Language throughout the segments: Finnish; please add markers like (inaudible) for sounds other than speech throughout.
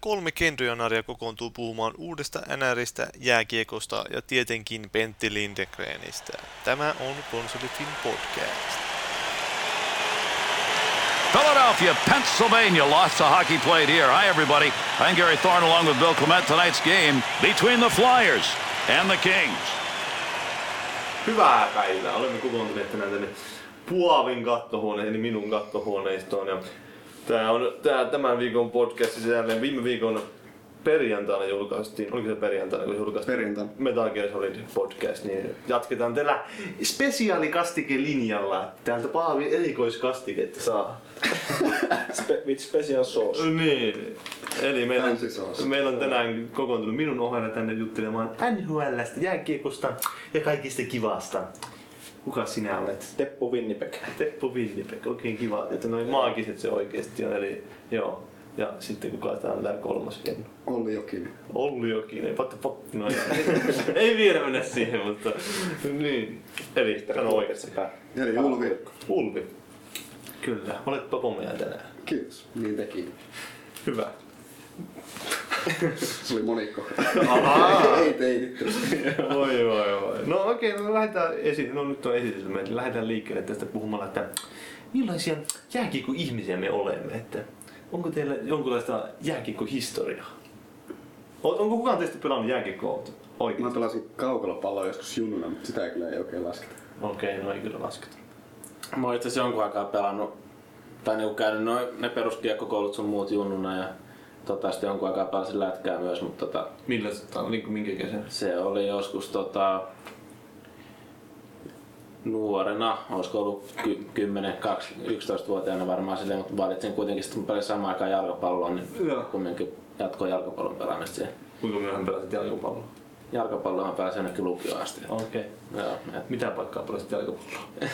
kolme Kendrionaria kokoontuu puhumaan uudesta NRistä, jääkiekosta ja tietenkin Pentti Lindegrenistä. Tämä on Konsolitin podcast. Philadelphia, Pennsylvania lost a hockey played here. Hi, everybody. I'm Gary Thorne along with Bill Clement. Tonight's game between the Flyers and the Kings. Hyvää päivää. Olemme kokoontuneet tänään tänne Puavin kattohuoneeseen, eli minun kattohuoneistoon. Ja tää on tää, tämän viikon podcast sisällään. Viime viikon perjantaina julkaistiin, oliko se perjantaina, kun julkaistiin Perjantaina. Metal Gear Solid podcast, niin jatketaan tällä spesiaalikastikelinjalla. Täältä Paavin erikoiskastiketta saa. (laughs) Spe- with special sauce. Niin. Eli meillä on, Fancy sauce. meillä on tänään kokoontunut minun ohella tänne juttelemaan NHLstä, jääkiekosta ja kaikista kivasta. Kuka sinä olet? Teppo Winnipeg. Teppo Winnipeg, oikein kiva, että noin maagiset se oikeesti on, eli joo. Ja sitten kuka tää on tää kolmas kenno? Olli Jokinen. Olli Jokinen, what the fuck? No ei, ei (laughs) vielä mennä siihen, mutta niin. Eli sano oikeesti. Eli Ulvi. Ulvi. Kyllä, oletpa komea tänään. Kiitos. Niin teki. Hyvä. Se oli monikko. (laughs) ei teitetty. Voi voi voi. No okei, okay, no lähdetään esi- no nyt on esitys meille. Lähdetään liikkeelle tästä puhumalla, että millaisia jääkiekkoihmisiä me olemme. Että onko teillä jonkinlaista jääkiekkohistoriaa? Oot- Onko kukaan teistä pelannut jääkiekkoa oikein? Mä pelasin kaukalopalloa joskus junnuna, mutta sitä ei kyllä ei oikein lasketa. Okei, okay, no ei kyllä lasketa. Mä oon itse asiassa jonkun aikaa pelannut, tai niinku käynyt noin, ne peruskiekkokoulut sun muut junnuna ja tota, sitten jonkun aikaa pelasin lätkää myös, mutta tota, Millä se on? Niin minkä kesänä? se oli joskus tota, nuorena, olisiko ollut ky- 10, 11 vuotiaana varmaan silleen, mutta valitsin kuitenkin sitten kun pelasin samaan aikaan jalkapalloa, niin Joo. kumminkin jatkoin jalkapallon pelaamista siihen. Kuinka myöhään pelasit jalkapalloa? Jalkapalloon mä pääsin ainakin lukioon asti. Okei. Okay. Joo, et Mitä paikkaa pelasit jalkapalloa? (laughs)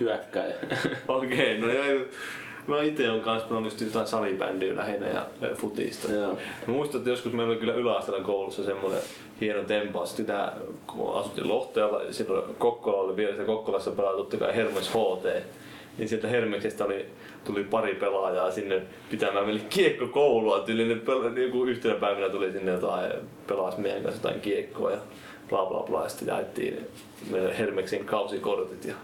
hyökkäin. (laughs) Okei, no ei. Mä ite on kans pelannut just jotain salibändiä lähinnä ja ö, futista. Joo. Mä muistan, että joskus meillä oli kyllä yläasteella koulussa semmoinen hieno tempaus. Sitä, kun asuttiin Lohteella, ja silloin Kokkola oli vielä, ja Kokkolassa pelaa totta kai Hermes HT. Niin sieltä Hermeksestä oli, tuli pari pelaajaa sinne pitämään meille kiekkokoulua. Tyyli ne pel- niin kuin yhtenä päivänä tuli sinne jotain, pelasi meidän kanssa jotain kiekkoa ja bla bla bla. Ja sitten jaettiin meille Hermeksen kausikortit ja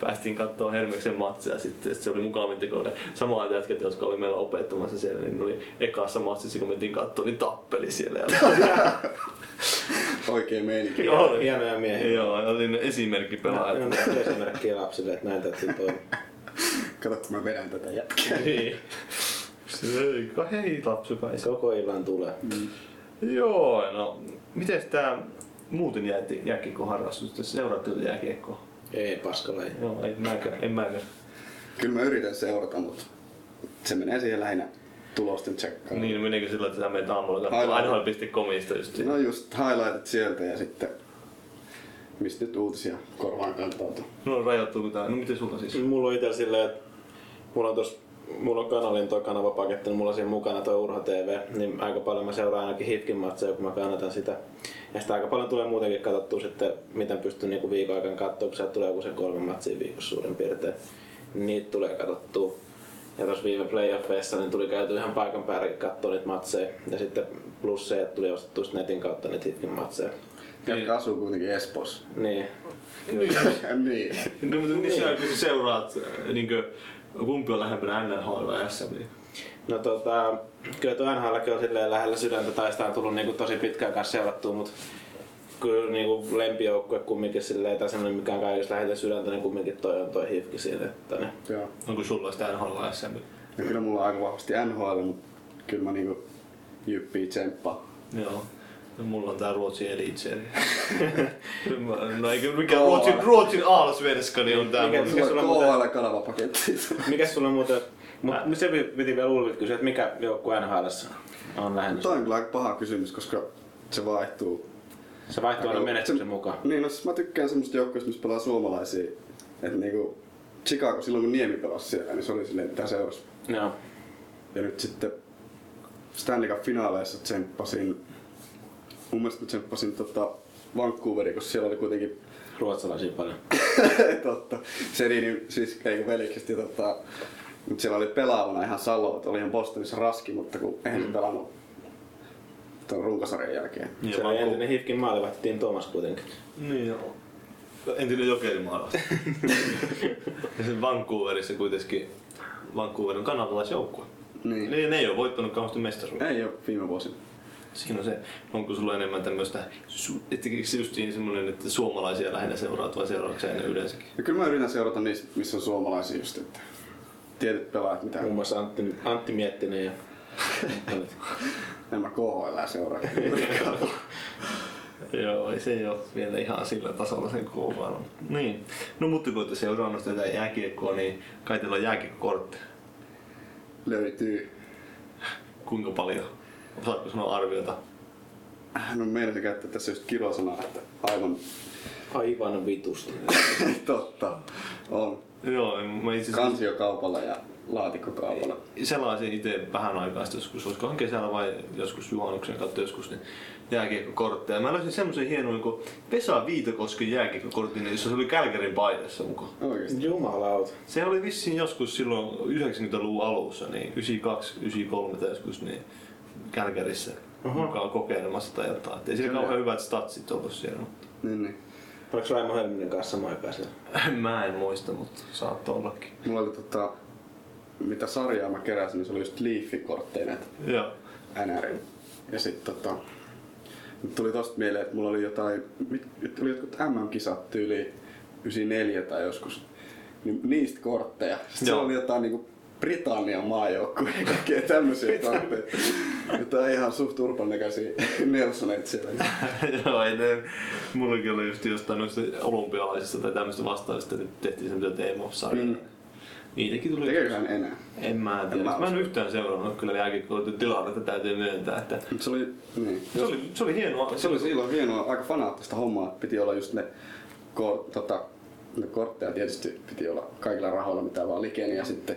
päästiin katsoa Hermeksen matsia sitten, sit se oli mukavin tekoinen. Samaan jätkät, jotka oli meillä opettamassa siellä, niin ne oli ekassa matsissa, kun mentiin katsoa, niin tappeli siellä. Oikein meininki. Joo, Hienoja miehiä. Joo, ja oli ne esimerkkipelaajat. No, Esimerkkiä lapsille, että näin täytyy toimia. Kato, kun mä vedän tätä jätkää. Niin. Ei, ka- Hei lapsukais. Koko illan tulee. Joo, no. Mites tää muuten jääti jääkiekkoharrastus? Te seuraatte tätä jääkiekkoa? Ei paskalla ei. Joo, en mäkään, en mäkään. Kyllä mä yritän seurata, mutta se menee siihen lähinnä tulosten tsekkaan. Niin, meneekö sillä, että sä menet aamulla katsomaan Aivan. NHL.comista just? No just highlightit sieltä ja sitten mistä nyt uutisia korvaan kantautuu. No rajoittuuko tää? No miten sulla siis? Mulla on itse silleen, että mulla on tos, mulla on kanalin toi kanavapaketti, niin mulla on siinä mukana toi Urho TV, niin aika paljon mä seuraan ainakin hitkin matseja, kun mä kannatan sitä. Ja sitä aika paljon tulee muutenkin katsottua sitten, miten pystyy niinku viikon aikana katsoa, kun sieltä tulee joku se kolme matsia viikossa suurin piirtein. Niitä tulee katsottua. Ja tuossa viime playoffeissa niin tuli käyty ihan paikan päälle katsoa niitä matseja. Ja sitten plus se, että tuli ostettu sit netin kautta niitä hitkin matseja. Jotka asuu kuitenkin Espoossa. Niin. (laughs) niin. No, mutta niin sinä kun seuraat, äh, niinkö, kumpi on lähempänä NHL vai SM? No tota, kyllä tuo NHLkin on silleen lähellä sydäntä tai sitä on tullut niinku tosi pitkään kanssa seurattua, mutta kyllä niinku lempijoukkue kumminkin silleen, tai semmonen mikä on kaikista lähellä sydäntä, niin kumminkin toi on toi hifki siinä. Että ne. Joo. Onko sulla sitä NHL vai SM? Ja kyllä mulla on aika vahvasti NHL, mutta kyllä mä niinku jyppii tsemppaa. Joo. No, mulla on tää Ruotsin elitseri. (laughs) no eikö mikä Joo. Ruotsin, Ruotsin Aalsvenska, niin on tää Mikä- mun. Sulla sulla on muuten- KHL-kanavapaketti. Mikäs sulla muuten, mutta se pi- piti vielä Ulvit kysyä, että mikä joukkue NHLssä on (laughs) lähinnä? Toi on kyllä aika paha kysymys, koska se vaihtuu. Se vaihtuu aina Aika- se- menestyksen mukaan. Niin, no siis mä tykkään semmoista joukkoista, missä pelaa suomalaisia. Et niinku Chicago silloin kun Niemi pelasi siellä, niin se oli silleen, mitä seurasi. Joo. Ja nyt sitten Stanley Cup finaaleissa tsemppasin, mun mielestä mä tsemppasin tota Vancouveria, koska siellä oli kuitenkin Ruotsalaisia paljon. (laughs) niin, totta, Serinin, siis ei kun veliksestä, tota, Mutta siellä oli pelaavana ihan Salo, että oli ihan Bostonissa raski, mutta kun eihän se pelannut tuon runkosarjan jälkeen. Niin, se oli entinen Hifkin maalivahti Tim Thomas kuitenkin. Niin joo. Entinen jokerimaalaista. (laughs) ja se Vancouverissa kuitenkin Vancouver on kanadalaisjoukkue. Niin. Ne, ne ei ole voittanut kauheasti mestaruutta. Ei ole viime vuosina. Siinä on se, onko sulla enemmän tämmöistä, esimerkiksi just niin semmoinen, että suomalaisia lähinnä seuraat vai seuraaksä ne yleensäkin? Ja kyllä mä yritän seurata niissä, missä on suomalaisia just, että tietyt pelaajat, mitä Muun muassa Antti, Antti Miettinen ja en mä KHL seuraa. niin Joo, ei se ole vielä ihan sillä tasolla sen kuvaan. Niin. No mutta kun olette seurannut tätä jääkiekkoa, niin kai teillä on jääkiekkokortti. Löytyy. Kuinka paljon? Osaatko sanoa arviota? No meinasin käyttää tässä just kilosanaa, että aivan (laughs) aivan vitusti. totta on. Joo, mä Siis- itse asiassa Kansiokaupalla ja laatikkokaupalla. selasin itse vähän aikaa sitten joskus, olisikohan kesällä vai joskus juhannuksen kautta joskus, niin jääkiekkokortteja. Mä löysin semmoisen hienon kuin Vesa Viitokosken jääkiekkokortin, jossa niin se oli Kälkärin paidassa mukaan. Oikeesti. Jumalauta. Se oli vissiin joskus silloin 90-luvun alussa, niin 92, 93 tai joskus, niin Kälkärissä mukaan kokeilemassa tai jotain. Et Ei sillä kauhean hyvät statsit ollut siellä, mutta Niin, niin. Oliko Raimo Helminen kanssa samaan aikaan siellä? mä en muista, mutta saattoi ollakin. Mulla oli tota, mitä sarjaa mä keräsin, niin se oli just Leaf-kortteja näitä Joo. (laughs) NRin. Ja sit tota, nyt tuli tosta mieleen, että mulla oli jotain, mit, mit- oli jotkut MM-kisat tyyli 94 tai joskus, niin niistä kortteja. Sitten Joo. siellä oli jotain niinku Britannian maajoukkueen ja kaikkea tämmöisiä kortteja. Jotain ihan suht urban näköisiä Nelsoneita siellä. Joo, ei ne, mullakin oli just jostain noista olympialaisista tai tämmöistä vastaavista, nyt tehtiin semmoisia teemo-sarjoja. Mm. Niitäkin tuli. Tekeeköhän enää? En mä En tiedä. mä Mä en usko. yhtään seurannut kyllä jääkiekkoilta tilannetta, täytyy myöntää. Että Mut se oli, niin. se, oli, se oli hienoa. Se oli silloin hienoa, aika fanaattista hommaa. että Piti olla just ne, kor, tota, ne kortteja tietysti piti olla kaikilla rahoilla mitä vaan likeni ja sitten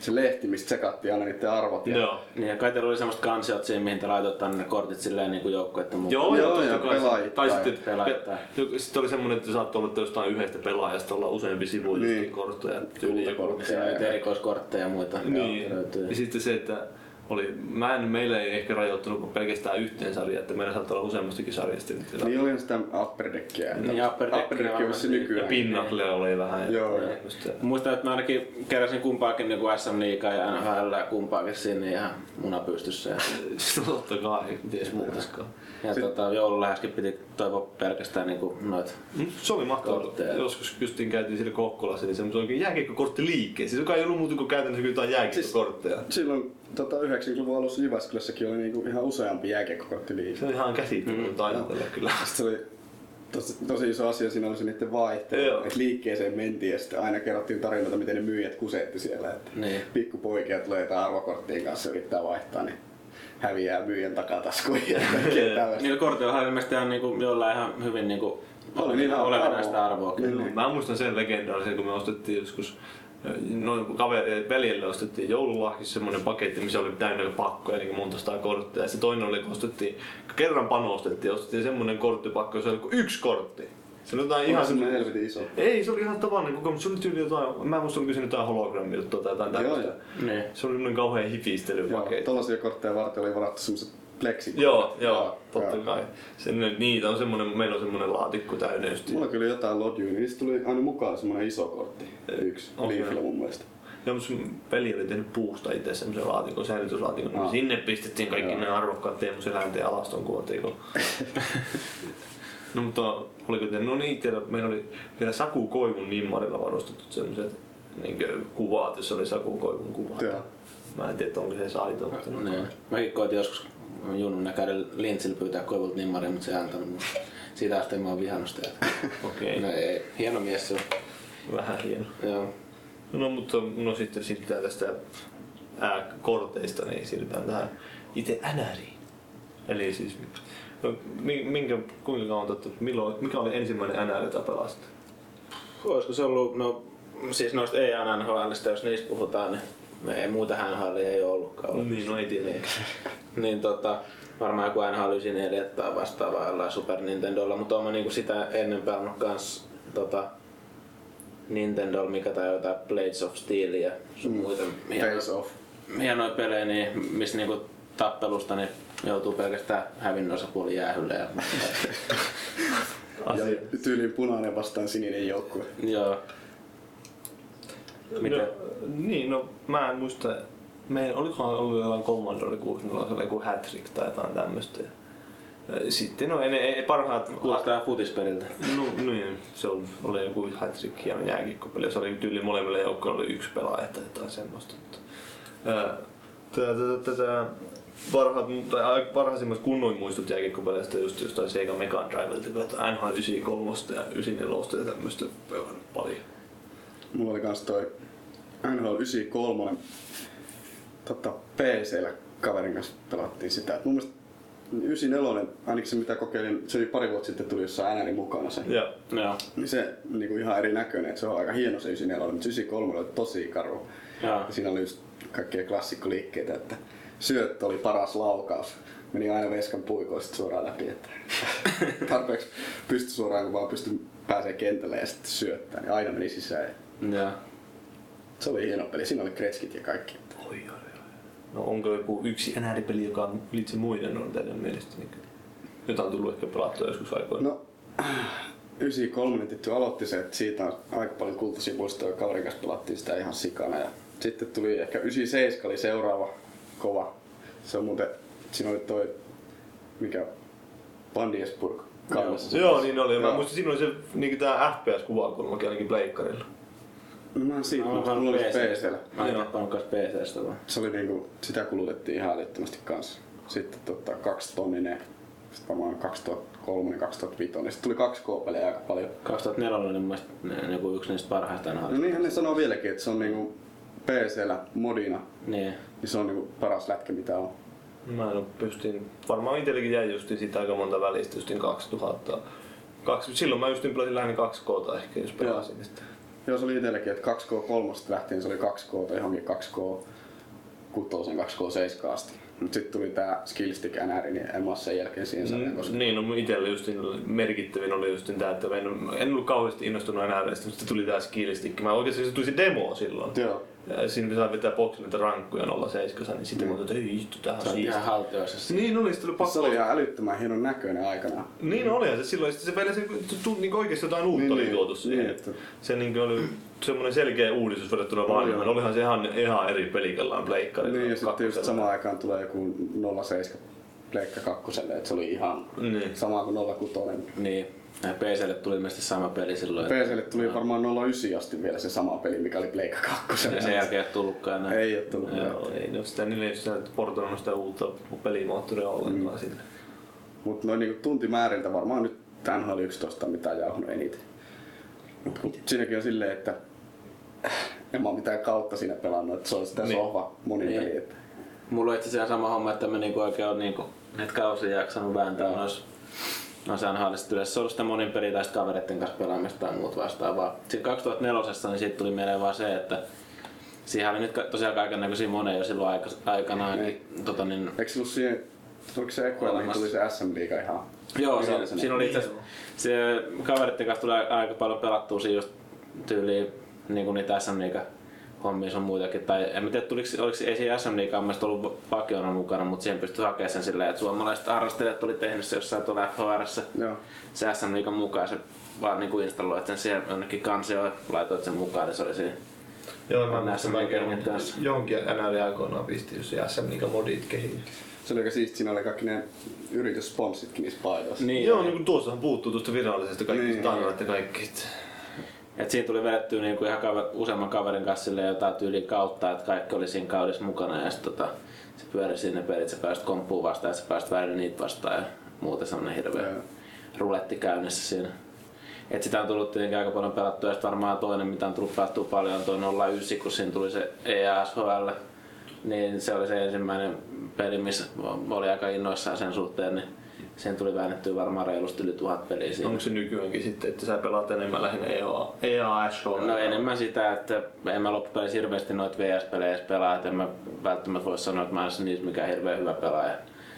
se lehti, mistä sekattiin aina niiden arvot. Ja Joo. Niin, ja kai teillä oli semmoista kansiot siihen, mihin te laitoitte aina ne kortit silleen niin kuin joukkuetta mukaan. Joo, joo, Joo, totta ja kai. pelaajittain. Tai sitten, Pelaajittain. pe- sitten oli semmoinen, että saattoi olla että jostain yhdestä pelaajasta olla useampi sivu niin. Niin. kortteja. Tyyli joku. Kultakortteja Siellä oli ja- niitä erikoiskortteja ja muita. Niin. Joo, löytyy. Ja sitten se, että oli, mä en, meillä ei ehkä rajoittunut pelkästään yhteen sarjaan, että meillä saattoi olla useammastakin sarjasta. Niin oli sitä upperdeckiä. Niin, ja upper deckia Upperdeckia on se varmasti. nykyään. Ja pinnalle oli vähän. Joo. ja (laughs) tämmöstä. Muistan, että mä ainakin keräsin kumpaakin niin kuin SM Liigaa ja NHL ja kumpaakin siinä niin ihan munapystyssä. Ja, Totta kai, ties muutaskaan. ja tota, joululähäskin piti toivoa pelkästään niin kuin noita. Mm, Se oli mahtavaa. Kortteja. Joskus justiin käytiin siellä Kokkolassa, niin semmoisen oikein jääkiekkokortti liikkeen. Siis joka ei ollut muuta kuin käytännössä jotain jääkiekkokortteja. Silloin tota, 90-luvun alussa Jyväskylässäkin oli niinku ihan useampi Se jääkiekkokorttiliike. on ihan Mm, käsittämätöntä ajatella kyllä. Se oli tosi, tosi iso asia siinä oli se niiden vaihtelu. Joo. Et liikkeeseen mentiin ja sitten aina kerrottiin tarinoita, miten ne myyjät kuseetti siellä. Että Niin. Pikkupoikia tulee jotain arvokorttien kanssa yrittää vaihtaa, niin häviää myyjän (laughs) takataskuihin ja kaikkea tällaista. Niillä kortilla oli ilmeisesti ihan, niin kuin, jollain ihan hyvin niin kuin, Oli niillä olevinnaista arvoa. arvoa. kyllä. Joo, Niin, Mä muistan sen legendaarisen, kun me ostettiin joskus noin kavereille veljelle ostettiin joululahjassa semmonen paketti, missä oli täynnä pakkoja, niin monta sataa korttia. Ja se toinen oli, kun ostettiin, kerran panostettiin, ostettiin semmonen korttipakko, jossa oli kuin yksi kortti. Se oli jotain ihan Ihan semmoinen helvetin iso. Ei, se oli ihan tavallinen kokemus. Se oli tyyli jotain, mä en muista, oliko siinä jotain hologrammijuttua tai jotain Joo, tämmöistä. joo. Niin. Se oli semmonen kauhean Joo, hifistelypaketti. Tuollaisia kortteja varten oli varattu semmoiset pleksit. Joo, joo, totta kai. Sen, niitä on semmonen, meillä on semmonen laatikko täynnä just. Mulla kyllä jotain lodjuja, niin niistä tuli aina mukaan semmoinen iso kortti. Yksi, Okei. okay. Leafillä mun mielestä. Joo, mutta sun veli oli tehnyt puusta itse semmoisen laatikon, säilytyslaatikon. No. Aa. Sinne pistettiin kaikki Joo. ne arvokkaat Teemu Selänteen alaston (laughs) kuotikon. no mutta oliko te, no niin, teillä, meillä oli vielä Saku Koivun nimmarilla varustetut semmoiset niin kuvat, jos oli Saku Koivun kuvat. Joo. Mä en tiedä, onko se aito, mutta no. Niin. Mäkin koitin joskus junnuna käydä lintsillä pyytää koivulta nimmaria, mutta se ei antanut mun. Siitä asti mä oon vihannut sitä. okei, Niin. No ei, hieno mies se on. vähän hieno. Joo. No mutta no sitten siirrytään tästä ää, korteista, niin siirrytään tähän itse NRiin. Eli siis, no, mi- minkä, kuinka kauan te olette- milloin, mikä oli ensimmäinen NR, jota pelasitte? Olisiko se ollut, no siis noista ei NHLista, jos niistä puhutaan, niin no ei muuta NHL ei ole ollutkaan. Mm. Niin, no ei tietenkään. Niin tota, varmaan joku NHL 94 tai vastaavaa jollain Super Nintendolla, mutta oon mä niinku sitä ennen pelannut kans tota, Nintendo, mikä tai jotain Blades of Steel ja sun muita hienoja- Face off. hienoja pelejä, niin, missä niinku tappelusta niin joutuu pelkästään hävinnön osapuoli jäähylle. Ja, Ja Asia. tyyliin punainen vastaan sininen joukkue. joo. Mitä? No, niin, no mä en muista. Meidän, olikohan ollut jollain Commodore 64 joku hat-trick tai jotain tämmöistä. Sitten no, en, en, parhaat... Kuulostaa futispeliltä. No niin, se oli, oli joku hat-trick ja jääkikkopeli. Se oli tyyli molemmilla joukkoilla oli yksi pelaaja tai jotain semmoista. Mutta, ää, tää, tää, tää, tää, parhaat, tai ai- parhaisimmat kunnoin muistut jääkikkopeleistä just jostain Sega Mega Drivelta, kun NH 93 ja 94 ja tämmöistä pelannut paljon. Mulla oli kans toi NHL 93. Totta, PCllä kaverin kanssa pelattiin sitä. Et Mun mielestä 94, ainakin se mitä kokeilin, se oli pari vuotta sitten tuli jossain äänäri mukana se. Joo. Joo. Niin se niinku ihan eri näköinen, että se on aika hieno se 94, mutta 93 oli tosi karu. Joo. Siinä oli just kaikkia klassikkoliikkeitä, että syöttö oli paras laukaus. Meni aina veskan puikoista suoraan läpi, että tarpeeksi pysty suoraan, kun vaan pysty pääsee kentälle ja sitten syöttää, niin aina meni sisään. Joo. Se oli hieno peli, siinä oli kretskit ja kaikki. Oi, oi, oi. No onko joku yksi NR-peli, joka on ylitse muiden on teidän mielestä? Niin jota on tullut ehkä pelattua joskus aikoina. No, 93 tyttö aloitti se, että siitä on aika paljon kultaisia muistoja, ja kaverin kanssa pelattiin sitä ihan sikana. Ja sitten tuli ehkä 97 oli seuraava kova. Se on muuten, siinä oli toi, mikä, Pandiesburg kannassa. Joo, niin oli. Mä Joo. muistin, siinä oli se niin tää FPS-kuvakulmakin ainakin pleikkarilla. No mä en siitä, Mä oon muista, mulla oli pelannut se PC-llä. PCllä. Mä en Joo. tappanut kans PC-stä vaan. Se oli niinku, sitä kulutettiin ihan älyttömästi kanssa. Sitten tota, kaksi tonninen, sitten varmaan 2003-2005, niin sitten tuli 2K-pelejä aika paljon. 2004 oli mun mielestä ne- niinku yksi niistä parhaista No NHL. niinhän ne sanoo vieläkin, että se on niinku PCllä modina Niin. niin se on niinku paras lätkä mitä on. Mä en oo pystin, varmaan itselläkin jäi justiin siitä aika monta välistä, justiin 2000. Kaksi, silloin mä justiin pelasin lähinnä 2K ehkä, jos pelasin sitä. Joo, se oli itselläkin, että 2K3 lähtien se oli 2K tai johonkin 2K 6 2K7 asti. Mut sitten tuli tää Skillstick NR, niin en mä oo sen jälkeen siinä mm, Mm, koska Niin, no itsellä just merkittävin oli just tää, että mä en, en ollut kauheasti innostunut enää näistä, mutta sitten tuli tää skillistikki. Mä oikeesti se tuli se demo silloin. Joo. Ja siinä saa vetää boksilla niitä rankkuja 07, niin sitten mm. mä otin, että ei istu tähän Sä oot siistiä. ihan haltioisessa. Niin oli, sitten oli se pakko. oli ihan älyttömän hienon näköinen aikana. Niin olihan se silloin, sitten se vielä se, tu- tu- niin oikeasti jotain uutta Niin, oli niin. tuotu siihen. Niin, että- Se niin oli semmoinen selkeä uudistus verrattuna vanhaan. Olihan se ihan, ihan eri pelikallaan pleikkarilla. Niin, ja sitten just kakkosella. samaan aikaan tulee joku 07 Pleikka kakkoselle, että se oli ihan Niin. sama kuin 06. Niin. Ja PClle tuli ilmeisesti sama peli silloin. että- PClle tuli varmaan 09 asti vielä se sama peli, mikä oli Pleikka kakkoselle. Ja sen jälkeen ei ole tullutkaan enää. Ei oo tullut. vielä. Joo, ei ne ole sitä, niille ei ole sitä portoinut sitä uutta pelimoottoria ollenkaan mm. sinne. Mutta noin niinku tuntimääriltä varmaan nyt tämän oli 11 mitä jauhanut eniten. Mut kun siinäkin on silleen, että eh, en mä oo mitään kautta siinä pelannut, että se on sitä Niin. sohva monipeli. Niin. Että. Mulla on itse asiassa sama homma, että mä niinku oikein oon niinku näitä kausia jaksanut vääntää Joo. noissa noissa NHLista yleensä. Se on ollut sitä monin peliä tai sit kavereiden kanssa pelaamista tai muut vastaavaa. Siinä 2004 niin siitä tuli mieleen vaan se, että siihen oli nyt ka- tosiaan kaiken näköisiä moneja jo silloin aika, aikanaan. Niin. Tota niin, Eikö se ollut siihen, oliko se ekoja, mihin Olemassa. tuli se SM Liiga ihan Joo, siinä, Niin. virallisena? siinä oli itse asiassa- se kaveritten kanssa tuli a- aika paljon pelattua siinä just tyyliin niinku niitä SM Liiga hommia sun muitakin. Tai en mä tiedä, tuliko, oliko se, ei siinä SM Liiga mun mielestä ollut vakiona mukana, mutta siihen pystyi hakemaan sen silleen, että suomalaiset harrastelijat oli tehnyt se jossain tuolla FHRssä Joo. se SM Liigan mukaan. Se vaan niinku installoit sen siihen jonnekin kansioon, laitoit sen mukaan, niin se oli siinä. Joo, mä muistan, mä kerron kanssa. Jonkin NR aikoinaan pisti just se SM niinku Liiga modit kehiin. Se oli aika siisti, siinä oli kaikki ne yrityssponssitkin niissä paidoissa. Niin, Joo, niin kuin tuossahan puuttuu tuosta virallisesta kaikki Niin. niin. tarrat ja kaikki. et- Et siinä tuli vedettyä niinku ihan kaver, useamman kaverin kanssa silleen jotain tyyliin kautta, että kaikki oli siinä kaudessa mukana ja sit tota, se pyöri sinne pelit, sä pääsit komppuun vastaan ja sä pääsit väärin niitä vastaan ja muuta semmonen hirveä Joo. ruletti käynnissä siinä. Et sitä on tullut tietenkin aika paljon pelattua ja sit varmaan toinen mitä on tullut pelattua paljon on toi 09, kun siinä tuli se E EASHL. Niin se oli se ensimmäinen peli, missä oli aika innoissaan sen suhteen, niin siinä tuli väännettyä varmaan reilusti yli tuhat peliä siinä. Onko se nykyäänkin sitten, että sä pelaat enemmän lähinnä E EA, EAS on? No enemmän sitä, että en mä loppupeleissä hirveästi noita VS-pelejä edes pelaa, että en mä välttämättä voi sanoa, että mä en niissä mikään hirveän hyvä pelaaja.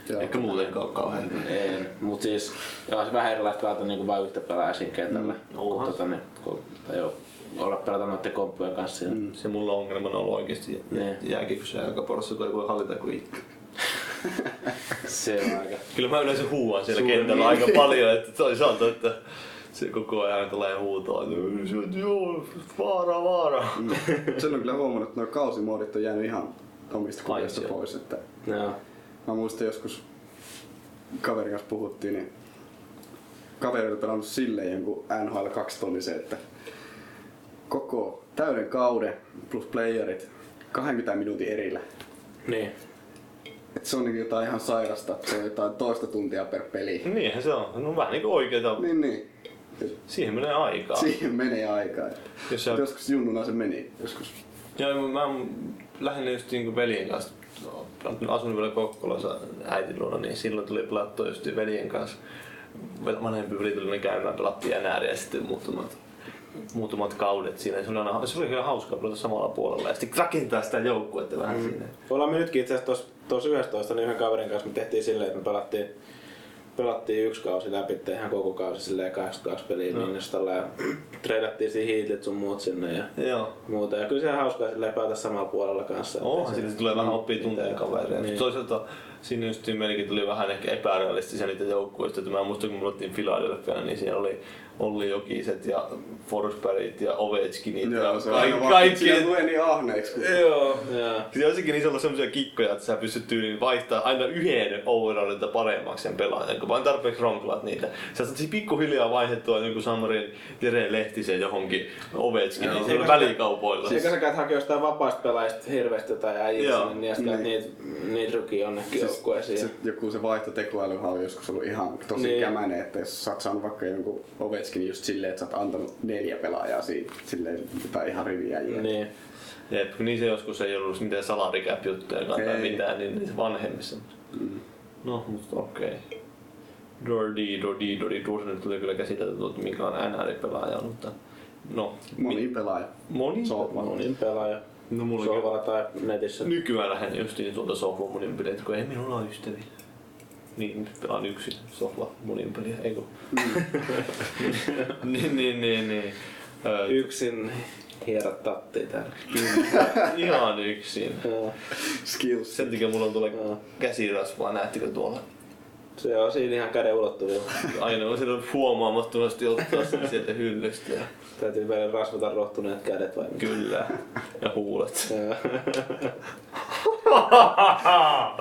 Joo. Ehkä muutenkaan ole kauhean. Mm. En. Mut siis, joo, se vähän erilaista pelata niinku vain yhtä pelaajaa siinä kentällä. onhan Tota, niin, kun, tai joo, olla pelata noiden komppujen kanssa siinä. Mm. Se mulla ongelmana on ollut oikeesti Niin. jääkiekossa ja jalkapallossa, kun ei voi hallita kuin itse. Se on aika. Kyllä mä yleensä huuan siellä Suurin kentällä aika paljon, että toisaalta, että se koko ajan tulee huutoa, että "Se on- joo, vaara, vaara. (laughs) Sen on kyllä huomannut, että nuo kausimoodit on jäänyt ihan omista kuvioista Paitsi, joo. pois. Että Joo. mä muistan joskus kaverin kanssa puhuttiin, niin kaveri oli pelannut silleen jonkun NHL 2 tonnisen, että koko täyden kauden plus playerit 20 minuutin erillä. Niin. Et se on niin jotain ihan sairasta, että se on jotain toista tuntia per peli. Niinhän se on. No vähän niinku oikeeta. Niin, niin. Et Siihen menee aikaa. siihen menee aikaa. Et Jos sä- Joskus junnuna se meni. Joskus. Joo, mä, mä lähinnä just niinku veljen kanssa. Mä Asuin vielä Kokkolassa äitin luona, niin silloin tuli pelattua just veljen kanssa. Vel- Vanhempi veli tuli niin käymään, pelattiin NR ja sitten muutamat, muutamat kaudet siinä. Se oli, aina, se oli kyllä hauska pelata samalla puolella ja sitten rakentaa sitä joukkuetta vähän mm. siinä. Ollaan me nytkin itse asiassa tuossa 11, niin yhden kaverin kanssa me tehtiin silleen, että me pelattiin, pelattiin yksi kausi läpi, ihan koko kausi silleen 82 peliä no. Minnesotalla ja (clears throat) treidattiin siihen hiitit sun muut sinne ja Joo. muuta. Ja kyllä se on hauskaa silleen päätä samalla puolella kanssa. Onhan siitä, se tulee vähän oppii tunteen kavereja. Niin. Niin. Toisaalta siinä just meilläkin tuli vähän ehkä epärealistisia niitä joukkueista. että Mä muistan, kun me oltiin Philadelphia, niin siellä oli Olli Jokiset ja Forsbergit ja Ovechkinit ja Joo, se on kaik- aina vaan, kaikki... kaikki. Siinä tulee niin ahneeksi, kun Joo. Joo. Joissakin niissä on ollut semmoisia kikkoja, että sä pystyt tyyliin vaihtaa aina yhden overallilta paremmaksi sen pelaajan, kun vain tarpeeksi ronklaat niitä. Sä saat siis pikkuhiljaa vaihdettua joku Samarin Jere Lehtisen johonkin Ovechkin, niin se on välikaupoilla. Siis... Eikä sä käyt hakea jostain vapaista pelaajista hirveästi jotain äijää Joo. sinne, niin ja sitten Niin. niitä, niitä ruki jonnekin siis, joukkueeseen. se, joku se vaihto tekoälyhän on joskus ollut ihan tosi Niin. niin. kämäinen, että jos sä oot saanut vaikka jonkun Ovechkin just silleen, että sä oot antanut neljä pelaajaa siitä, silleen jotain ihan riviä Ja... jää. Niin. Jep, kun niissä joskus ei ollut mitään salarikäp-juttuja tai Ei. mitään, niin niissä vanhemmissa. No, mutta okei. Okay. Dordi, Dordi, Dordi, Dordi, nyt tulee kyllä käsitelty, että mikä on NR-pelaaja, mutta no, Moni pelaaja. moni. Soppa. Monin pelaaja. No mulla on Sohvalla tai netissä. Nykyään lähden justiin tuolta sohva monin peliä, kun ei minulla ole ystäviä. Niin, nyt pelaan yksin sohva monin peliä, eikö? Mm. (laughs) niin, niin, niin, niin. Ö, Yksin hierot tattia täällä. (laughs) ihan yksin. Joo. Skills. Sen takia mulla on tuolla Joo. käsirasvaa, näettekö tuolla? Se on siinä ihan käden ulottuvilla. Aina on silloin huomaamattomasti ottaa sen sieltä hyllystä. Ja, Täytyy välillä rasvata rohtuneet kädet vai mitä. kyllä. Ja huulet. Joo.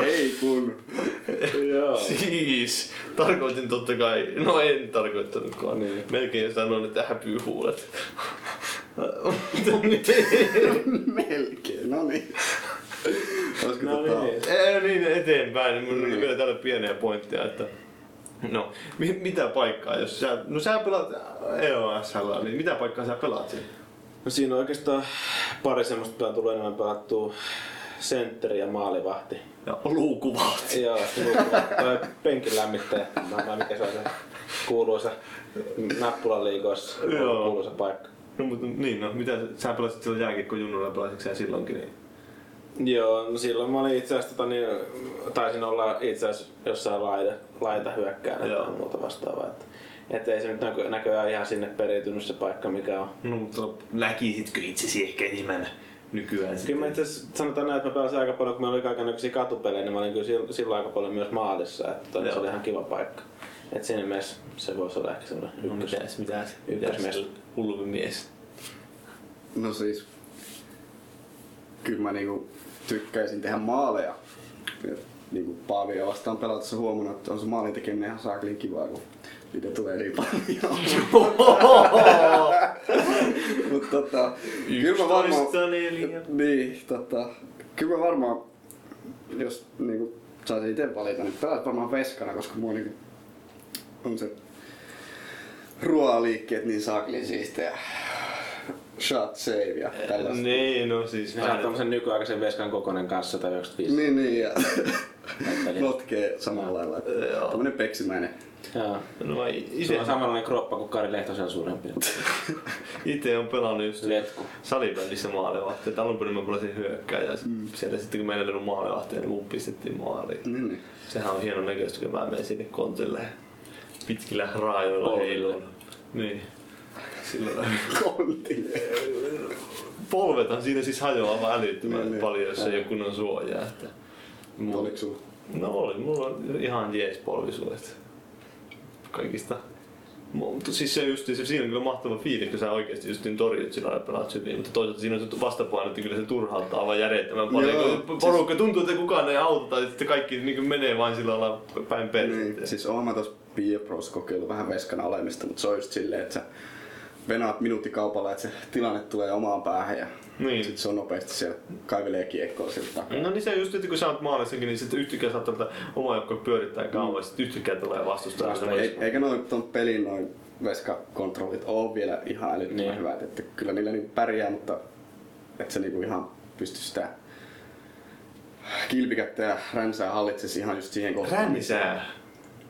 Ei kun. (laughs) (laughs) Joo. Siis, tarkoitin totta kai, no en tarkoittanutkaan. Niin. Niin. Melkein sanoin, että häpyy huulet. Melkein, no niin. Olisiko (laughs) No tota... niin. Ei, niin eteenpäin. Mun on vielä täällä pieniä pointteja, että No, mi- mitä paikkaa, jos sä, no sä pelaat EOSL, niin mitä paikkaa sä pelaat siellä? No siinä on oikeastaan pari semmoista pelaa tulee enemmän pelattua sentteri ja maalivahti. Ja luukuvat. Joo, luukuva. tai penkin lämmittäjä. Mä en tiedä, mikä se on se kuuluisa nappulaliigoissa Joo. kuuluisa paikka. No mutta niin, no mitä sä- sä pelasit silloin jääkiekko junnulla, pelasitko sä silloinkin? Niin? Joo, no silloin mä olin itse asiassa, tota, niin, taisin olla itse asiassa jossain laita, laita hyökkäänä Joo. tai muuta vastaavaa. Että, et ei se nyt näkö, näköjään ihan sinne periytynyt se paikka, mikä on. No mutta näkisitkö itsesi ehkä enemmän nykyään Kyllä mä itse asiassa sanotaan näin, että mä pelasin aika paljon, kun meillä oli kaikenlaisia katupelejä, niin mä olin kyllä sil- silloin aika paljon myös maalissa, että tota, niin se Joo. oli ihan kiva paikka. Et siinä mielessä se voisi olla ehkä semmoinen No ykkös. mitäs, mitäs, Ykkös mitäs mies. hullumpi mies. No siis... Kyllä mä niinku tykkäisin tehdä maaleja. Ja Niinku Paavia vastaan pelatessa huomannut, että on se maalin tekeminen ihan saakelin kivaa, kun niitä tulee niin paljon. (laughs) Mut tota, kyllä mä varmaan... Yksitoista neljä. Niin, tota, kyllä mä varmaan, jos niinku saisin itse valita, niin pelaisin varmaan veskana, koska mua niinku on se ruoaliikkeet niin saaklin siistejä. Shot save ja tällaista. Niin, no siis Sä oot vähän. tommosen nykyaikaisen veskan kokonen kanssa tai 95. Niin, niin ja Näyttelijä. notkee samalla lailla. Joo. Tämmönen peksimäinen. Joo. No mä Se ite, on samanlainen kroppa kuin Kari Lehtosella suurempi. ite on pelannut just Letku. salibändissä maalevahti. Et alun perin mä pelasin hyökkääjä. Mm. Sieltä sitten kun meillä ei ollut maalevahtia, niin mun pistettiin maaliin. Niin, niin. Sehän on hienon näköistä, kun mä menen sinne kontille pitkillä raajoilla Polville. heiluun. Niin. silloin Kontti. polvethan siinä siis hajoaa vaan älyttömän Niin, niin. paljon, jos ei ole kunnon suojaa. Että. Mut- Oliko sulla? No oli, mulla on ihan jees polvisuudet. Kaikista. Mutta siis se just, se, siinä on kyllä mahtava fiilis, kun sä oikeesti just niin torjut sillä lailla pelaat hyvin, mutta toisaalta siinä on se vastapuoli, että kyllä se turhauttaa aivan järjettömän paljon. Joo, siis- kun porukka tuntuu, että kukaan ei auta tai sitten kaikki niin menee vain sillä lailla päin persettä. Niin, siis oon mä tossa Beer Bros kokeillut vähän veskana olemista, mutta se on just silleen, että sä venaat minuuttikaupalla, että se tilanne tulee omaan päähän ja Niin. sit se on nopeasti siellä kaivelee kiekkoa siltä takaa. No niin se just, että kun sä oot maalissakin, niin sitten yhtäkkiä saattaa tätä omaa joukkoa pyörittää kauan, mm. sitten yhtäkkiä tulee vastustaja. E- eikä noin ton pelin noin veskakontrollit oo vielä ihan älyttömän Niin. hyvät, että kyllä niillä niinku pärjää, mutta et se niinku ihan pysty sitä kilpikättä ja ränsää hallitsisi ihan just siihen kohtaan. Rännisää.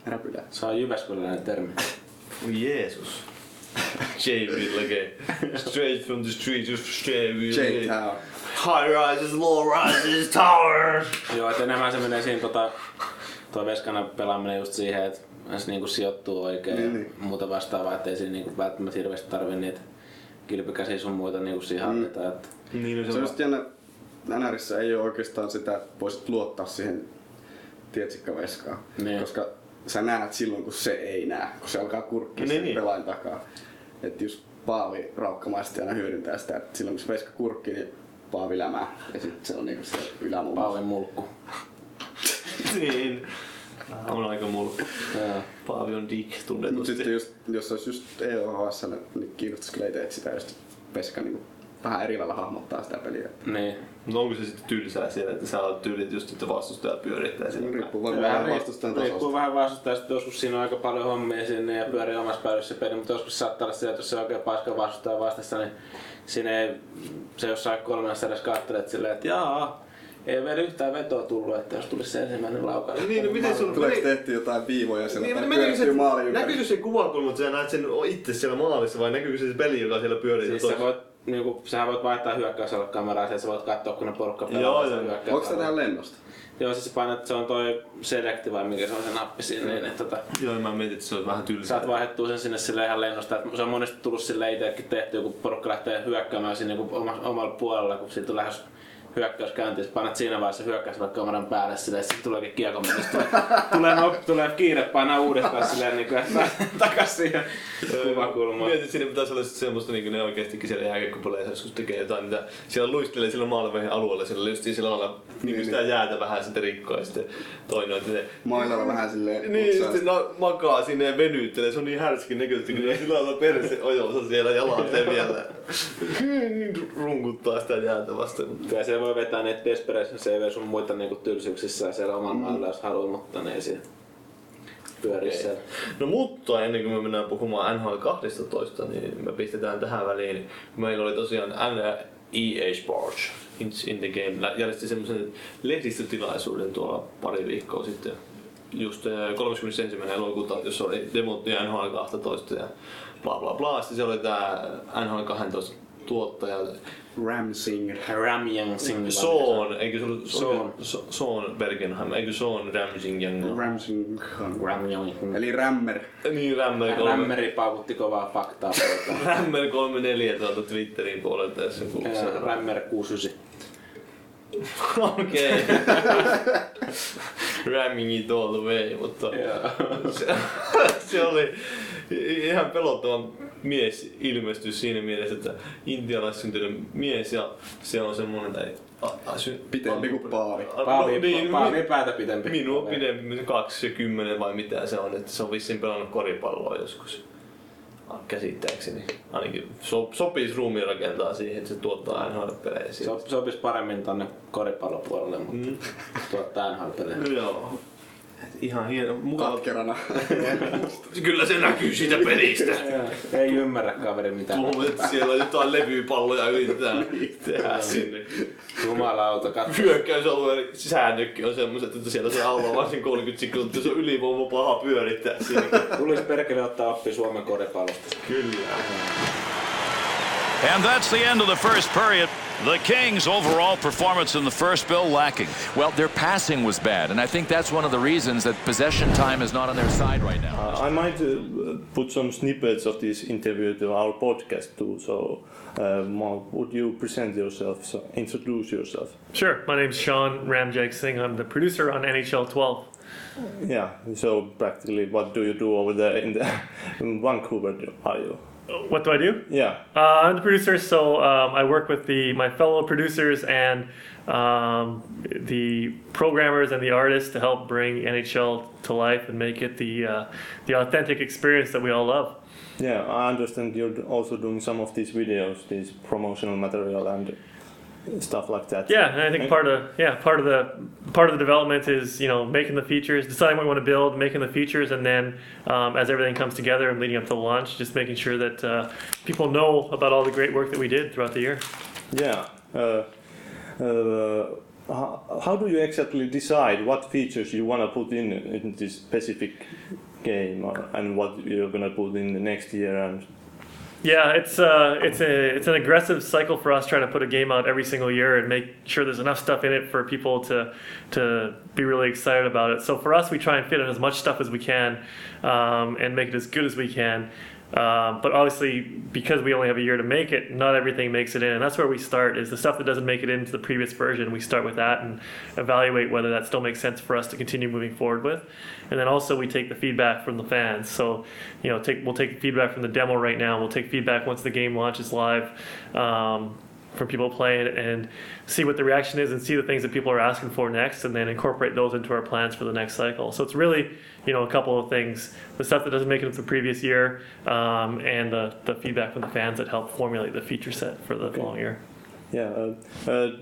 Räpylää. Se on Jyväskyläinen termi. Voi Jeesus. J-Ville, okei. eh, Straight from the street, just eh. Jake J-Ville. Tower. High rises, low rises, towers. Joo, että enemmän se menee siinä tota, tuo Veskana pelaaminen just siihen, että se niinku sijoittuu oikein Niin, niin, niin. niin. ja muuta vastaavaa, ettei siinä niinku välttämättä hirveästi tarvi niitä kilpikäsiä sun muita niinku siihen mm. että Niin, no Se se on on just jännä, NRissä ei ole oikeastaan sitä, että voisit luottaa siihen tietsikkaveskaan, Niin. koska sä näet silloin, kun se ei näe, kun se alkaa kurkkia Niin, niin, niin. niin. pelain takaa. Että just Paavi raukkamaisesti aina hyödyntää sitä, että silloin kun se veska kurkkii, niin Paavi lämää. Ja sit se on niinku se ylämummo. Paavin mulkku. niin. On aika mulkku. Joo. Paavi on dick Mut sitten tunnetusti. just, jos olisi just EOHS, niin kiinnostaisi kyllä itse, että sitä just veska niinku vähän eri lailla hahmottaa sitä peliä. Niin. Mutta onko se sitten tylsää siellä, että sä oot tyylit just, että vastustaja pyörittää Se sinne. riippuu varmaan vähän riip- vastustajan riippuu tasosta. Niin, vähän vastustajasta, joskus siinä on aika paljon hommia sinne ja pyörii omassa päädyssä peli, mutta joskus saattaa olla sitä, että jos se oikein paska vastustaja vastassa, niin siinä ei, se jossain kolmannessa edes kattelet silleen, että jaa, ei vielä yhtään vetoa tullut, että jos tulisi se ensimmäinen laukaus. Niin, no miten sun... Tuleeko meni- tehty jotain viivoja siellä? Niin, tai meneekö pyörittyy maalin se, ympäri? näkyykö se kuvakulma, että sä näet sen itse siellä maalissa vai näkyykö se, se peli, joka siellä pyörii? Siis Toi- sä voit, niinku, sähän voit vaihtaa hyökkäysalue kameraa, ja sä voit katsoa, kun ne porukka pelaa Joo, sitä joo. hyökkäysalue. Onko se tähän lennosta? Joo, siis painat, se on toi selekti vai mikä se on se nappi siinä, niin että tota, Joo, mä mietin, että se on vähän tylsää. saat vaihdettua sen sinne sille ihan lennosta. Et se on monesti tullut sille itsekin tehty, kun porukka lähtee hyökkäämään siinä niin omalla puolella, kun siitä on lähes hyökkäys käyntiin, Sä painat siinä vaiheessa hyökkäys vaikka kameran päälle sille, sitten tuleekin kiekko mennessä. Tulee, tulee, no, tulee kiire painaa uudestaan silleen, niin kuin, että (laughs) takas siihen kuvakulmaan. Mietin, että siinä pitäisi olla sit semmoista, niin kuin ne oikeastikin siellä jääkiekkopeleissä joskus tekee jotain, mitä siellä luistelee sillä maalivehen alueella, siellä just sillä lailla niin, Niin, niin, sitä jäätä vähän sitten rikkoa ja sitten toinen, että ne Mailalla vähän silleen niin, mutsaa. sitten no, makaa sinne ja venyttelee, se on niin härskin näköisesti, kun ne sillä lailla perse ojossa siellä jalat ja (laughs) vielä niin, runkuttaa sitä jäätä vasten. Kyllä se voi vetää niitä Desperation CV sun muita niinku tylsyyksissä siellä omalla maalla, jos haluaa, mutta ne ei siinä pyöri siellä. No mutta ennen kuin me mennään puhumaan NHL 12, niin me pistetään tähän väliin. Meillä oli tosiaan N- EA Sports Hints in the Game lä- järjesti semmoisen lehdistötilaisuuden tuolla pari viikkoa sitten. Just eh, 31. elokuuta, jossa oli demot ja NHL 12 ja bla bla bla. Sitten se oli tää NHL 12 tuottaja Ramsing. Ramyang Singh. Sean, eikö se ollut Niin Sean. Se- Sean Bergenham, eikö Sean Ramsing Ramsing. Ramyang. Eli Rammer. Niin, Rammer kolme. Rämmeri paukutti kovaa faktaa. pöytään. Rammer 34 tuolta Twitterin puolelta, jos joku Ää, seuraa. Rämmer 69. (laughs) Okei. Ramming it all the way, mutta (laughs) se, (laughs) se oli ihan pelottava mies ilmestys siinä mielessä, että intialaissyntynyt mies ja se on semmoinen, tai a- a- sy- Pitempi kuin Paavi. a- Paavi, no niin, paavi mi- päätä pitempi. Minua pidempi, 20 vai mitä se on, että se on vissiin pelannut koripalloa joskus. Ah, Käsittääkseni. Ainakin so, sopisi ruumiin rakentaa siihen, että se tuottaa NHL-pelejä Se siitä. op- sopisi paremmin tonne koripallopuolelle, mutta mm. tuottaa nhl pelejä. Joo. Ihan hieno, mukava. (laughs) Katkerana. Kyllä se näkyy siitä pelistä. Ei ymmärrä kaveri mitään. Huomaat, että siellä jotain levypalloja yritetään tehdä sinne. Jumalauta, katso. Hyökkäysalueen säännökki on semmoiset, että siellä saa olla vain sen 30 sekuntia. Se on ylivoima paha pyörittää sinne. Tulisi perkele ottaa oppi Suomen koripallosta. Kyllä. And that's the end of the first period. The Kings' overall performance in the first bill lacking. Well, their passing was bad, and I think that's one of the reasons that possession time is not on their side right now. Uh, I might uh, put some snippets of this interview to our podcast too. So, uh, Mark, would you present yourself? So introduce yourself. Sure. My name's Sean Ramjake Singh. I'm the producer on NHL 12. Yeah. So practically, what do you do over there in, the, (laughs) in Vancouver? Are you? What do I do? Yeah. Uh, I'm the producer, so um, I work with the my fellow producers and um, the programmers and the artists to help bring NHL to life and make it the uh, the authentic experience that we all love. Yeah. I understand you're also doing some of these videos, these promotional material and stuff like that. Yeah, and I think part of yeah part of the part of the development is you know making the features, deciding what we want to build, making the features, and then um, as everything comes together and leading up to launch, just making sure that uh, people know about all the great work that we did throughout the year. Yeah. Uh, uh, how, how do you exactly decide what features you want to put in in this specific game, or, and what you're going to put in the next year and Yeah, it's uh, it's a it's an aggressive cycle for us trying to put a game out every single year and make sure there's enough stuff in it for people to to be really excited about it. So for us, we try and fit in as much stuff as we can um, and make it as good as we can. Um, but obviously, because we only have a year to make it, not everything makes it in, and that's where we start. Is the stuff that doesn't make it into the previous version, we start with that and evaluate whether that still makes sense for us to continue moving forward with. And then also we take the feedback from the fans. So you know, take we'll take feedback from the demo right now. We'll take feedback once the game launches live. Um, from people playing it and see what the reaction is and see the things that people are asking for next and then incorporate those into our plans for the next cycle. So it's really, you know, a couple of things. The stuff that doesn't make it into the previous year um, and the, the feedback from the fans that help formulate the feature set for the following year. Yeah, uh, uh,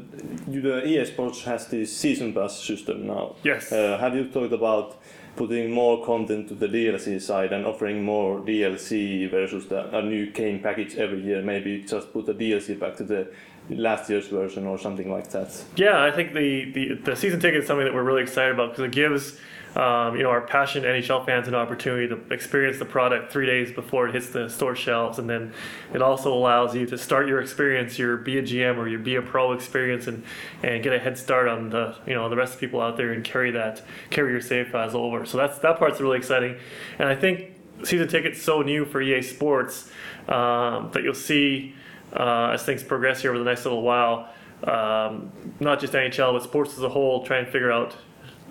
you- the EA Sports has this season pass system now. Yes. Uh, have you thought about putting more content to the DLC side and offering more DLC versus the, a new game package every year? Maybe just put the DLC back to the last year's version or something like that. Yeah, I think the, the, the season ticket is something that we're really excited about because it gives um, you know our passionate NHL fans an opportunity to experience the product three days before it hits the store shelves, and then it also allows you to start your experience, your be a GM or your be a pro experience, and, and get a head start on the you know the rest of the people out there and carry that carry your save files over. So that's that part's really exciting, and I think season ticket's so new for EA Sports um, that you'll see uh, as things progress here over the next little while, um, not just NHL but sports as a whole, try and figure out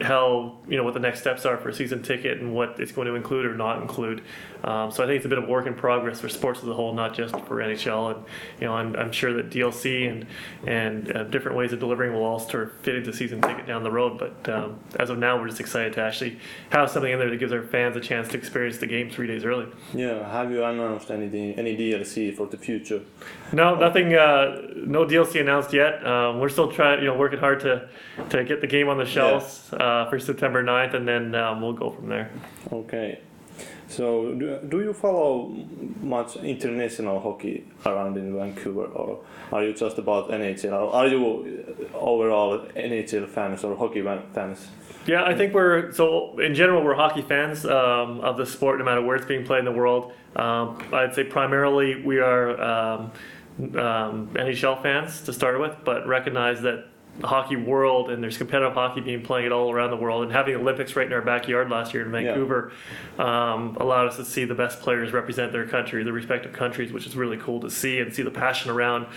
how you know what the next steps are for a season ticket and what it's going to include or not include. Um, so I think it's a bit of a work in progress for sports as a whole, not just for NHL. And you know, I'm, I'm sure that DLC and and uh, different ways of delivering will all sort of fit into season ticket down the road. But um, as of now, we're just excited to actually have something in there that gives our fans a chance to experience the game three days early. Yeah, have you announced anything, any DLC for the future? No, nothing. Uh, no DLC announced yet. Um, we're still trying, you know, working hard to to get the game on the shelves uh, for September 9th, and then um, we'll go from there. Okay. So, do, do you follow much international hockey around in Vancouver, or are you just about NHL? Or Are you uh, overall NHL fans or hockey fan- fans? Yeah, I think we're so in general we're hockey fans um, of the sport, no matter where it's being played in the world. Um, I'd say primarily we are um, um, NHL fans to start with, but recognize that the hockey world and there's competitive hockey being played all around the world, and having the Olympics right in our backyard last year in Vancouver um, allowed us to see the best players represent their country, their respective countries, which is really cool to see and see the passion around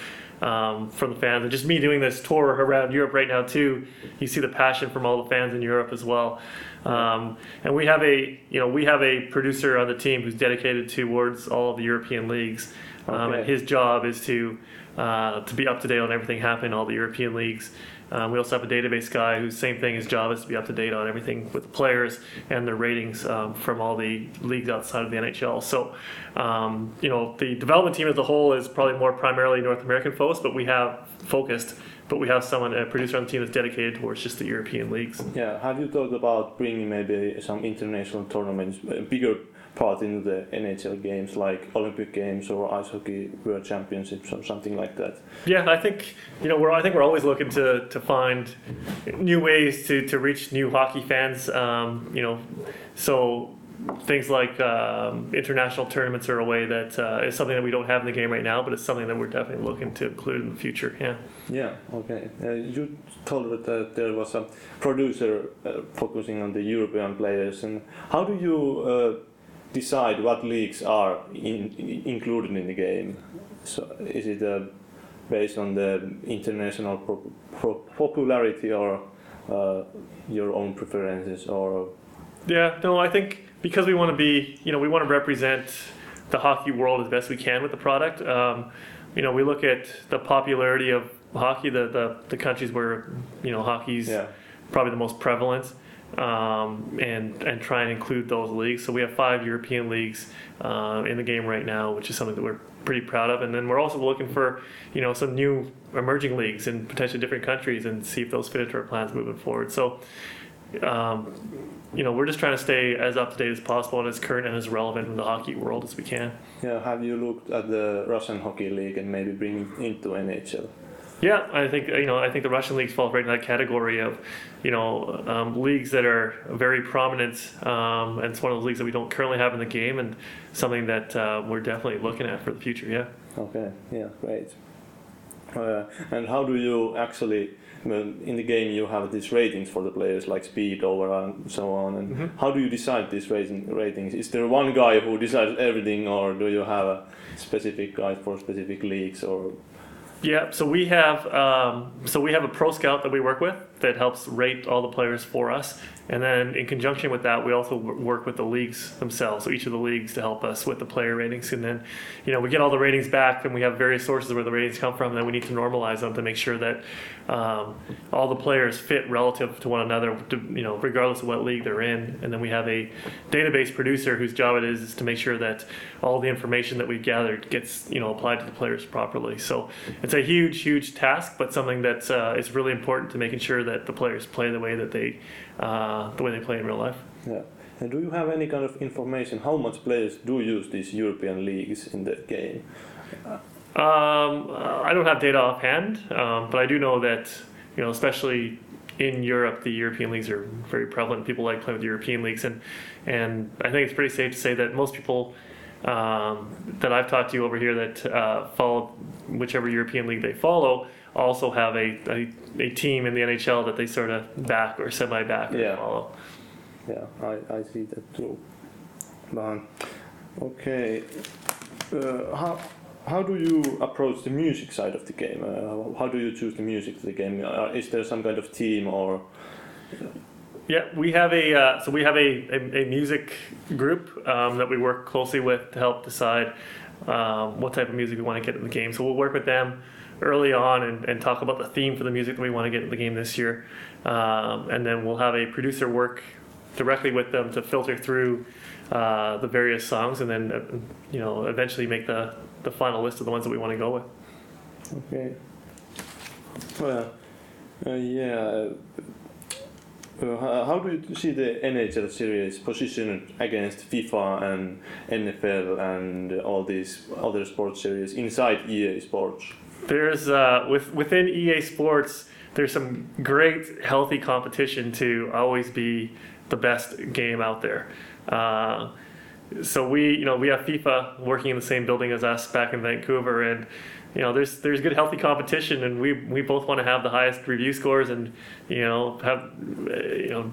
um, from the fans. And just me doing this tour around Europe right now too, you see the passion from all the fans in Europe as well. Um, and we have a, you know, we have a producer on the team who's dedicated towards all of the European leagues, um, and Okay. his job is to uh, to be up to date on everything happening in all the European leagues. Um, we also have a database guy whose same thing. His job is to be up to date on everything with the players and their ratings um, from all the leagues outside of the NHL. So, um, you know, the development team as a whole is probably more primarily North American folks, but we have focused. But we have someone, a producer on the team, that's dedicated towards just the European leagues. Yeah, have you thought about bringing maybe some international tournaments, a bigger part into the NHL games, like Olympic Games or Ice Hockey World Championships or something like that? Yeah, I think you know we're I think we're always looking to, to find new ways to, to reach new hockey fans. Um, you know, so things like um, international tournaments are a way that uh, is something that we don't have in the game right now, but it's something that we're definitely looking to include in the future. Yeah. Yeah, okay. Uh, you told us that there was a producer uh, focusing on the European players, and how do you uh, decide what leagues are in, in- included in the game? So is it uh, based on the international pro- pro- popularity or uh, your own preferences, or Yeah, no, I think because we want to be, you know, we want to represent the hockey world as best we can with the product. Um, you know, we look at the popularity of hockey, the, the, the countries where, you know, hockey's yeah, probably the most prevalent, um, and and try and include those leagues. So we have five European leagues uh, in the game right now, which is something that we're pretty proud of. And then we're also looking for you know some new emerging leagues in potentially different countries and see if those fit into our plans moving forward. So. Um, you know, we're just trying to stay as up to date as possible and as current and as relevant in the hockey world as we can. yeah? Have you looked at the Russian hockey league and maybe bring it into NHL? Yeah, I think you know. I think the Russian leagues fall right in that category of, you know, um, leagues that are very prominent, um, and it's one of those leagues that we don't currently have in the game, and something that uh, we're definitely looking at for the future. Yeah. Okay, yeah, great. Uh, and how do you actually well, in the game you have these ratings for the players like speed over and so on and how do you decide these rating, ratings is there one guy who decides everything or do you have a specific guy for specific leagues or Yeah. So we have um, so we have a pro scout that we work with that helps rate all the players for us, and then in conjunction with that, we also w- work with the leagues themselves, so each of the leagues to help us with the player ratings, and then you know we get all the ratings back, and we have various sources where the ratings come from, and then we need to normalize them to make sure that um, all the players fit relative to one another, to, you know, regardless of what league they're in, and then we have a database producer whose job it is, is to make sure that all the information that we've gathered gets you know applied to the players properly. So it's a huge, huge task, but something that uh, is really important to making sure that the players play the way that they uh, the way they play in real life. yeah and do you have any kind of information how much players do use these european leagues in the game Um, uh, I don't have data offhand, um, but I do know that you know, especially in Europe, the European leagues are very prevalent. People like playing with European leagues, and and I think it's pretty safe to say that most people um, that I've talked to over here that uh, follow whichever European league they follow also have a, a, a team in the NHL that they sort of back or semi back or Yeah. follow. Yeah, I, I see that too. But okay, uh, how how do you approach the music side of the game? Uh, how do you choose the music for the game? Uh, is there some kind of team or Yeah, we have a uh, so we have a, a, a music group um, that we work closely with to help decide um, what type of music we want to get in the game. So we'll work with them early on and, and talk about the theme for the music that we want to get in the game this year, um, and then we'll have a producer work directly with them to filter through uh, the various songs, and then uh, you know eventually make the the final list of the ones that we want to go with. okay? Uh, uh, yeah. Uh, ho- how do you see the NHL series positioned against FIFA and NFL and all these other sports series inside EA Sports? There's uh, with within EA Sports, there's some great healthy competition to always be the best game out there. Uh, so we, you know, we have FIFA working in the same building as us back in Vancouver, and you know, there's there's good healthy competition, and we we both want to have the highest review scores, and you know, have uh, you know.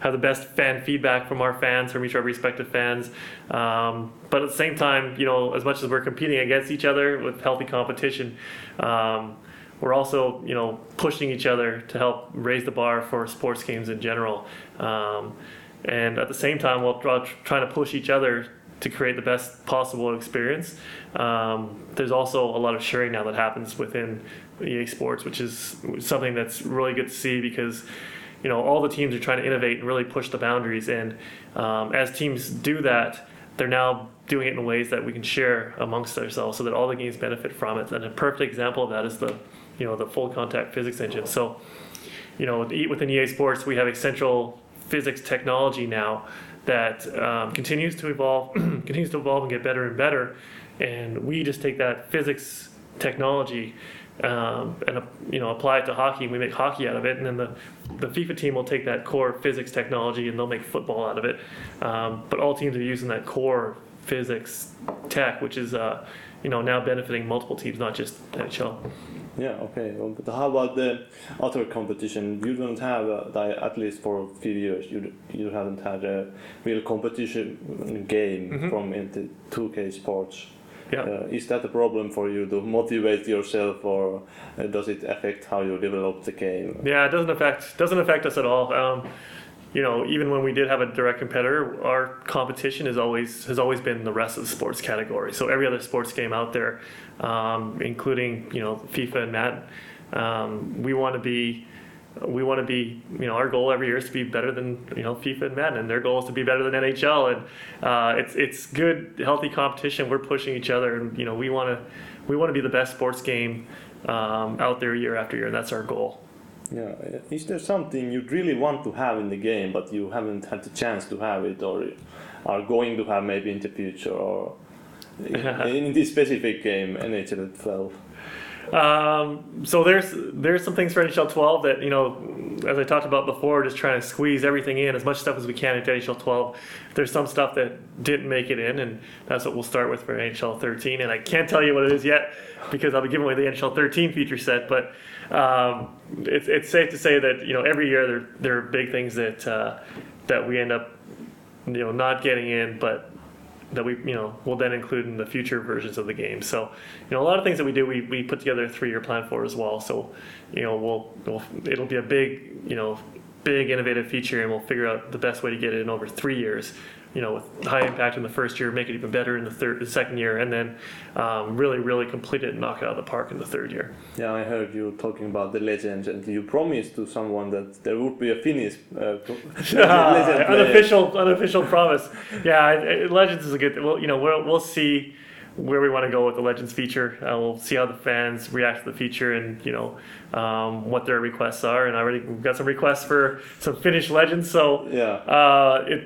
Have the best fan feedback from our fans, from each of our respective fans. Um, but at the same time, you know, as much as we're competing against each other with healthy competition, um, we're also, you know, pushing each other to help raise the bar for sports games in general. Um, and at the same time, we're tr- trying to push each other to create the best possible experience. Um, there's also a lot of sharing now that happens within EA Sports, which is something that's really good to see because you know all the teams are trying to innovate and really push the boundaries and um, as teams do that they're now doing it in ways that we can share amongst ourselves so that all the games benefit from it and a perfect example of that is the you know the full contact physics engine so you know with E- within ea sports we have a central physics technology now that um, continues to evolve (clears throat) continues to evolve and get better and better and we just take that physics technology um, and uh, you know apply it to hockey. and We make hockey out of it, and then the the FIFA team will take that core physics technology and they'll make football out of it. Um, but all teams are using that core physics tech, which is uh, you know now benefiting multiple teams, not just NHL. Yeah, okay. Well, but how about the other competition? You don't have, uh, di- at least for a few years, you you haven't had a real competition game from in the 2K sports. Yeah. Uh, is that a problem for you to motivate yourself, or uh, does it affect how you develop the game? Yeah, it doesn't affect doesn't affect us at all. Um, you know, even when we did have a direct competitor, our competition is always has always been the rest of the sports category. So every other sports game out there, um, including you know FIFA and Madden, um, we want to be. We want to be, you know, our goal every year is to be better than you know FIFA and Madden, and their goal is to be better than NHL. And uh, it's it's good, healthy competition. We're pushing each other, and you know, we want to we want to be the best sports game um, out there year after year, and that's our goal. Yeah. uh, Is there something you really want to have in the game, but you haven't had the chance to have it, or are going to have maybe in the future, or in, in this specific game, NHL 12? Um, so there's there's some things for NHL 12 that you know, as I talked about before, just trying to squeeze everything in as much stuff as we can into NHL 12. There's some stuff that didn't make it in, and that's what we'll start with for NHL 13. And I can't tell you what it is yet because I'll be giving away the NHL 13 feature set. But um, it's it's safe to say that you know every year there there are big things that uh, that we end up you know not getting in, but that we you know will then include in the future versions of the game. So you know a lot of things that we do we, we put together a three year plan for as well. So you know we'll, we'll it'll be a big you know big innovative feature and we'll figure out the best way to get it in over three years. You know with high impact in the first year, make it even better in the third the second year, and then um, really really complete it and knock it out of the park in the third year. Yeah, I heard you talking about the legends, and you promised to someone that there would be a Finnish uh, (laughs) pro- (laughs) legend player. unofficial unofficial promise. Yeah, I- I- Legends is a good. Well, you know, we'll we'll see where we want to go with the Legends feature. Uh, we'll see how the fans react to the feature and you know um, what their requests are. And I already we've got some requests for some Finnish Legends. So Yeah. uh, it,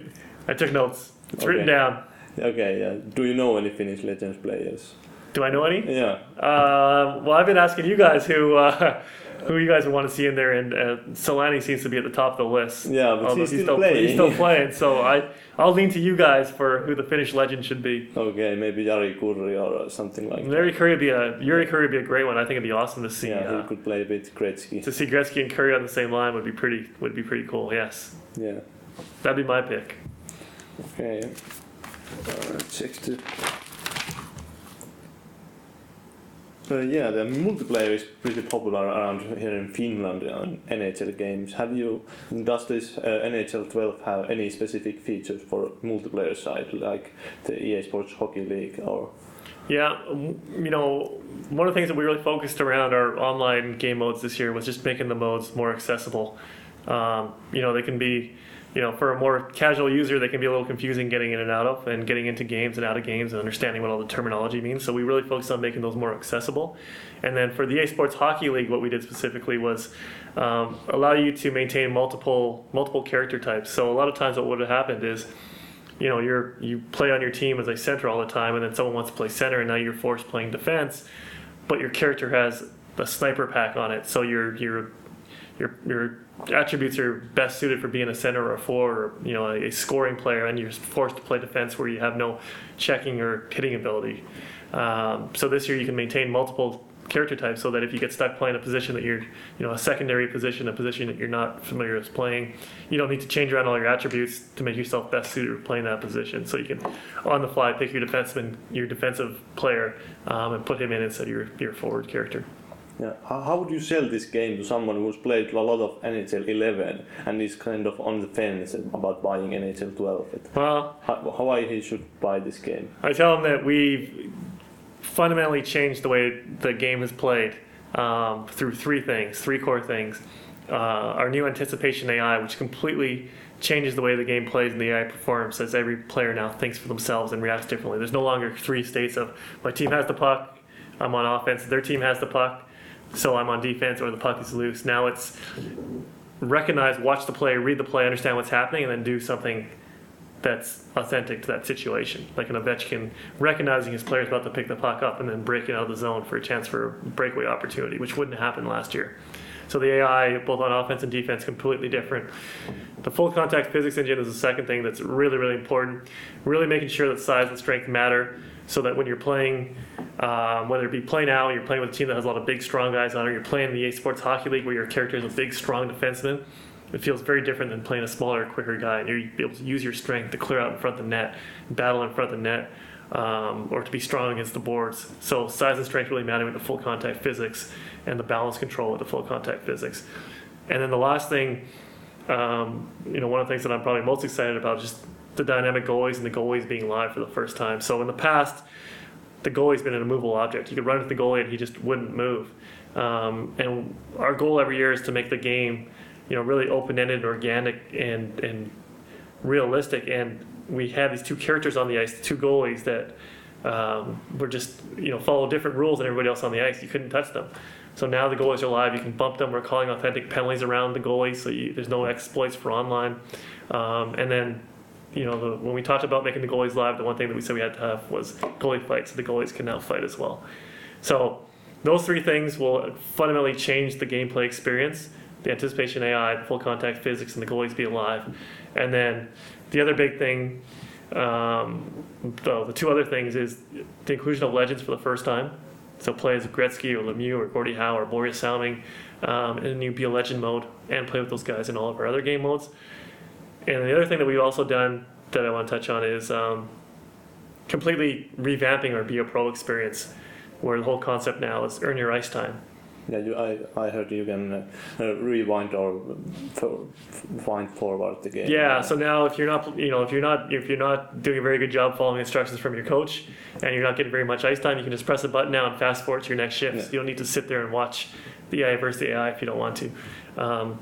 I took notes. It's written Okay. down. Okay. Yeah. Do you know any Finnish legends players? Do I know any? Yeah. Uh, well, I've been asking you guys who. Uh, (laughs) who you guys would want to see in there, and uh, Solani seems to be at the top of the list. Yeah, but although he's still He's still playing. playing, so (laughs) I I'll lean to you guys for who the Finnish legend should be. Okay. Maybe Jari Kurri or something like. that. Larry Curry would be a Yuri Curry would be a great one. I think it'd be awesome to see. Yeah, uh, who could play with Gretzky. to see Gretzky and Curry on the same line would be pretty would be pretty cool. Yes, Yeah. that'd be my pick. Okay. Uh, check the. Uh, yeah, the multiplayer is pretty popular around here in Finland on NHL games. Have you does this uh, NHL 12 have any specific features for multiplayer side like the EA Sports Hockey League or? Yeah, m- you know, one of the things that we really focused around our online game modes this year was just making the modes more accessible. Um, you know, they can be, you know, for a more casual user, they can be a little confusing getting in and out of, and getting into games and out of games, and understanding what all the terminology means. So we really focused on making those more accessible. And then for the EA Sports Hockey League, what we did specifically was um, allow you to maintain multiple multiple character types. So a lot of times, what would have happened is you know you're you play on your team as a center all the time and then someone wants to play center and now you're forced playing defense but your character has a sniper pack on it so your your your your attributes are best suited for being a center or a forward or you know a, a scoring player and you're forced to play defense where you have no checking or hitting ability um, so this year you can maintain multiple character types so that if you get stuck playing a position that you're you know a secondary position a position that you're not familiar with playing you don't need to change around all your attributes to make yourself best suited for playing that position so you can on the fly pick your defenseman your defensive player um, and put him in instead of your, your forward character Yeah. How, how would you sell this game to someone who's played a lot of NHL 11 and is kind of on the fence about buying NHL 12? well How, how I he should buy this game? I tell them that we've fundamentally changed the way the game is played um, through three things, three core things. Uh, our new anticipation AI, which completely changes the way the game plays and the AI performs, says every player now thinks for themselves and reacts differently. There's no longer three states of my team has the puck, I'm on offense, their team has the puck, so I'm on defense, or the puck is loose. Now it's recognize, watch the play, read the play, understand what's happening, and then do something that's authentic to that situation. Like an Ovechkin recognizing his player's about to pick the puck up and then breaking out of the zone for a chance for a breakaway opportunity, which wouldn't happen last year. So the AI, both on offense and defense, completely different. The full contact physics engine is the second thing that's really, really important. Really making sure that size and strength matter so that when you're playing, um, whether it be play now, you're playing with a team that has a lot of big, strong guys on it, or you're playing in the EA Sports Hockey League where your character is a big, strong defenseman, it feels very different than playing a smaller, quicker guy. And you're able to use your strength to clear out in front of the net, battle in front of the net, um, or to be strong against the boards. So size and strength really matter with the full contact physics and the balance control with the full contact physics. And then the last thing, um, you know, one of the things that I'm probably most excited about is just the dynamic goalies and the goalies being live for the first time. So in the past, the goalie's been an immovable object. You could run at the goalie and he just wouldn't move. Um, and our goal every year is to make the game, you know, really open-ended, organic, and and realistic. And we had these two characters on the ice, the two goalies that um, were just you know follow different rules than everybody else on the ice. You couldn't touch them. So now the goalies are live. You can bump them. We're calling authentic penalties around the goalies, so you, there's no exploits for online. Um, and then you know, the, when we talked about making the goalies live, the one thing that we said we had to have was goalie fights. So the goalies can now fight as well. So those three things will fundamentally change the gameplay experience: the anticipation AI, the full contact physics, and the goalies be alive. And then the other big thing, um, the, the two other things, is the inclusion of legends for the first time. So play as Gretzky or Lemieux or Gordie Howe or Boris Salming um, in the new Be a Legend mode, and play with those guys in all of our other game modes. And the other thing that we've also done that I want to touch on is um, completely revamping our Be a Pro experience, where the whole concept now is earn your ice time. Yeah, you, I, I heard you can uh, uh, rewind or for, find forward the game. Yeah. So now, if you're not, you know, if you're not, if you're not doing a very good job following instructions from your coach, and you're not getting very much ice time, you can just press a button now and fast forward to your next shift. Yeah. So you don't need to sit there and watch the AI versus the AI if you don't want to. Um,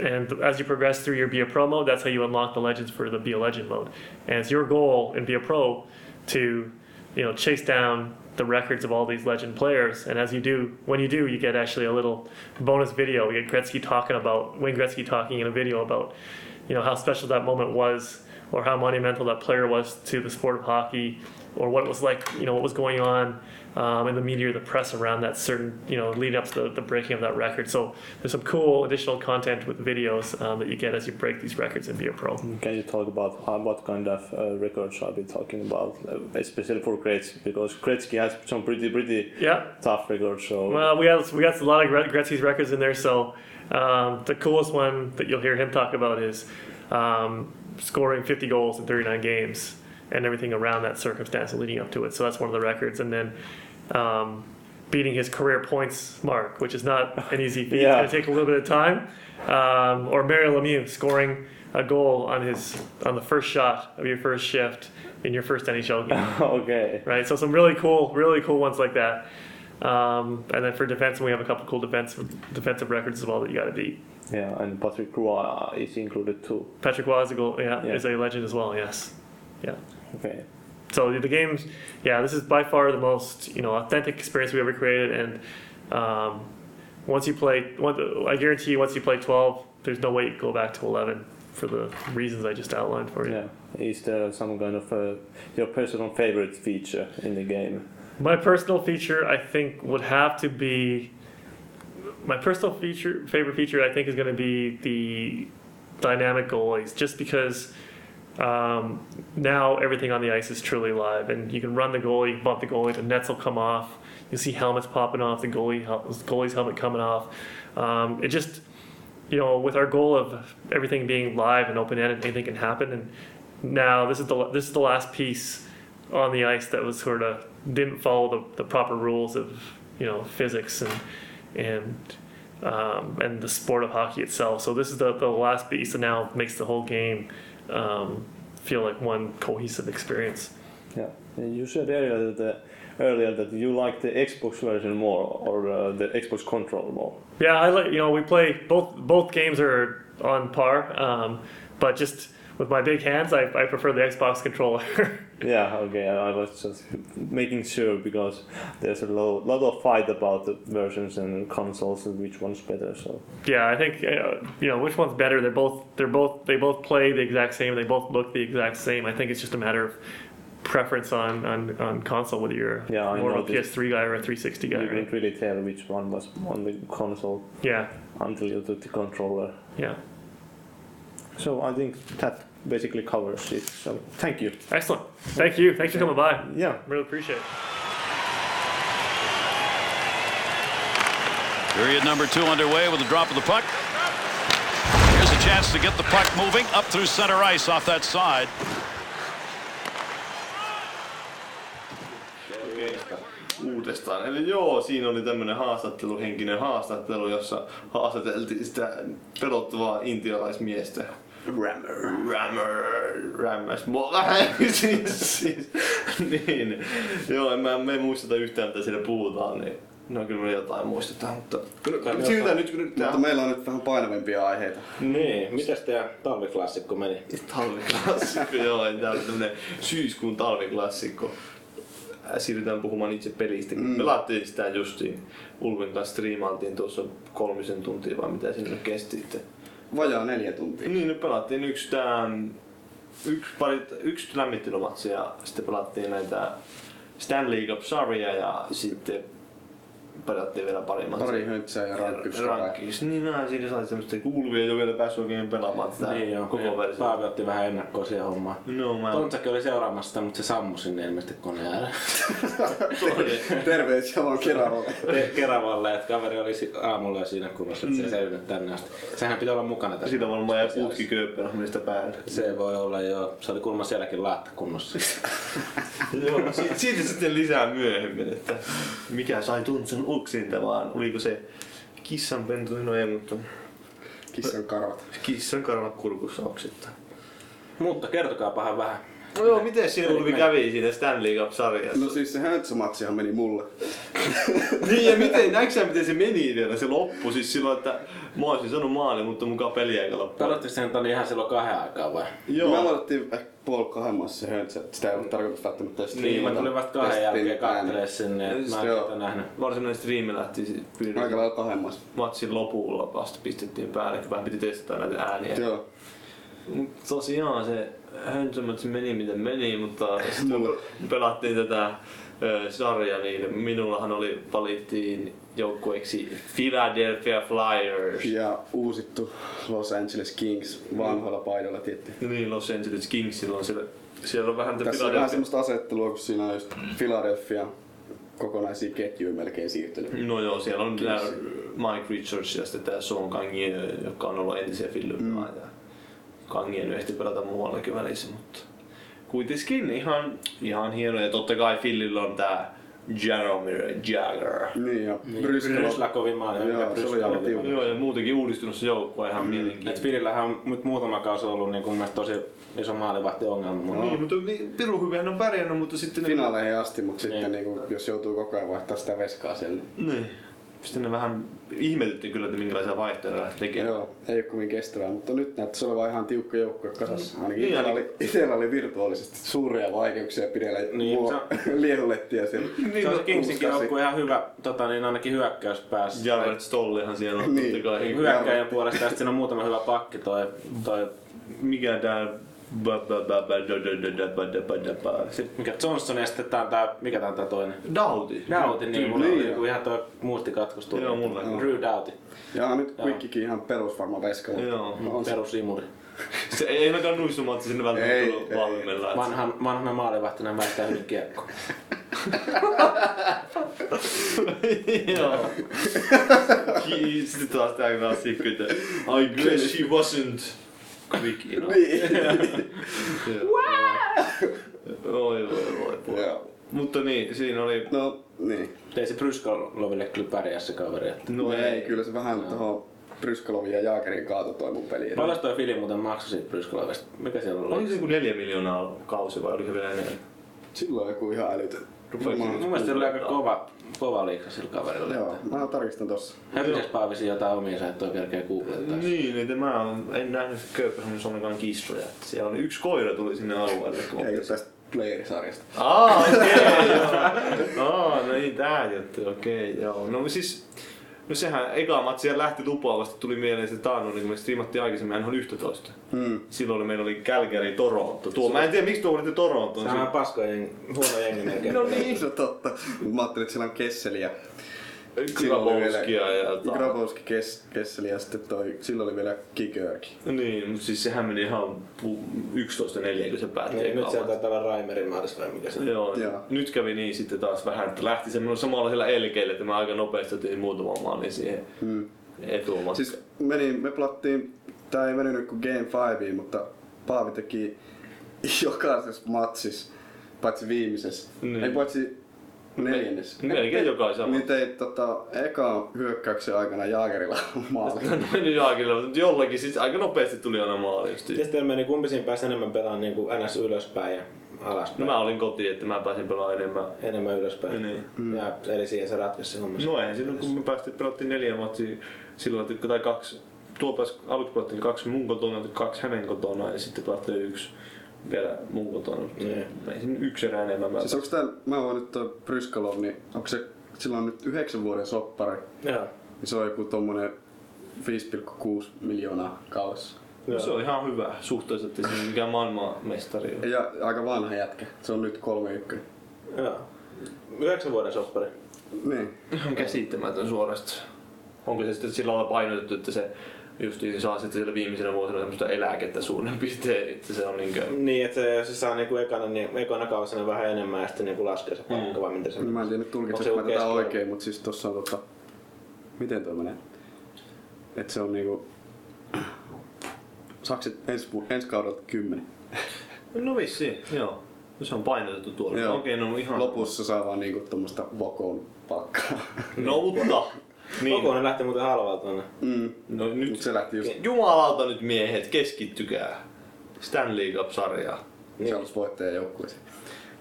and as you progress through your Be a Pro mode, that's how you unlock the legends for the Be a Legend mode. And it's your goal in Be a Pro to, you know, chase down the records of all these legend players. And as you do, when you do, you get actually a little bonus video. You get Gretzky talking about Wayne Gretzky talking in a video about, you know, how special that moment was, or how monumental that player was to the sport of hockey, or what it was like, you know, what was going on um, in the media or the press around that certain, you know, leading up to the, the breaking of that record. So there's some cool additional content with videos um, that you get as you break these records and be a pro. Mm. Can you talk about how, what kind of uh, records are we talking about, uh, especially for Gretzky? Because Gretzky has some pretty pretty Yeah. tough records. So Well, we got we got a lot of Gret- Gretzky's records in there. So um, the coolest one that you'll hear him talk about is um, scoring 50 goals in 39 games and everything around that circumstance leading up to it. So that's one of the records, and then. Um, Beating his career points mark, which is not an easy feat. Yeah. It's going to take a little bit of time. Um, or Mario Lemieux scoring a goal on his on the first shot of your first shift in your first NHL (laughs) game okay. right? So some really cool, really cool ones like that. Um, and then for defense, we have a couple cool defensive defensive records as well that you got to beat. Yeah, and Patrick Roy is included too. Patrick Waugh is a goal, yeah, Yeah. is a legend as well. Yes, yeah. Okay. So the games, yeah, this is by far the most you know authentic experience we ever created. And um, once you play, once, I guarantee you, once you play twelve, there's no way you can go back to eleven for the reasons I just outlined for you. Yeah. Is there some kind of uh, your personal favorite feature in the game? My personal feature, I think, would have to be my personal feature favorite feature. I think is going to be the dynamic goalies, just because um, now everything on the ice is truly live, and you can run the goalie, you can bump the goalie, the nets will come off. You see helmets popping off, the goalie hel- goalie's helmet coming off. Um, it just you know, with our goal of everything being live and open ended, anything can happen. And now this is the this is the last piece on the ice that was sort of didn't follow the, the proper rules of you know physics and and um, and the sport of hockey itself. So this is the, the last piece that now makes the whole game um, feel like one cohesive experience. Yeah. And you said earlier that, uh, earlier that you like the Xbox version more or uh, the Xbox control more. Yeah, I like you know we play both both games are on par, um, but just with my big hands, I, I prefer the Xbox controller. (laughs) Yeah, okay. I I was just making sure because there's a lo- lot of fight about the versions and consoles and which one's better. So yeah, I think uh, you know which one's better. They're both they're both they both play the exact same. They both look the exact same. I think it's just a matter of preference on on, on console whether you're Yeah, I more of a noticed. PS3 guy or a 360 guy. you Right? didn't really tell which one was on the console Yeah, until you took the controller. yeah. So I think that basically covers it. So thank you. Excellent. Thank you. Thanks for coming by. Yeah. Really appreciate it. Period number two underway with the drop of the puck. Here's a chance to get the puck moving up through center ice off that side. uudestaan. Eli joo, siinä oli tämmöinen haastatteluhenkinen haastattelu, jossa haastateltiin sitä pelottavaa intialaismiestä. Rammer. Rammer. Rammer. (laughs) siis, siis, niin. Joo, en mä, mä en muisteta yhtään mitä siellä puhutaan, niin No kyllä me jotain muistetaan, mutta syytä nyt, nyt tää Mutta meillä on nyt vähän painavimpia aiheita. Niin, mitäs teidän talviklassikko meni? talviklassikko, (laughs) joo, eli tää oli tämmönen syyskuun talviklassikko. Äh, Siirrytään puhumaan itse pelistä. Mm. Pelattiin sitä justiin. Ulven kanssa striimailtiin tuossa kolmisen tuntia vai mitä sinne kesti. Että Vajaa neljä tuntia. niin, nyt pelattiin yksi tämän, yksi, pari, yksi lämmittelymatsi ja sitten pelattiin näitä Stanley Cup-sarjaa ja sitten pelattiin vielä pari matsia. Pari höntsää ja rankkys. Rankkis. Niin, no, siinä sai semmoista kuuluvia, ei ole vielä päässyt oikein pelaamaan tätä Niin joo, koko versiota. Paavi otti vähän ennakkoa siihen hommaan. No, mä Tontsakin oli seuraamassa sitä, mutta se sammui sinne ilmeisesti koneen ääreen. Terveisiä vaan Keravalle. Te- Keravalle, että kaveri oli si- aamulla jo siinä kunnossa, Mm. että se ei selvinnyt tänne asti. Sehän pitää olla mukana tässä. Siitä varmaan jäi putki Kööpenhaminasta päälle. Se voi olla joo. Se oli kuulemma sielläkin laatta (laughs) kunnossa. (laughs) Joo, si- siitä sitten lisää myöhemmin, että mikä sai Tuntsen uksinta vaan. Oliko se kissan pentu, no ei, mutta Kissan karvat. kissan karvat kurkussa oksittaa. mutta kertokaapahan vähän. No joo, miten siinä Ulvi kävi siinä Stanley Cup-sarjassa? No siis se höntsämatsihan meni mulle. niin ja miten, näetkö sä, miten se meni vielä, se loppu siis silloin, että mä olisin sanonut maali, mutta mukaan peli eikä loppu. Pelottiko sen tuli ihan silloin kahden aikaa vai? Joo. Me aloitettiin ehkä puoli kahden maassa se höntsä. että Sitä ei ollut tarkoitus välttämättä Niin, mä tulin vasta kahden Testin jälkeen kattelee ääneen. sinne, että mä en Joo. sitä nähnyt. Varsinainen striimi lähti siis Aika pyydin lailla kahden maassa. matsin lopulla vasta pistettiin päälle, kun vähän piti testata näitä ääniä. Joo. Mut tosiaan se Hönsämät meni miten meni, mutta sitten kun pelattiin tätä ö, sarjaa, niin minullahan oli valittiin joukkueeksi Philadelphia Flyers. Ja uusittu Los Angeles Kings vanhoilla paidoilla tietty. No niin, Los Angeles Kingsilla on siellä, siellä on vähän tätä Tässä on Philadelphia. vähän semmoista asettelua, kun siinä on just Philadelphia kokonaisia ketjuja melkein siirtynyt. Mm. No joo, siellä on tää Mike Richards ja sitten tää Sean Kangien, joka on ollut entisiä filmipelaajia. Mm. Kangien ehti pelata muuallakin välissä, mutta kuitenkin ihan, ihan hieno. Ja totta kai Philillä on tää Jaromir Jagger. Niin ja Rysla Bryskelä. kovin maali. Joo, se oli aika tiukka. Joo, ja muutenkin uudistunut se joukkue ihan mm. Et mielenkiintoinen. Filillähän on nyt muutama kausi ollut niin kun mun mielestä tosi iso maalivahti ongelma. Mutta Niin, mutta niin, Piru hyvin hän on pärjännyt, mutta sitten ne, Finaaleihin asti, mutta Niin. sitten niinku, jos joutuu koko ajan vaihtaa sitä veskaa siellä, niin niin, sitten ne vähän ihmetyttiin kyllä, että minkälaisia vaihtoehtoja lähti tekemään. joo, ei ole kovin kestävää, mutta nyt näyttäisi olevan ihan tiukka joukkue kasassa. Ainakin Niin, itsellä, ainakin. oli, itsellä oli virtuaalisesti suuria vaikeuksia pidellä Niin, niin, mua (laughs) liehulettiä siellä. se on se no, Kingsinkin kuuskasi. joukkue ihan hyvä, tota, niin ainakin hyökkäys pääsi. Jared Stollihan siellä on Niin. totta kai. Hyökkäjän puolesta ja sitten siinä on muutama hyvä pakki toi, toi Mikä tää... ba- ba- ba- ba- da- da- da- da- ba- da- ba- da- ba- Se mikä Johnson ja sitten tää on tää, mikä tää on tää toinen? Dauti. Doughty, niin mulla oli Niin. joku ihan toi muistikatkos tuli. Joo, mulla. Drew Doughty, Ja nyt kuikkikin ihan perusvarma veska. mutta Joo. On (laughs) se perussimuri. Se ei ei ainakaan nuistumaan, että sinne välttämättä Ei, tullut ei. valmella. että- Vanhan, vanhana maalivahtina väittää hyvin kiekko. (laughs) Joo. Ki- Sitten taas tää hyvä sikku, että I guess she wasn't quick enough. Niin. Joo. Oi, voi, voi, voi. Joo. Mutta niin, siinä oli... No niin. Ei se Pryskaloville kyllä pärjää se kaveri. että- No ei, kyllä se vähän tuohon Bryskelovin ja Jaakerin kaato toi mun peliin. Paljon toi Fili muuten maksoi siitä Pryskalovista? Mikä siellä oli? Oliko se joku neljä miljoonaa kausi vai oliko vielä enemmän? Silloin joku ihan älytön. Mä- Mun mielestä se oli aika kova, kova liiksa sillä kaverilla. Joo, mä tarkistan tossa. Hän pitäisi Paavisi jotain omia sääntöä kerkeä googlettaa. Niin, että mä oon- en nähnyt Kööpenhaminassa ollenkaan kissoja. että Siellä on yksi koira tuli sinne alueelle. kun Ei oltiin oo tästä playerisarjasta. Aa, okei, joo. No, no niin, tää juttu, okei, joo. No siis, no sehän eka matsi siellä lähti lupaavasti, tuli mieleen se taannoin, niin kun me striimattiin aikaisemmin NHL 11. Mm. Silloin meillä oli Calgary Toronto. Tuo, mä en tiedä miksi tuo oli Toronto. Sehän on paska jengi, huono jengi melkein. No niin, se on totta. Mut Mä ajattelin, että siellä on Kesseli ja silloin oli vielä- Grabowskia ja jotain. Grabowski, Kes, Kesseli ja sitten toi, silloin oli vielä Kikörki. Niin, mutta siis sehän meni ihan pu- 11.4, kun se päätti. Niin, eka nyt matsi. sieltä taitaa olla Raimerin määrässä vai mikä se on. Joo, Joo. nyt kävi niin sitten taas vähän, että lähti semmoinen samalla siellä elkeillä, että mä aika nopeasti otin muutaman maalin siihen mm. etuomaan. Siis meni, me plattiin, tää ei venynyt kuin Game 5, mutta Paavi teki jokaisessa matsissa, paitsi viimeisessä. Niin. Ei paitsi neljännes. melkein jokaisessa Niin teit tota, eka hyökkäyksen aikana Jaagerilla (laughs) maali. Meni Jaakille, mutta jollakin siis aika nopeasti tuli aina maali just. Niin. Miten teillä meni, kumpi siinä pääsi enemmän pelaamaan niin kuin NS ylöspäin ja No alaspäin? mä olin kotiin, että mä pääsin pelaamaan enemmän. Enemmän ylöspäin. Niin. Ja, eli siihen se ratkaisi se homma. No eihän silloin kun me päästiin, pelattiin neljä matsia silloin, että- tai kaksi. Tuo pääsi, aluksi pelattiin kaksi mun kotona, kaksi hänen kotona ja sitten pelattiin yksi vielä mun kotona. Niin. Mä ei sinne yksi erä enemmän. Mä siis onks tää, mä voin nyt toi Bryskalov, niin onko se, sillä on nyt yhdeksän vuoden soppari, Joo. niin se on joku tommonen 5,6 miljoonaa kaudessa. No se on ihan hyvä suhteessa, että ei se mikään maailmanmestari ole. Ja aika vanha jätkä, se on nyt 3-1. Joo. Yhdeksän vuoden soppari. Niin. Ihan käsittämätön suorastaan. Onko se sitten sillä lailla painotettu, että se justiin saa sitten sillä viimeisenä vuosina semmoista eläkettä suurin piirtein, että se on niinkö... Niin, että se, se saa niinku ekana, niin, ekana kausina vähän enemmän ja sitten niinku laskee se palkka, vai miten se Niin Mä en tiedä nyt Onko se tulkitsenko mä tätä keskiarvo? oikein, mutta siis tossa on tota... Miten toi menee? Et se on niinku... Saksit ensi, vu- ensi kaudelta 10. No vissiin, joo. No Se on painotettu tuolla. Joo. Okei, no ihan... Lopussa saa vaan niinku tommosta vakoon (laughs) palkkaa. No mutta! Niin. Niin. Kokoinen lähti muuten halvalta tuonne. Mm. No Mut nyt... se lähti just... Jumalauta nyt miehet, keskittykää. Stanley Cup-sarjaa. Se olisi voittajan joukkueeseen.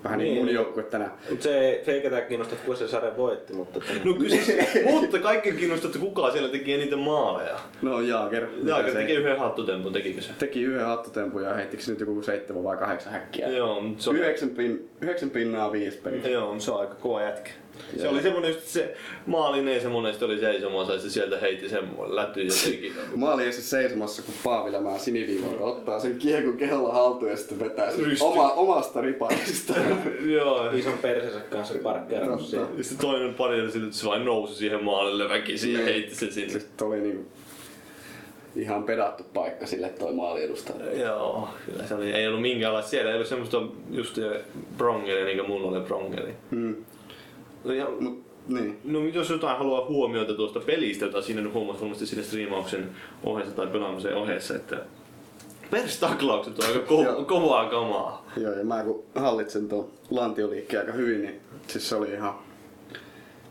Vähän niin kuin mun joukkue tänään. Mut se ei, se ei ketään kiinnosta, että kuinka se sarja voitti, mutta... No kyllä (laughs) siis, mutta kaikki kiinnostaa, että kuka siellä teki eniten maaleja. No Jaager. Jaager Se teki yhden hattutempun, tekikö se? Teki yhden hattutempun ja heittikö se nyt joku seitsemän vai kahdeksan häkkiä? Joo, mutta se on Yhdeksän, pin, yhdeksän pinnaa viisi peliä. Joo, mutta se on aika kova jätkä. Se oli semmonen just se maalin ei se monesti oli seisomansa ja se sieltä heitti sen läty (laughs) jotenkin. Mä olin siis seisomassa, kun paavilemaan siniviivoilla ottaa sen kiekun keholla haltuun ja sitten vetää sen Rystyy. oma, omasta riparista. Joo. Ison persensä kanssa parkkeerannut siihen. Ja sitten toinen pari oli sille, että se vain nousi siihen maalille väkisin ja Joo. heitti sen sinne. (laughs) sitten oli niinku ihan pedattu paikka sille toi maaliedustaja. Joo, kyllä se oli, ei ollut minkäänlaista. Siellä ei ollut semmoista just brongeli, niin kuin mulla oli brongeli. Mm. No, ja, Mut niin, no jos jotain haluaa huomioida tuosta pelistä, jota siinä nyt huomasi varmasti siinä striimauksen ohessa tai pelaamisen ohessa, että Perstaklaukset on aika ko- Joo. kovaa kamaa. joo ja mä kun hallitsen tuon lantioliikkeen aika hyvin, niin siis se oli ihan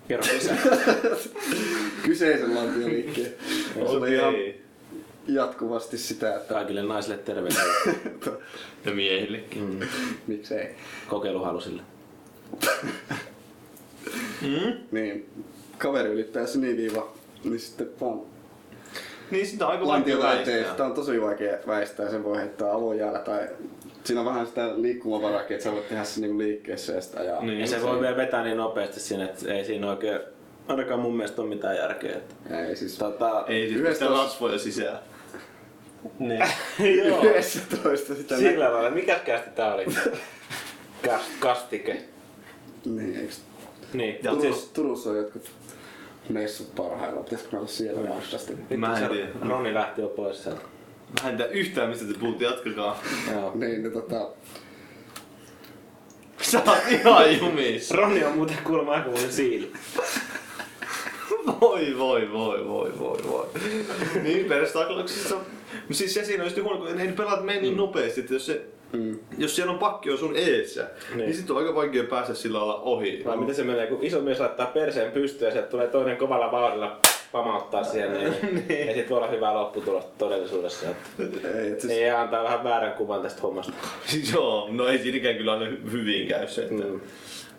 Kerro lisää. kyseisen lantioliikkeen. se oli ihan Okei. jatkuvasti sitä, että Kaikille naisille terveisiä Ja miehillekin. miksei. kokeiluhalusille. Niin, kaveri ylittää siniviiva, niin sitten vaan Niin sitä on aika vaikea Lantiolaiteen, sitä väistää. on tosi vaikea väistää, sen voi heittää avojäällä tai siinä on vähän sitä liikkumavaraakin, että sä voit tehdä sen niinku liikkeessä ja sitä ajaa. Niin. Ja se se- voi vielä vetää niin nopeasti sinne, että ei siinä oikein ainakaan mun mielestä ole mitään järkeä. Että, Ei siis tota, Ei siis Yhdessä mitään on- (laughs) rasvoja sisään. niin. Joo. yhdessä toista sitä Sillä lailla, mikä kästi tää oli? Kas, kastike. nä- Niin, eiks Niin. Ja Turus, siis- Turussa on jotkut messut parhaillaan, pitäisikö me olla siellä matkasta? Mä en Se tiedä. Roni lähti jo pois sieltä. Mä en tiedä yhtään mistä te puhutte, jatkakaa. Joo. Niin, ne tota, Sä oot (laughs) ihan jumis. Roni on muuten kuulemma aika muuten siili. Voi voi voi voi voi voi. Niin perstaklauksissa. Siis se siinä on just huono, kun ne pelaat menee Mm. niin nopeasti, että jos se jos siellä on pakki on sun eessä, niin, niin sitten on aika vaikea päästä sillä lailla ohi. Vai miten se menee, kun iso mies laittaa perseen pystyyn ja sieltä tulee toinen kovalla vauhdilla pamauttaa siihen. Niin, niin. Ja sit voi olla hyvää lopputulosta todellisuudessa. Että ei, et siis Niin ja antaa vähän väärän kuvan tästä hommasta. Siis Joo, no ei siinäkään kyllä aina hy- hyvin käy se, että Mm.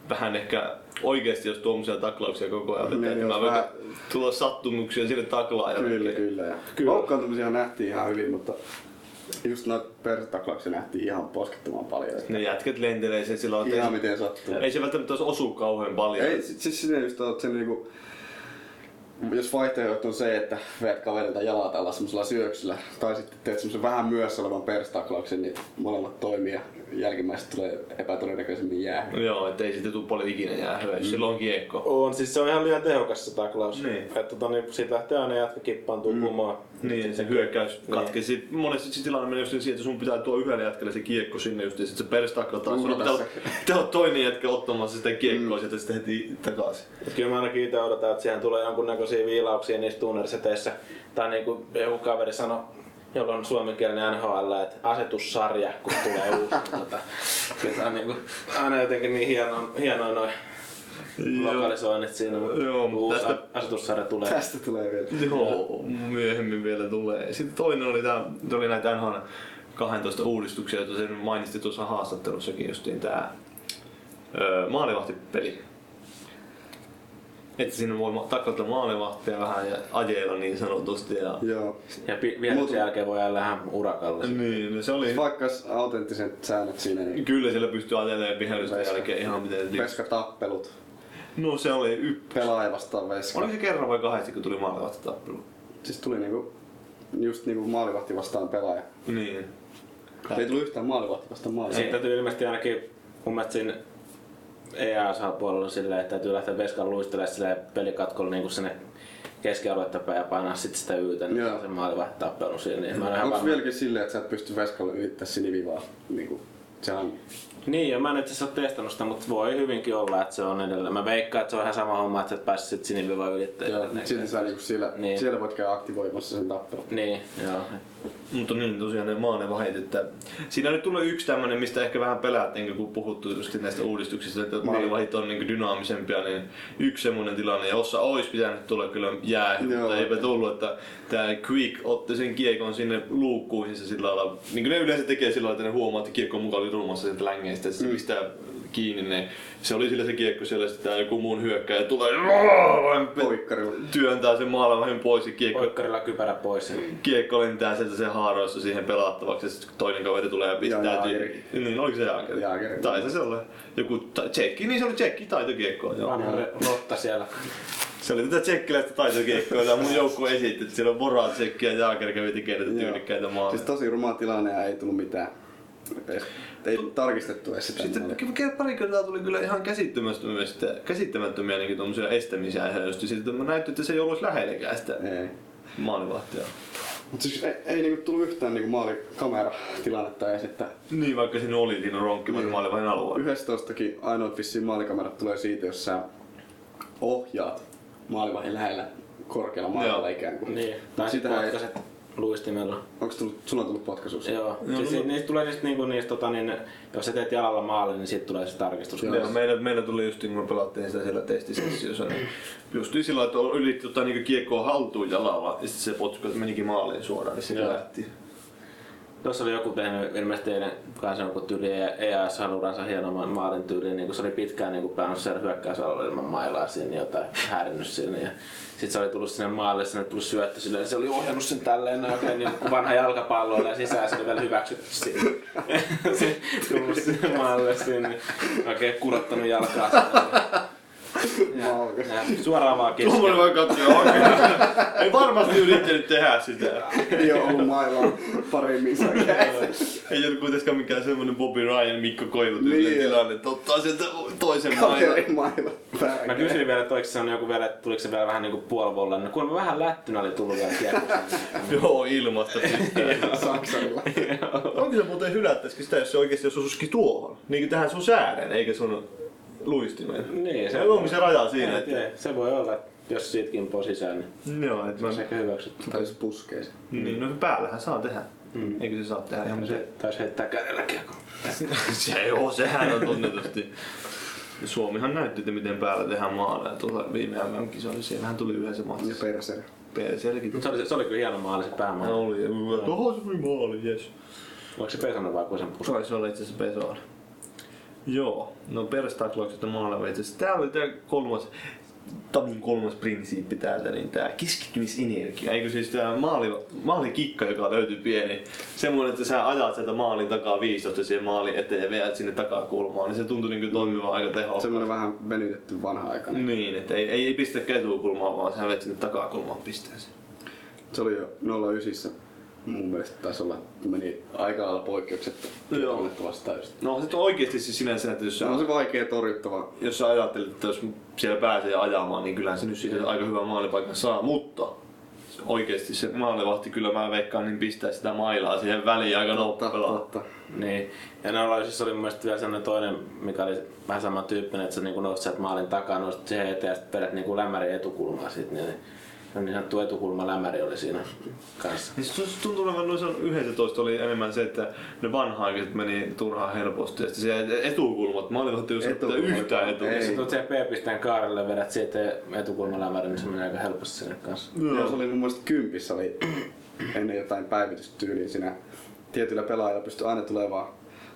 vähän ehkä oikeasti jos tuommoisia taklauksia koko ajan Niin, vetää, niin jos mä vähän... vähän- tulla sattumuksia sille taklaajalle. Kyllä, kyllä. Ja Kyllä. kyllä. Loukkaantumisia nähtiin ihan hyvin, mutta just noita persitaklauksia nähtiin ihan poskettoman paljon. Ne jätket lentelee se sillä on Ihan miten sattuu. Ei se välttämättä edes osu kauhean paljon. Ei, si- siis sinne just on, että se niinku, jos vaihtoehto on se, että veet kaverilta jalat alla semmoisella syöksyllä, tai sitten teet semmoisen vähän myössä olevan perstaklauksen, niin molemmat toimii ja jälkimmäiset tulee (laughs) epätodennäköisemmin jää. Joo, ettei sitten tuu paljon ikinä jää Mm. hyvä, jos sillä on kiekko. On, siis se on ihan liian tehokas se taklaus. Niin. Että tota, niin siitä lähtee aina jatka kippaantuu mm. kumoon. Niin, se hyökkäys katkesi. Niin. Monesti se tilanne menee just niin siihen, että sun pitää tuoda yhdelle jätkelle se kiekko sinne just, ja sitten se perstaklataan. Sun Juuri pitää olla- tässä. pitää olla toinen jätkä ottamassa sitä kiekkoa mm. sieltä sitten heti takaisin. Mut kyllä mä ainakin itse odotan, että siihen tulee jonkunnäköisiä viilauksia niissä tunnerseteissä. Tai niin kuin joku kaveri sanoi, jolla on suomenkielinen NHL, että asetussarja, kun tulee uusi. tota, kyllä tää on niin kuin, aina jotenkin niin hieno, hienoa noin lokalisoinnit siinä, mutta Joo, mut uusi tästä- asetussarja tulee. Tästä tulee vielä. Joo, myöhemmin vielä tulee. Sitten toinen oli, tää, oli näitä NHL 12 uudistuksia, joita sen mainitsi tuossa haastattelussakin justiin tämä öö, maalivahtipeli. Että sinne voi ma- taklata maalivahtia vähän ja ajella niin sanotusti. Ja... Joo. Ja pi- vielä Mut- sen jälkeen voi jäädä ihan urakalle. Niin, no se oli... Vaikka olisi autenttiset säännöt siinä, niin Kyllä siellä pystyy ajelemaan vihellysten jälkeen ihan miten... peskatappelut, No se oli yp... pelaaja vastaan veska. Oliko se kerran vai kahdesti, kun tuli maalivahtitappelu? Siis tuli niinku, just niinku maalivahti vastaan pelaaja. Niin. Ei tullut yhtään maalivahti vastaan Siitä maalivahti. täytyy ilmeisesti ainakin mun mielestä siinä E EASA-puolella silleen, että täytyy lähteä veskan luistelemaan silleen pelikatkolla niin sinne keskialuetta päin ja painaa sit sitä yytä, niin Joo. saa se maali vai tappelu siinä. Niin, mä en ole ihan Onko varma. vieläkin silleen, että sä et pysty veskalle ylittää sinivivaa? Niinku, sehän on Niin, ja mä en itse asiassa ole testannut sitä, mutta voi hyvinkin olla, että se on edelleen. Mä veikkaan, että se on ihan sama homma, että sä et pääse sit siniviva Joo, ylittäjälle. mut silti sä niinku siellä, Niin. siellä voit käydä aktivoimassa sen tappelun. Niin, joo. Mutta niin, tosiaan ne maalivahit, että siinä nyt tulee yksi tämmöinen, mistä ehkä vähän pelättiin, kun puhuttu just näistä uudistuksista, että maalivahit on niin dynaamisempia, niin yksi semmoinen tilanne, jossa olisi pitänyt tulla kyllä jää, Joo. mutta eipä tullut, että tämä Quick otti sen kiekon sinne luukkuihinsa sillä lailla, niin kuin ne yleensä tekee sillä lailla, että ne huomaa, että kiekko on mukaan oli rumassa sieltä längeistä, ja sitten se pistää kiinni ne. Se oli sillä se kiekko siellä, sitten tää joku muun hyökkäjä tulee, Poikkarilla. työntää sen maalivahin pois ja kiekko Poikkarilla kypärä pois. Niin. kiekko lentää sieltä sen haaroissa siihen pelattavaksi ja sitten toinen kaveri tulee ja pistää Ja tyy- Jaageri. Niin, oliko se Jaageri? Jaageri. Taisi se olla. Joku ta- tsekki, niin se oli tsekki taitokiekko. Joo. Vanha re- rotta siellä. (laughs) Se oli tätä tsekkiläistä taitokiekkoa, jota mun joukkue esitti, että siellä on Vora, Tsekki ja Jaageri kävi tekemään näitä Joo. tyylikkäitä maaleja. Siis tosi ruma tilanne ja ei tullut mitään. Ei, ei tarkistettu edes sitä. Sitten maalia. ky- ky- pari kertaa tuli kyllä ihan käsittämättömiä, sitä- käsittämättömiä niin tuommoisia estämisiä ihan just siitä, että mä näytin, että se ei ollut lähelläkään sitä Ei. maalivahtia. Mut siis ei, ei niinku tullut yhtään niinku maalikameratilannetta edes, että Niin, vaikka siinä oli siinä ronkkimat Niin. maalivahin alueella. 11 ainoat vissiin maalikamerat tulee siitä, jos sä ohjaat maalivahin lähellä korkealla maalilla Joo. ikään kuin. Niin. Mut Tai sitten sitähän ei, potkaset luistimella. onks tullut, sulla on tullut potkaisus? Joo, no, siis niistä tulee niistä, niinku, niistä tota, niin, jos sä teet jalalla maalle, niin siitä tulee se tarkistus. Joo, meillä, meillä tuli just, kun me pelattiin sitä siellä testisessiossa, niin just niin sillä lailla, että yritti ottaa niinku kiekkoa haltuun jalalla, ja sitten se potku menikin maaliin suoraan, niin se Joo. lähti. Tuossa oli joku tehnyt ilmeisesti eilen kanssa joku tyyli EAS E haluransa hienomman maalin tyyliin. Niin kun se oli pitkään niin päänyt siellä hyökkäysalueella ilman mailaa siinä niin jotain häirinnyt sinne. Ja sit se oli tullut sinne maalle, sinne oli tullut syöttö sille, niin se oli ohjannut sen tälleen noin oikein niin kuin vanha jalkapallolla ja sisään se oli vielä hyväksytty sinne. (laughs) se tullut sinne maalle sinne, oikein kurottanut (laughs) jalkaa sinne. Ja, ja suoraan vaan keskelle. Tuomari vaan katsoi, oikein. (laughs) Ei varmasti yrittänyt tehdä sitä. Ei oo ollut mailaa paremmin saa Ei ollut kuitenkaan mikään semmonen Bobby Ryan, Mikko Koivu Niin. tyylinen tilanne, että ottaa sieltä toisen mailan. kaverin mailla Mä päälle. kysyin vielä, että oliko se on joku vielä, että tuliko se vielä vähän niinku puolivolla. No kun vähän lättynä oli tullut vielä kiekkoa. (laughs) Joo, ilmasta pistää. Saksarilla. (laughs) Onko se muuten hylättäisikö sitä, jos se oikeasti jos osuski tuohon? Niin kuin tähän sun sääreen, eikä sun luistimeen. Niin, Se on se raja siinä, että... Ei, Se voi olla, että jos siitäkin poo sisään, niin Joo, että mä se ehkä hyväksytty. Tai siis jos puskee sen. Niin, no päällähän saa tehdä. Mm. Eikö se saa tehdä ihan (laughs) Se taisi heittää kädellä kiekko. Se joo, sehän on tunnetusti. Suomihan näytti, että miten päällä tehdään maaleja tuolla viime MM-kisoissa. Siellähän tuli yhdessä Ja maassa. perseri. PSLkin. Se oli, se oli kyllä hieno maali se Hän päämaali. oli, tuohon se oli maali, jes. Oliko se Pesonen vai kuin sen pusu? Taisi olla itse asiassa Pesoa. Joo, no perustaklauksesta maalaveitosta. Tää oli tää kolmas, Tabin kolmas prinsiippi täältä, niin tää keskittymisenergia. Eikö siis tää maali, maalikikka, joka löytyy pieni, semmoinen, että sä ajat sieltä maalin takaa 15 siihen maalin eteen ja veät sinne takakulmaan, niin se tuntui niinku toimivan aika tehokkaasti. Semmoinen vähän venytetty vanha aikainen. Niin, että ei, ei, ei pistä ketukulmaa, vaan sä veet sinne takakulmaan pisteeseen. Se oli jo 09 mun mielestä taisi olla, kun meni aika lailla poikkeuksetta Joo. tilannetta vastaan just. No sitten oikeesti siis sinänsä, että jos Se sä on se vaikea torjuttava. jos sä ajattelet, että jos siellä pääsee ajamaan, niin kyllähän se nyt siitä aika hyvän maalipaikan saa, mutta oikeasti se maalivahti kyllä mä veikkaan, niin pistää sitä mailaa siihen väliin aika noppelaa. Totta. Niin. Ja neulaisissa oli mun mielestä vielä sellainen toinen, mikä oli vähän sama tyyppinen, että sä niinku nousit sieltä maalin takaa, nousit siihen eteen ja sitten perät niinku lämärin etukulmaa siitä. Niin, niin, niin sanottu etukulma lämäri oli siinä kanssa. Niin se tuntuu olevan noin 11 oli enemmän se, että ne vanha-aikaiset meni turhaan helposti. Ja sitten se etukulmat, maalivahti ei osaa Etukulmat. yhtään etukulmaa. Ei. Sä tulet siihen P-pisteen kaarelle, vedät siitä etukulman lämärin, niin se menee aika helposti sinne kanssa. Joo. Se oli mun mielestä kympissä oli ennen jotain päivitystyyliä siinä tietyllä pelaajalla pystyi aina tulemaan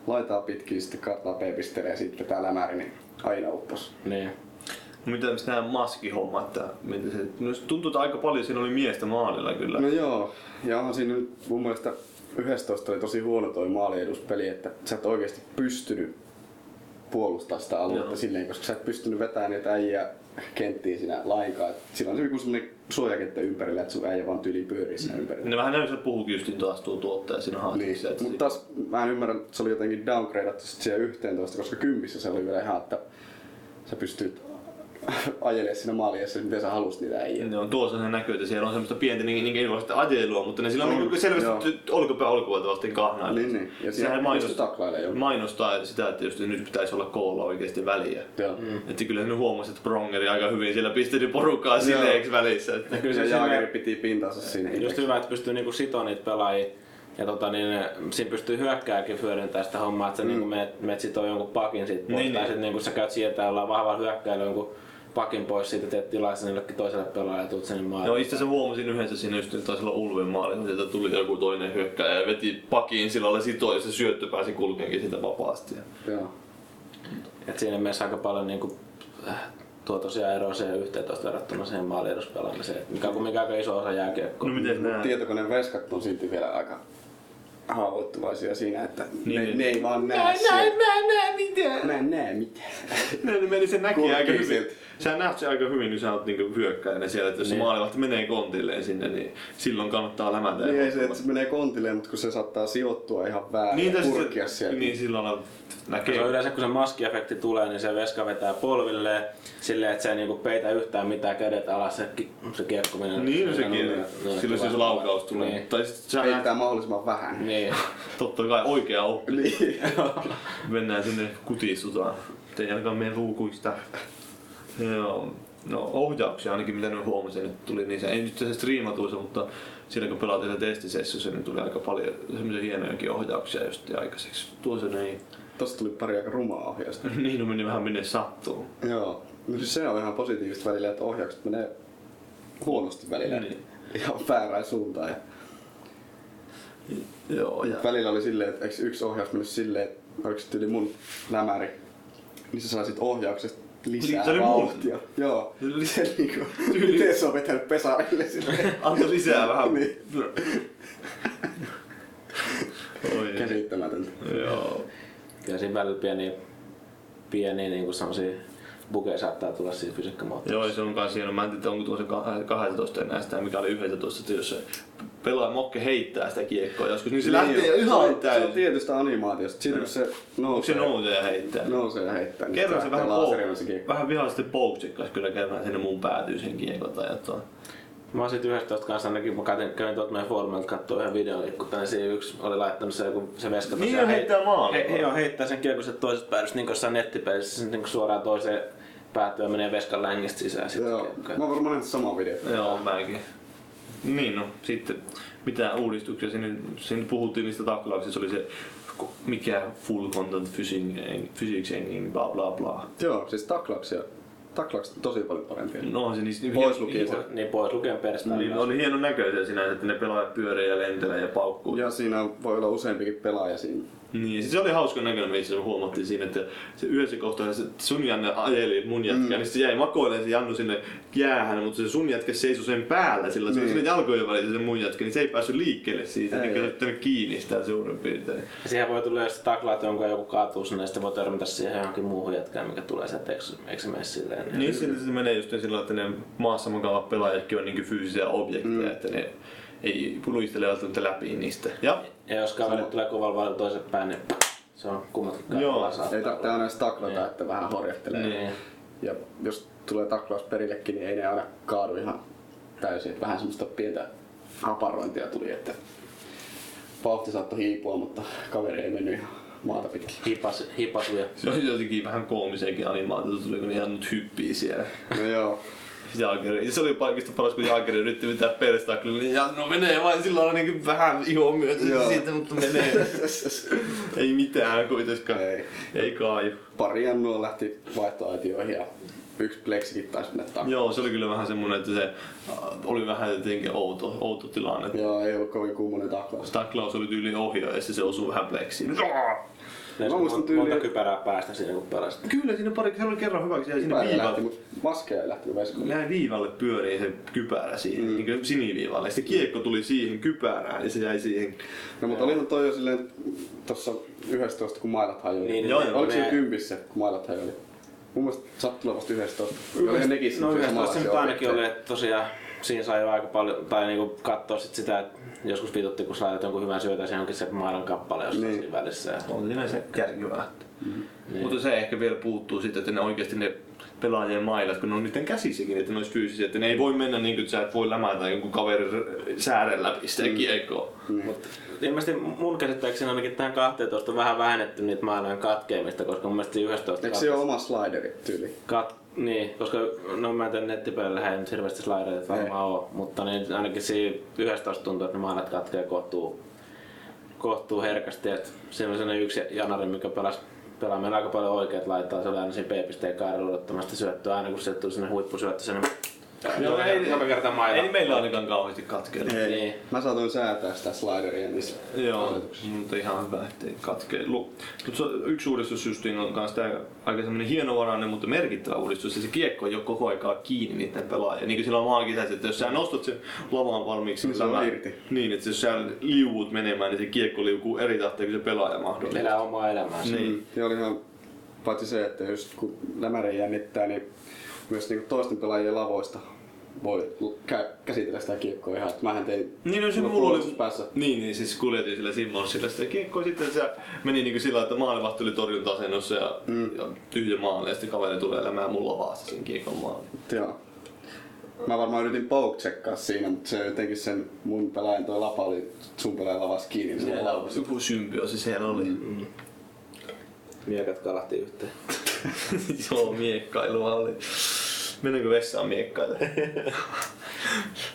laitaa pitkin, sitten kartaa p ja sitten tää lämäri, niin aina uppos. Niin. Mitä nämä maskihommat, että miten se, no se tuntuu, että aika paljon siinä oli miestä maalilla kyllä. No joo, ja onhan siinä nyt mun mielestä 11 oli tosi huono toi maalieduspeli, että sä et oikeasti pystynyt puolustaa sitä aluetta Joo. silleen, koska sä et pystynyt vetämään niitä äijä kenttiä siinä lainkaan. Et Sillä on se joku sellainen suojakenttä ympärillä, että sun äijä vaan tyyli pyörii siinä ympärillä. Ne vähän näytössä puhukin just taas tuo tuottaja siinä Niin, haastattelussa. No, että mutta taas mä en ymmärrä, että se oli jotenkin downgradeattu sit siihen 11, koska kympissä se oli vielä ihan, että sä pystyt (laughs) ajelemaan siinä maaliessa, miten sä halusit niitä äijä. Ne on tuossa se näkyy, että siellä on semmoista pientä niin, niin ilmaista ajelua, mutta ne sillä on On, niin joo. selvästi ty- olkapää olkupuolta vasten kahnaa. Niin, niin. Ja Sehän siinä pystyy mainostaa, taklailemaan jonkun. mainostaa sitä, että just nyt pitäisi olla koolla oikeasti väliä. Joo. Että kyllä ne huomasi, että Brongeri aika hyvin siellä pisteli porukkaa sileeksi välissä. Että. Kyllä Ja se Jaageri sinne, piti pintansa siinä. just hyvä, että pystyy niinku sitoa niitä pelaajia. Ja tota, niin, siinä pystyy hyökkääkin hyödyntää sitä hommaa, että sä mm. niinku menet, menet sitoo jonkun pakin siitä pois. Niin, tai niin. sitten niinku sä käyt sieltä ollaan vahvalla hyökkäillä jonkun pakin pois siitä, teet tilaisen jollekin toiselle pelaajalle ja tuut sinne maailmaan. No itse asiassa huomasin yhdessä siinä just, että taisi olla Ulven maali, kun sieltä tuli joku toinen hyökkääjä ja veti pakiin sillä lailla sitoa, ja se syöttö pääsi kulkeenkin sitä vapaasti. Ja Joo. Et siinä mielessä aika paljon niinku, äh, tuo tosiaan eroa siihen 11 verrattuna siihen maalieduspelaamiseen, mikä on kumminkin aika iso osa jääkiekkoa. No miten Mut nää? tietokoneen veskat on silti vielä aika haavoittuvaisia siinä, että ne, Niin. ne ei vaan näe mä, siellä. Mä, mä, mitään. Mä en näe mitään. No niin, meni se näki Kulkee aika hyvin. silti. Sä näet se aika hyvin, kun sä oot niinku hyökkäinen siellä, että jos se maalivahti menee kontilleen sinne, niin silloin kannattaa lämätä. ja Niin ei se, että hoitaa. se menee kontilleen, mutta kun se saattaa sijoittua ihan väärin niin, ja tässä purkia se, sieltä. niin sillä lailla näkee. Se on yleensä kun se maskiefekti tulee, niin se veska vetää polvilleen silleen, että se ei niinku peitä yhtään mitään kädet alas, se, ki- se kiekko menee. Niin se sekin, menee- silloin se tulee- laukaus tulee. Niin. Tai sit sä näet, Peittää mahdollisimman vähän. Niin. totta kai oikea oppi. Niin. (laughs) Mennään sinne kutistutaan. Te ei ainakaan mene luukuista. Joo. No ohjauksia ainakin mitä nyt huomasin, että tuli niissä, ei nyt se striimatuissa, mutta siinä kun pelaatiin sitä testisessiossa, niin tuli aika paljon semmoisia hienojakin ohjauksia just aikaiseksi. Tuossa ei, Tossa tuli pari aika rumaa ohjausta. (laughs) niin on meni vähän minne sattuu. Joo. No siis se on ihan positiivista välillä, että ohjaukset menee huonosti välillä. Niin. Ihan väärään suuntaan. Ja Joo, ja välillä oli silleen, että eikö yksi ohjaus mennyt silleen, että oliko se tyyli mun lämäri, niin sä saisit ohjauksesta lisää Niin, Se oli mun. vauhtia. Joo. Se oli- Se niinku, Tyyli- miten se on vetänyt pesarille (laughs) silleen. antoi lisää vähän. Niin. Oi. Käsittämätöntä. Joo. Kyllä siinä välillä pieni, pieni niinku semmosia bukeja saattaa tulla siinä fysiikkamoottorissa. Joo, se on kans hieno. Mä en tiedä, onko tuossa ka- 12 enää sitä, mikä oli 11, että jos se pelaa mokke heittää sitä kiekkoa joskus, niin se lähtee Niin, se ihan on- Se on täysin. tietystä animaatiosta. Siitä kun se Onko se nousee, nousee ja heittää? nousee ja heittää, niin Kerran se vähän, laserilla se kiekko. pou- vähän vihaisesti pouksikkas kyllä kerran sinne mun päätyy sen kiekon tai jotain. Mä oon siitä 11 kanssa ainakin, mä kävin, kävin tuolta meidän foorumilta kattoo yhden videon, niin kun tän siinä yksi oli laittanut se joku se veska Niin, tosiaan ja heittää maaliin. He, he, joo, heittää sen kiekon sieltä toisesta päädystä, niin kuin jossain nettipelissä, niin kuin suoraan toiseen päätyä menee veskan längistä sisään sitten Joo. kiekkoon. Mä oon varmaan nähnyt saman video. Joo, mäkin. Niin no, sitten mitä uudistuksia sinne, sinne puhuttiin niistä taklauksista, oli se ko- mikä full contact physics, physics engine, bla bla bla. Joo, siis taklauksia. Taklaukset on tosi paljon parempia. No on se niistä Pois lukien se. Niin pois lukien peristä. Niin, ne oli hienon näköisiä sinänsä, että ne pelaajat pyörii ja lentelee ja paukkuu. Ja siinä voi olla useampikin pelaaja siinä Niin, siis se oli hauska näköinen, itse asiassa, kun huomattiin siinä, että se yhdessä kohtaa se sun Janne ajeli mun jätkää, mm. niin se jäi makoilemaan se Jannu sinne jäähän, mutta se sun jätkä seisoi sen päällä, sillä niin. se oli sinne jalkojen välissä se mun jätkä, niin se ei päässyt liikkeelle siitä, niin kuin tänne kiinni sitä suurin piirtein. Ja siihen voi tulla, jos taklaat jonkun ja joku kaatuu sinne, ja sitten voi törmätä siihen johonkin muuhun jätkään, mikä tulee sieltä, eikö, eikö se mene silleen? Niin. Niin, siinä se menee just niin sillä lailla, että ne maassa makaavat pelaajatkin on niin fyysisiä objekteja, mm. että ne ei luistele välttämättä läpi niistä. Ja Ja jos kaveri tulee kovalla valilla toisen päin, niin se on kummatkin Joo, kaapalla saattaa Ei tarvitse olla. aina edes taklata, että vähän horjahtelee. Niin. Ja jos tulee taklaus perillekin, niin ei ne aina kaadu ihan täysin. Että vähän semmoista pientä haparointia tuli, että vauhti saattoi hiipua, mutta kaveri ei mennyt ihan maata pitkin. Hipas, hipasuja. se oli jotenkin vähän koomisenkin animaatiota, tuli kun ne jannut hyppii siellä. No joo. Jaageri. Se oli kaikista paras, kun Jaageri yritti pitää perstaklille. Ja no menee vain sillä lailla niin vähän ihoa myöten Joo. siitä, mutta menee. ei mitään kuitenkaan. (laughs) Ei. Ei kaaju. Pari jannua lähti vaihtoaitioihin ja yksi pleksikin taisi mennä takaa. Joo, se oli kyllä vähän semmonen, että se äh, oli vähän jotenkin outo, outo tilanne. Joo, ei ollut kovin kummonen taklaus. Taklaus oli tyyliin ohi ja se osui vähän pleksiin. Mä muistan Mon- monta tyyliin, kypärää päästä siinä, kun pelasit. Kyllä siinä pari, se oli kerran hyvä, kun se jäi sinne Päälle lähti, viivalle. mutta maskeja ei lähtenyt vesikolle. Näin viivalle pyörii se kypärä siihen, mm. niin siniviivalle. Ja Sitten kiekko tuli siihen kypärään ja se jäi siihen. No mutta olihan toi jo silleen tossa 11, kun mailat hajoili. Niin, Joo, joo. Oliko siinä me- kympissä, kun mailat hajoili? Mun mielestä sattui olevasta 11. Olihan nekin No semmoisia yhdessä nyt samanlaisia ainakin oli, objekteja. että tosiaan siinä sai jo aika paljon, tai niinku kattoo sit sitä, että joskus vitutti, kun sä laitat jonkun hyvän syötä, se onkin se maailman kappale jossain Niin. siinä välissä. Ja On siinä se kärkivää. Mm. Mutta se ehkä vielä puuttuu siitä, että ne oikeasti ne pelaajien mailat, kun ne on niiden käsissäkin, että ne olisi fyysisiä, että ne ei voi mennä niin kuin, että sä et voi lämätä jonkun kaverin säären läpi sitä mm. kiekkoa. Mut ilmeisesti mun käsittääkseni ainakin tähän 12 on vähän vähennetty niitä maailman katkeamista, koska mun mielestä siinä 11 Eikö se ole oma slideri tyyli? Kat, niin, koska no mä en tämän nettipelillä ei nyt hirveästi slidereita varmaan oo, mutta niin ainakin siinä 11 tuntuu, että ne maalat katkee kohtuu, kohtuu herkästi. Et siinä oli sellainen yksi janari, mikä pelasi pelaa meillä aika paljon oikeat laittaa, se oli aina siinä B-pisteen kaarella odottamasta syöttöä, aina kun se tuli sinne huippusyöttö, sinne Joo, ei, joka kerta maila. Ei niin meillä ainakaan kauheasti katkele. Niin. Mä saatoin säätää sitä slideria niin niissä. Joo, mutta ihan hyvä, ettei katkeilu. Mutta se yksi uudistus justiin on myös tämä aika semmoinen hienovarainen, mutta merkittävä uudistus. Ja se kiekko ei ole koko aikaa kiinni niiden pelaajia. Niin kuin sillä on maan kisassa, että jos sä nostat sen lavaan valmiiksi, niin se on sä- irti. Niin, että jos sä liuut menemään, niin se kiekko liukuu eri tahtia kuin se pelaaja mahdollisesti. Elää omaa elämäänsä. Niin. Mm. Ja oli ihan paitsi se, että just kun lämäri jännittää, niin myös niinku toisten pelaajien lavoista voi lu- kä- käsitellä sitä kiekkoa ihan. Et Mähän tein Niin, no se mulla mulla oli... puolustus päässä. Niin, niin, siis kuljetin sillä Simmonsilla sitä kiekkoa. Sitten se meni niinku sillä, että maalivahti oli torjunta-asennossa ja, mm. ja tyhjä maali. Ja sitten kaveri tulee elämään mulla vaasta sen kiekon maali. Joo. Mä varmaan yritin poke siinä, mutta se jotenkin sen mun pelaajan toi lapa oli sun pelaajan lavassa kiinni. niin se Siellä lava- joku symbioosi siellä oli. Mm. Miekat kalahti yhteen. (laughs) Joo, miekkailua oli. Mennäänkö vessaan miekkaille?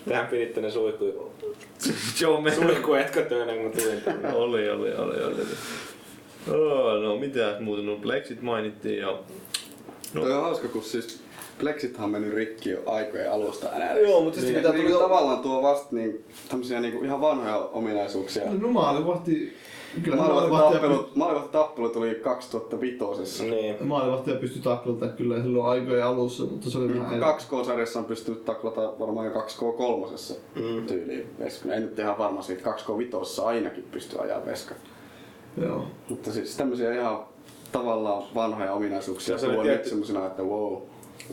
Tähän piditte ne suihku, (laughs) Joo, me... suihkuetkotöinä, kun niin mä tulin tänne. oli, oli, oli, oli. Oh, no mitä muuta, no Blexit mainittiin ja... Toi on hauska, kun siis Plexithan on mennyt rikki jo aikojen alusta NRS. Joo, mutta sitten niin, pitää niin, tulla- tavallaan tuo vasta niin, tämmöisiä niin ihan vanhoja ominaisuuksia. No maalivahti... Kyllä Maalivahti tappelu tuli 2005. Niin. maalivahtia pystyi taklata kyllä silloin aikojen alussa, mutta se oli Mm. 2K-sarjassa on pystynyt taklata varmaan jo 2K3 mm. tyyliin veska. En nyt ihan varma siitä, 2K5 ainakin pystyy ajaa veska. Joo. Mutta siis tämmöisiä ihan tavallaan vanhoja ominaisuuksia. Ja se Se oli on nyt tietty- semmosena, että wow.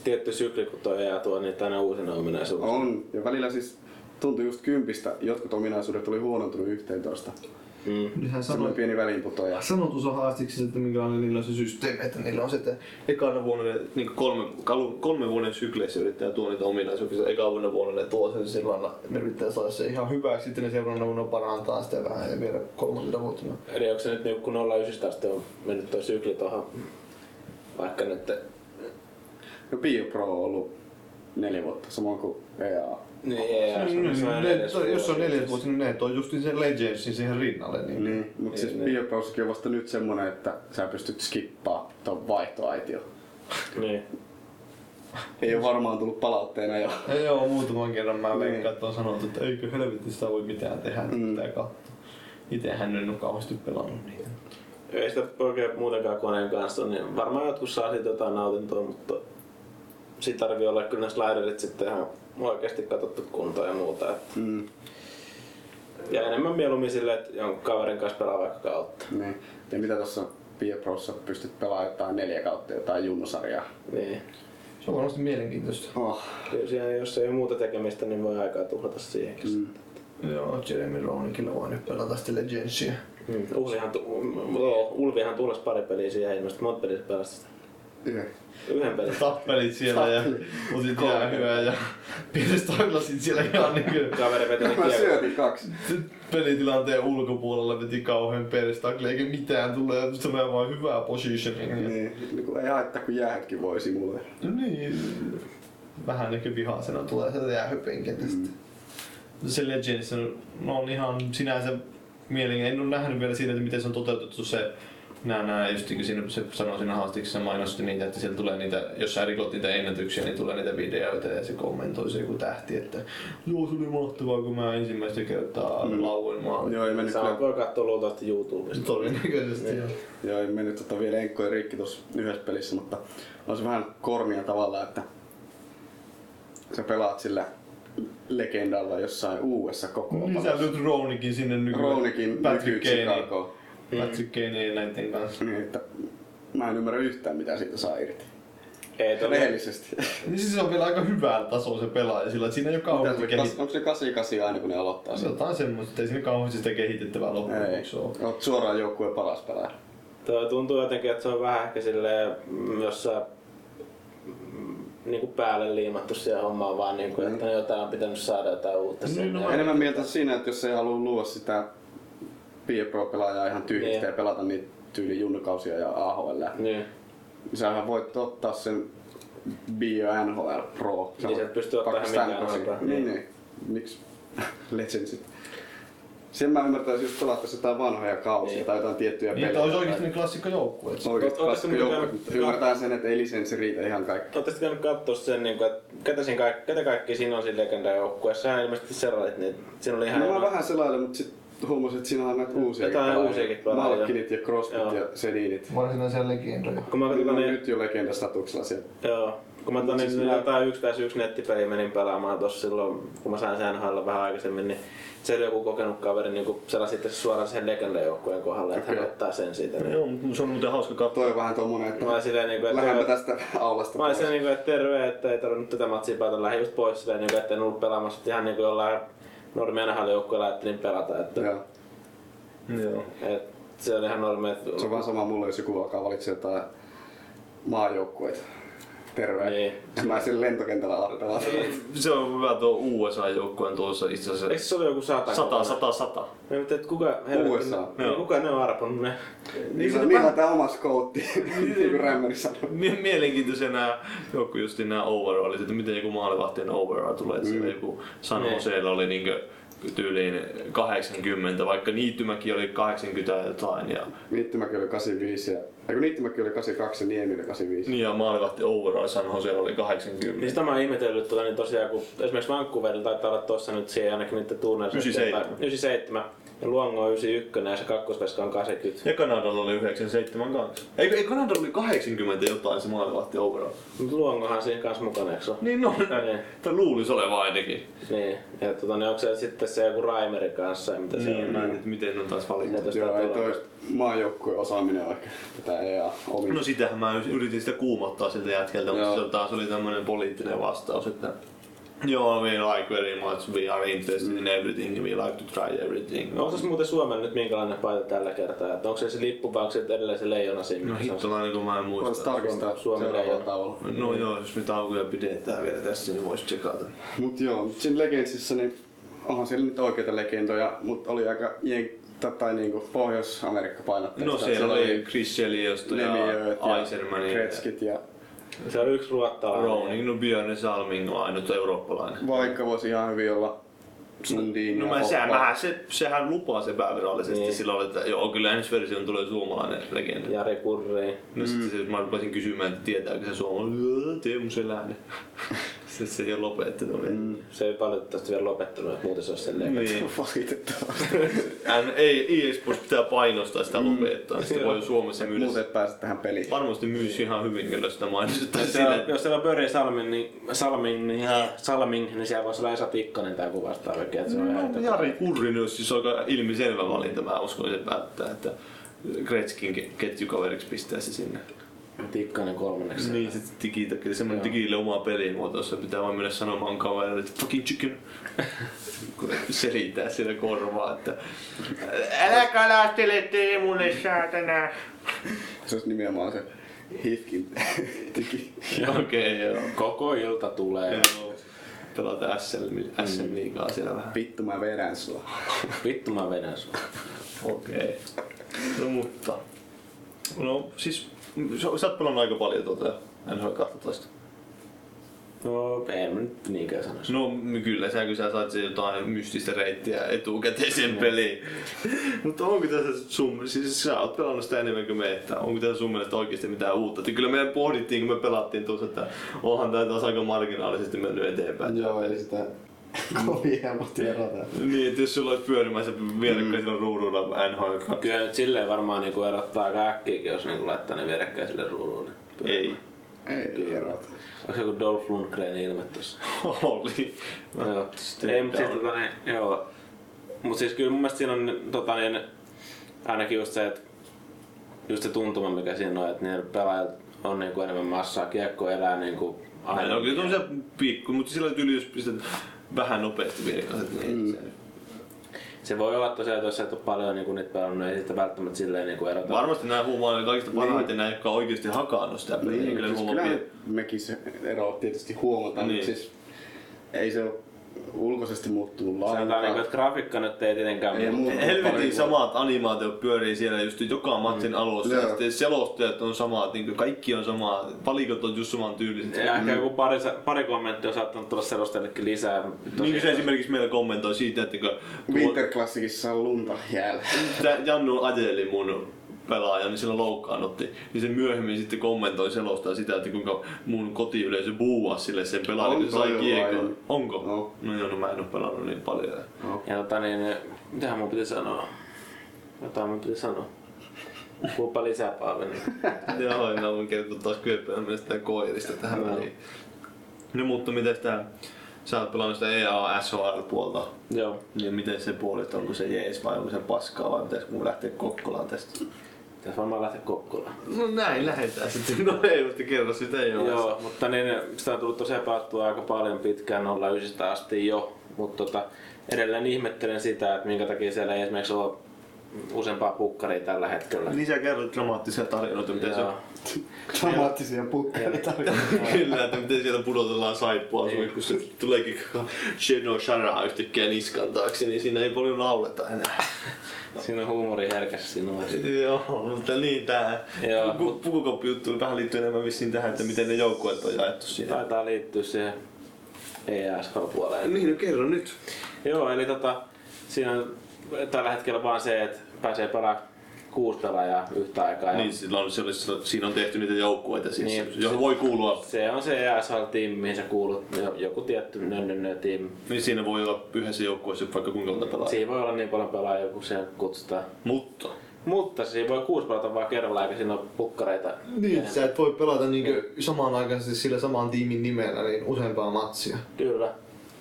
tietty sykli, kun toi EA tuo niitä aina uusina ominaisuuksia. On. Ja välillä siis tuntui just kympistä, jotkut ominaisuudet oli huonontunut 11. Nehän Semmoinen sanoi, pieni väliinputoja. sanotus on haastiksi, että minkälainen niillä on se systeemi, että niillä on se, että Ekana vuonna ne, niinku niin kolme, kalu- kolmen vuoden sykleissä yrittää tuoda niitä ominaisuuksia. Ekana vuonna ne tuo sen sillä lailla. ne yrittää saada se ihan hyväksi, sitten ne seuraavana vuonna parantaa sitä vähän ja vielä kolmantena vuotena. Eli onko se nyt niinku kun 09 asti on mennyt toi sykli tuohon, vaikka nyt, No Bio Pro on ollut neljä vuotta, samoin kuin E EA. niin EA, se on- se on niin, Ne, edes to- jos on vuosi. neljäs vuosi, niin ne toi justiin sen Legendsin siihen rinnalle. Mm. Niin. Niin, mutta siis Bio Prossakin on vasta nyt semmonen, että sä pystyt skippaa ton vaihtoaitio. Niin. Ei ole varmaan tullut palautteena jo. Ei Joo, muutaman kerran Niin. mä veikkaan, että on sanottu, että eikö helvetti sitä voi mitään tehdä, mm. pitää katsoa. Itehän en ole kauheasti pelannut niitä. ei sitä oikein muutenkaan koneen kanssa, niin varmaan jotkut saa siitä jotain nautintoa, mutta sit tarvii olla kyllä ne sliderit sitten ihan oikeasti katsottu kuntoon ja muuta. Että. Mm. Ja enemmän mieluummin silleen, että jonkun kaverin kanssa pelaa vaikka kautta. Niin. Ja mitä tuossa Pia Prossa pystyt pelaamaan jotain neljä kautta jotain junnusarjaa? Niin. Se on varmasti mielenkiintoista. Oh. Kyllä siinä, jos ei ole muuta tekemistä, niin voi aikaa tuhlata siihenkin. Mm. Joo, Jeremy Ronikilla voi nyt pelata sitten Legendsia. Mm. Ulvihan, tu- mm, joo, Ulvihan tuulas pari peliä siihen ilmeisesti, monta peliä se pelasi sitä? Yhden. (laughs) Yhden pelin. Tappelit siellä ja otit (laughs) jäähyä ja pienet taklasit siellä ihan niin niinku Kaveri veti ne Mä kiekko. syötin kaksi. pelitilanteen ulkopuolella veti kauhean perestakle eikä mitään tulee, tulee vaan hyvää positioningia. Niin. Niin kun ei haittaa, kun jäähätkin voi sivulle. No niin, vähän näkö vihaisena tulee sieltä jäähypenkiltä mm. Se Legends on, no on ihan sinänsä mielenkiintoinen. En ole nähnyt vielä siitä, että miten se on toteutettu se Nää, nää, just niin kuin siinä, se sanoi siinä haastiksessa mainosti niitä, että siellä tulee niitä, jos sä rikot niitä ennätyksiä, niin tulee niitä videoita ja se kommentoi se joku tähti, että joo, se oli mahtavaa, kun mä ensimmäistä kertaa mm. lauin maalin. Joo, ei mennyt, Sä kyllä, voi katsoa luultavasti YouTubesta. Todennäköisesti joo. joo, ei mennyt tota vielä enkkoja rikki tuossa yhdessä pelissä, mutta on se vähän kornia tavalla, että sä pelaat sillä legendalla jossain uudessa koko Niin sä nyt Rounikin sinne nykyään. Rounikin Patrick nykyiksi Kane. alkoi. Patrick Kane ja näiden kanssa. Niin, että mä en ymmärrä yhtään mitä siitä saa irti. Ei todella. Rehellisesti. Niin siis se on vielä aika hyvää tasoa se pelaaja sillä, että siinä ei ole Mitä kauheasti se kas- kehitettävää. Onko se 88 aina kun ne aloittaa sen? Jotain semmoista, että ei siinä kauheasti sitä kehitettävää loppujen Ei, lopuksi ole. oot suoraan joukkueen paras pelaaja. Toi tuntuu jotenkin, että se on vähän ehkä silleen, mm, jos sä mm, niinku päälle liimattu siihen hommaan vaan niinku, mm. että jotain on pitänyt saada jotain uutta Niin, sinne. no Ja- Enemmän mieltä siinä, että jos ei halua luoda sitä P-Pro-pelaajaa ihan tyhjistä Niin. ja pelata niitä tyyli junnukausia ja AHL. Niin. Sähän voit ottaa sen Bio NHL Pro. Niin, sä et pysty ottaa ihan Pakistan mitään Crossin. nopeaa. Niin, niin. Miksi? (laughs) Legendsit. Sen mä ymmärtäisin, jos pelattaisiin jotain vanhoja kausia Niin. tai jotain tiettyjä Niin, pelejä. että niinku- olisi oikeasti ne klassikkojoukkueet. Oikeasti Oot- niinku- ootas klassikko muuten- joukkue, mutta ymmärtää sen, että ei lisenssi riitä ihan kaikki. Oletteko käynyt katsoa sen, niinku, että ketä, siinä kaik- ketä kaikki siinä on siinä legendajoukkueessa? Sähän ilmeisesti selailit niitä. Siinä oli ihan... No mä ilman- vähän selailin, mutta sitten huomasin, että siinä on näitä uusia. Jotain uusiakin pelaajia. Malkinit ja Crosbyt Joo. ja Seninit. Varsinaisia legendoja. Kun mä Niillä katsoin on ne nyt jo legendastatuksella siellä. Joo. Kun mä tonne Siis siis mä- jotain yksi tai yksi nettipeliä menin pelaamaan tossa silloin, kun mä sain sen hailla vähän aikaisemmin, niin se oli joku kokenut kaveri niin selasi sitten suoraan sen legendajoukkueen kohdalle, että hän Okei. ottaa sen siitä. Niin. Joo, mutta se on muuten hauska katsoa. Toi on vähän tommonen, että Mä olin silleen niinku, että, lähdemme tästä aulasta. mä olin pois. silleen niinku, että terve, että ei tarvinnut tätä matsia päätä, lähdin just pois silleen niinku, että en ollut pelaamassa, että ihan niinku jollain normi NHL-joukkueella ajattelin pelata, että Joo. Joo. et, se oli ihan normi, että Se on vaan sama mulle, jos joku alkaa valitsemaan jotain maajoukkueita. Terve. Niin. Ja Mä sen lentokentällä Niin alan pelata. Se on hyvä tuo USA-joukkueen tuossa itse asiassa. Eikö se ole joku sata? Sata, sata, sata. Mä mietin, että kuka, helvetti, USA. ne- niin, kuka ne on arpannut ne? Niin Niillä, niillä on tää oma skoutti, niin kuin Rämmäri sanoi. Mie- mielenkiintoisena joku just nämä overallit, että miten joku maalivahtien overall tulee, että siellä joku San Niin. Joseella oli niinkö tyyliin 80, vaikka niittymäkin oli 80 ja jotain ja, Niittymäki oli 85 ja... Eiku Niittymäki oli 82 ja Niemi oli 85. niin ja maalivahti overall San Joseella oli 80. Niin sitä mä oon ihmetellyt tuota, niin tosiaan kun esimerkiksi Vancouverilla taitaa olla tuossa nyt siihen ainakin niiden tuuneissa. 97. 97. Ja Luongo on 91 ja se kakkosveska on 80. Ja Kanadalla oli 97 kanssa. Eikö, ei Kanadalla oli 80 jotain se maalivahti overall? Mut Luongohan siinä kanssa mukana, eikö se ole? Niin no, Niin. tai luulisi olevan ainakin. Niin. Ja tuota, niin onko se sitten se joku Raimeri kanssa ja mitä se Niin, on? mä en tiedä, miten ne on taas valittu. Mitä sitä Joo, ei tulee? toi maajoukkueen osaaminen ole tätä EA omin. No sitähän mä yritin sitä kuumottaa siltä jätkeltä, mutta Joo. se on- taas oli tämmönen poliittinen vastaus, että Joo, we like very much, we are interested in everything, we like to try everything. No onko se muuten Suomen nyt minkälainen paita tällä kertaa? Että onko se se lippu vai onko se edelleen se leijona siinä? No mikä se on? hittolainen kun mä en Voisi muista. tarkistaa Suomi- seuraavalla Suomi- tavalla. No joo, jos me taukoja pidetään vielä tässä, niin voisi tsekata. Mut joo, mut siinä Legendsissä niin onhan siellä nyt oikeita legendoja, mutta oli aika jen- tai- tai niinku Pohjois-Amerikka painotteista. No siellä oli Chris Seliosta ja Lemieux Eiserman ja ja Kretskit ja Se on yksi ruottalainen. Rowning, no Björn Salming on ainut eurooppalainen. vaikka voisi ihan hyvin olla Sundin No ja mä, sehän, Poppa. mähän, se, sehän lupaa se päävirallisesti Niin. niin. silloin, että joo, kyllä ensi versioon tulee suomalainen legenda. Ja. Jari Kurri. No sit se, mä rupesin kysymään, että tietääkö se suomalainen, "Öö, Teemu Selänne. Se, se ei ole lopetettu. Mm. Se ei valitettavasti vielä lopettanut, että muuten se olisi silleen. Niin. (laughs) Valitettavasti. N- ei, EA Sports pitää painostaa sitä lopettaa. Sitten voi Suomessa myydä. Muuten et pääse tähän peliin. Varmasti myisi ihan hyvin, kyllä sitä mainostetaan Jos siellä, sille. jos siellä on Börje Salmin, niin, Salmin, niin, Salming, niin siellä voisi olla Esa Tikkanen tai joku vastaava. Että se on ihan No, Jari Kurrinen olisi siis aika ilmiselvä valinta, mä uskon sen päättää, että Gretskin ke- ketjukaveriksi pistää se sinne. Tikkanen kolmanneksi. Niin, se digita, kyllä semmoinen digille oma pelimuoto, jossa pitää vaan mennä sanomaan kaverille, että fucking (laughs) chicken. Kun selittää siellä korvaa, että älä kalastele Teemulle, saatana. Se olisi nimenomaan se Hifkin teki. Okei, joo. Koko ilta tulee. Joo. Pelata SM, SM liigaa siellä vähän. Vittu mä vedän sua. Vittu mä vedän sua. Okei. No mutta. No siis, m- sä, sä oot pelannut aika paljon tuota NHL 12. No, en mä nyt niinkään sanoisi. No m- kyllä, sä, kun sä sait sen jotain mystistä reittiä etukäteisen peliin. (laughs) Mutta onko tässä sun, siis sä oot pelannut sitä enemmän kuin me, että onko tässä sun mielestä oikeasti mitään uutta? Että kyllä me pohdittiin, kun me pelattiin tuossa, että onhan tää taas aika marginaalisesti mennyt eteenpäin. Joo, eli (laughs) sitä kovin helposti erotaan. Niin, että jos sulla olisi pyörimässä vierekkäin mm. ruudulla NHL 12. Kyllä nyt silleen varmaan niinku erottaa aika äkkiäkin, jos niinku laittaa ne vierekkäin sille ruudulle. Ei. (laughs) Ei erota. Onko se joku Dolph Lundgren ilme tossa? Oli. No joo. Ei, mutta siis, tota, niin, joo. Mut siis kyllä mun mielestä siinä on tota, niin, ainakin just se, että just se tuntuma mikä siinä on, että niillä pelaajilla on niinku enemmän massaa, kiekko elää niinku Aina. No, aina. kyllä se on pikku, mutta sillä tyyli, jos pistät vähän nopeasti virkaset, niin mm. Se voi olla tosiaan, että jos sä et ole paljon niinku niitä pelannut, niin ei sitä välttämättä silleen niinku erota. Varmasti nämä huumaa oli kaikista parhaiten nämä, jotka on oikeasti hakannut sitä peliä. Niin, Niin, kyllä siis huumaa kyllä pie- mekin se ero tietysti huomataan, Niin. niin. siis ei se ole ulkoisesti muuttunut Sanotaan niinku, lainkaan. että grafiikka nyt ei tietenkään Ei muutu. muuta. Helvetin samat animaatiot pyörii siellä just joka matsin alussa. Ja Niin. Joo. sitten selostajat on samat, niin kaikki on samaa, palikot on just saman tyyliset. Mm. Ja ehkä joku pari, pari kommenttia on saattanut tulla selostajillekin lisää. Niin kuin se esimerkiksi meillä kommentoi siitä, että kun tuo- Winter Classicissa on lunta jäällä. Tää Jannu Adeli mun pelaaja, niin sillä loukkaannutti. Niin se myöhemmin sitten kommentoi selostaa sitä, että kuinka mun kotiyleisö buuas sille sen pelaajan, kun se Onko sai jo kiekon. vai- Onko? No. No. joo, no mä en oo pelannut niin paljon. Ja tota niin, mitähän mun piti sanoa? Jotain mun piti sanoa. Puhupa lisää niin- Paaveli. Joo, ja mä voin kertoa taas kyöppäimestä koirista tähän no. väliin. No mutta miten tää, sä oot pelannut sitä E EA-SHR-puolta, Joo. niin miten se puoli, että onko se jees vai onko se paskaa vai pitäisikö mun lähteä Kokkolaan tästä? Tässä varmaan lähtee Kokkolaan. No näin, lähetään sitten. No ei, mutta kerro sitä Joo, joo. Joo mutta niin, sitä on tullut tosiaan pelattua aika paljon pitkään 09 asti jo. Mutta tota, edelleen ihmettelen sitä, että minkä takia siellä ei esimerkiksi ole useampaa pukkaria tällä hetkellä. Niin sä kerrot dramaattisia tarinoita, miten se Joo. on Dramaattisia (laughs) pukkaita. (laughs) Kyllä, että miten siellä pudotellaan saippua sun, kun se tuleekin Sheno Sharaha yhtäkkiä niskan taakse, niin siinä ei paljon lauleta enää. Siinä on huumori herkässä sinua. Joo, mutta niin tää Joo. puku- pukukoppi-juttu vähän liittyy enemmän vissiin tähän, että miten ne joukkueet on jaettu siihen. Taitaa liittyä siihen E EASK-puoleen. Niin, no kerro nyt. Joo, eli tota, siinä on tällä hetkellä vaan se, että pääsee pelaa kuusi pelaajaa yhtä aikaa. ja Niin, sillä on, se oli, sillä- siinä on tehty niitä joukkueita siis, Niin. johon voi kuulua. Se on se ESL-tiimi, mihin sä kuulut, jo- joku tietty nönnönnö-tiimi. Niin siinä voi olla yhdessä joukkueessa vaikka kuinka monta pelaajaa. Siinä voi olla niin paljon pelaajia, kun se kutsutaan. Mutta. Mutta siinä voi kuusi pelata vaan kerralla, eikä siinä ole pukkareita. Niin, sä et voi pelata niinku samanaikaisesti sillä saman tiimin nimellä niin useampaa matsia. Kyllä.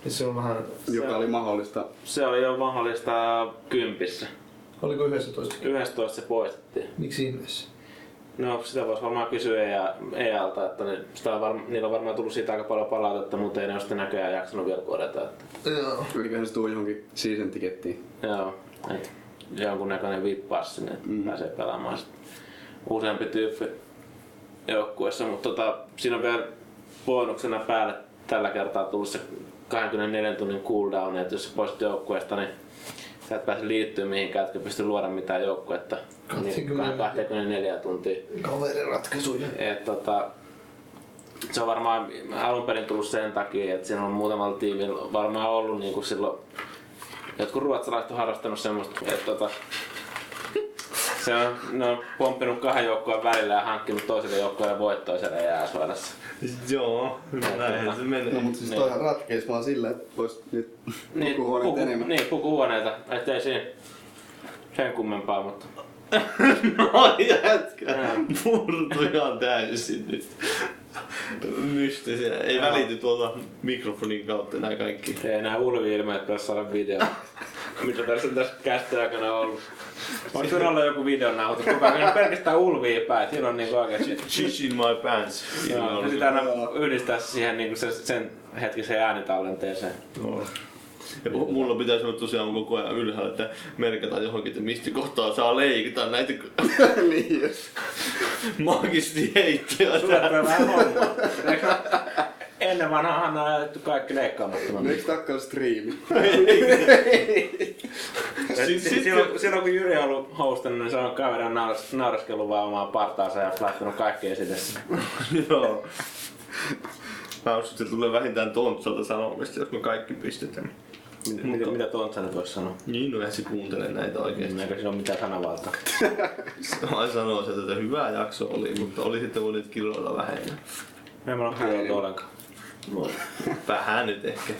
Niin se on vähän... Joka oli mahdollista. Se oli jo mahdollista kympissä. Oliko 11? 11 se poistettiin. Miksi ihmeessä? No sitä voisi varmaan kysyä E EA, EAlta, että ne, sitä on varma, niillä on varmaan tullut siitä aika paljon palautetta, mutta ei ne ole sitä näköjään jaksanut vielä korjata. Että, Joo. Yliköhän se tuu johonkin season tickettiin. joo, että jonkunnäköinen vippaus sinne, että mm. pääsee pelaamaan sit useampi tyyppi joukkueessa, mutta tota, siinä on vielä bonuksena päälle tällä kertaa tullut se 24 tunnin cooldown, että jos sä poistut joukkueesta, niin sä et pääse liittyä mihinkään, etkä pysty luoda mitään joukkuetta. Niin, 20. 24 tuntia. Kaveriratkaisuja. Et, tota, se on varmaan alun perin tullut sen takia, että siinä on muutamalla tiimillä varmaan ollut niin kuin silloin, jotkut ruotsalaiset on harrastanut semmoista, että tota, Se on, ne on pomppinut kahden joukkueen välillä ja hankkinut toiselle joukkueelle voittoa siellä E jääsuolassa. (laughs) Joo, näinhän se menee. No, Mm. (laughs) mutta siis toihan ratkeisi vaan sillä, että voisi nyt Niin, pukuhuoneet puku- enemmän. Niin, pukuhuoneita. Ettei siinä sen kummempaa, mutta... No jätkä, murtu ihan täysin nyt. Mystisenä. Ei välity tuolta mikrofonin kautta nää kaikki. Ei enää ulvi ilmeet pitäisi saada (laughs) video. Mitä tässä on tässä kästä aikana ollut? On kyllä olla joku video nauhoitus, kun päivänä pelkästään ulvii päin, siinä on niinku oikein shit. Shit in my pants. Joo, pitää aina yhdistää se siihen niinku se, sen hetkisen äänitallenteeseen. Joo. Ja mu- mulla pitäisi olla tosiaan koko ajan ylhäällä, että merkata johonkin, että mistä kohtaa saa leikata näitä (laughs) niin just. magisti heittiä. Sulle tulee vähän hommaa. Ennen vanhaan on ajettu kaikki leikkaamattoman. Miksi takkaan striimi? Siis, sit, silloin, silloin, kun Jyri on ollut hostannut, niin se on kaverin nauras- nauraskellut vaan omaa partaansa ja lähtenyt kaikki esitessä. Joo. Mä uskon, että tulee vähintään tontsalta sanomista, jos me kaikki pistetään. Mitä, mitä, mitä Tontsa nyt voisi sanoa? Niin, no eihän se kuuntele näitä oikeesti. Eikö sillä ole mitään sanavaltaa? Mä Vaan sanoo sieltä, että hyvä jakso oli, mutta oli sitten voinut kiloilla vähemmän. Me emme ole kuullut ollenkaan. No, vähän nyt ehkä.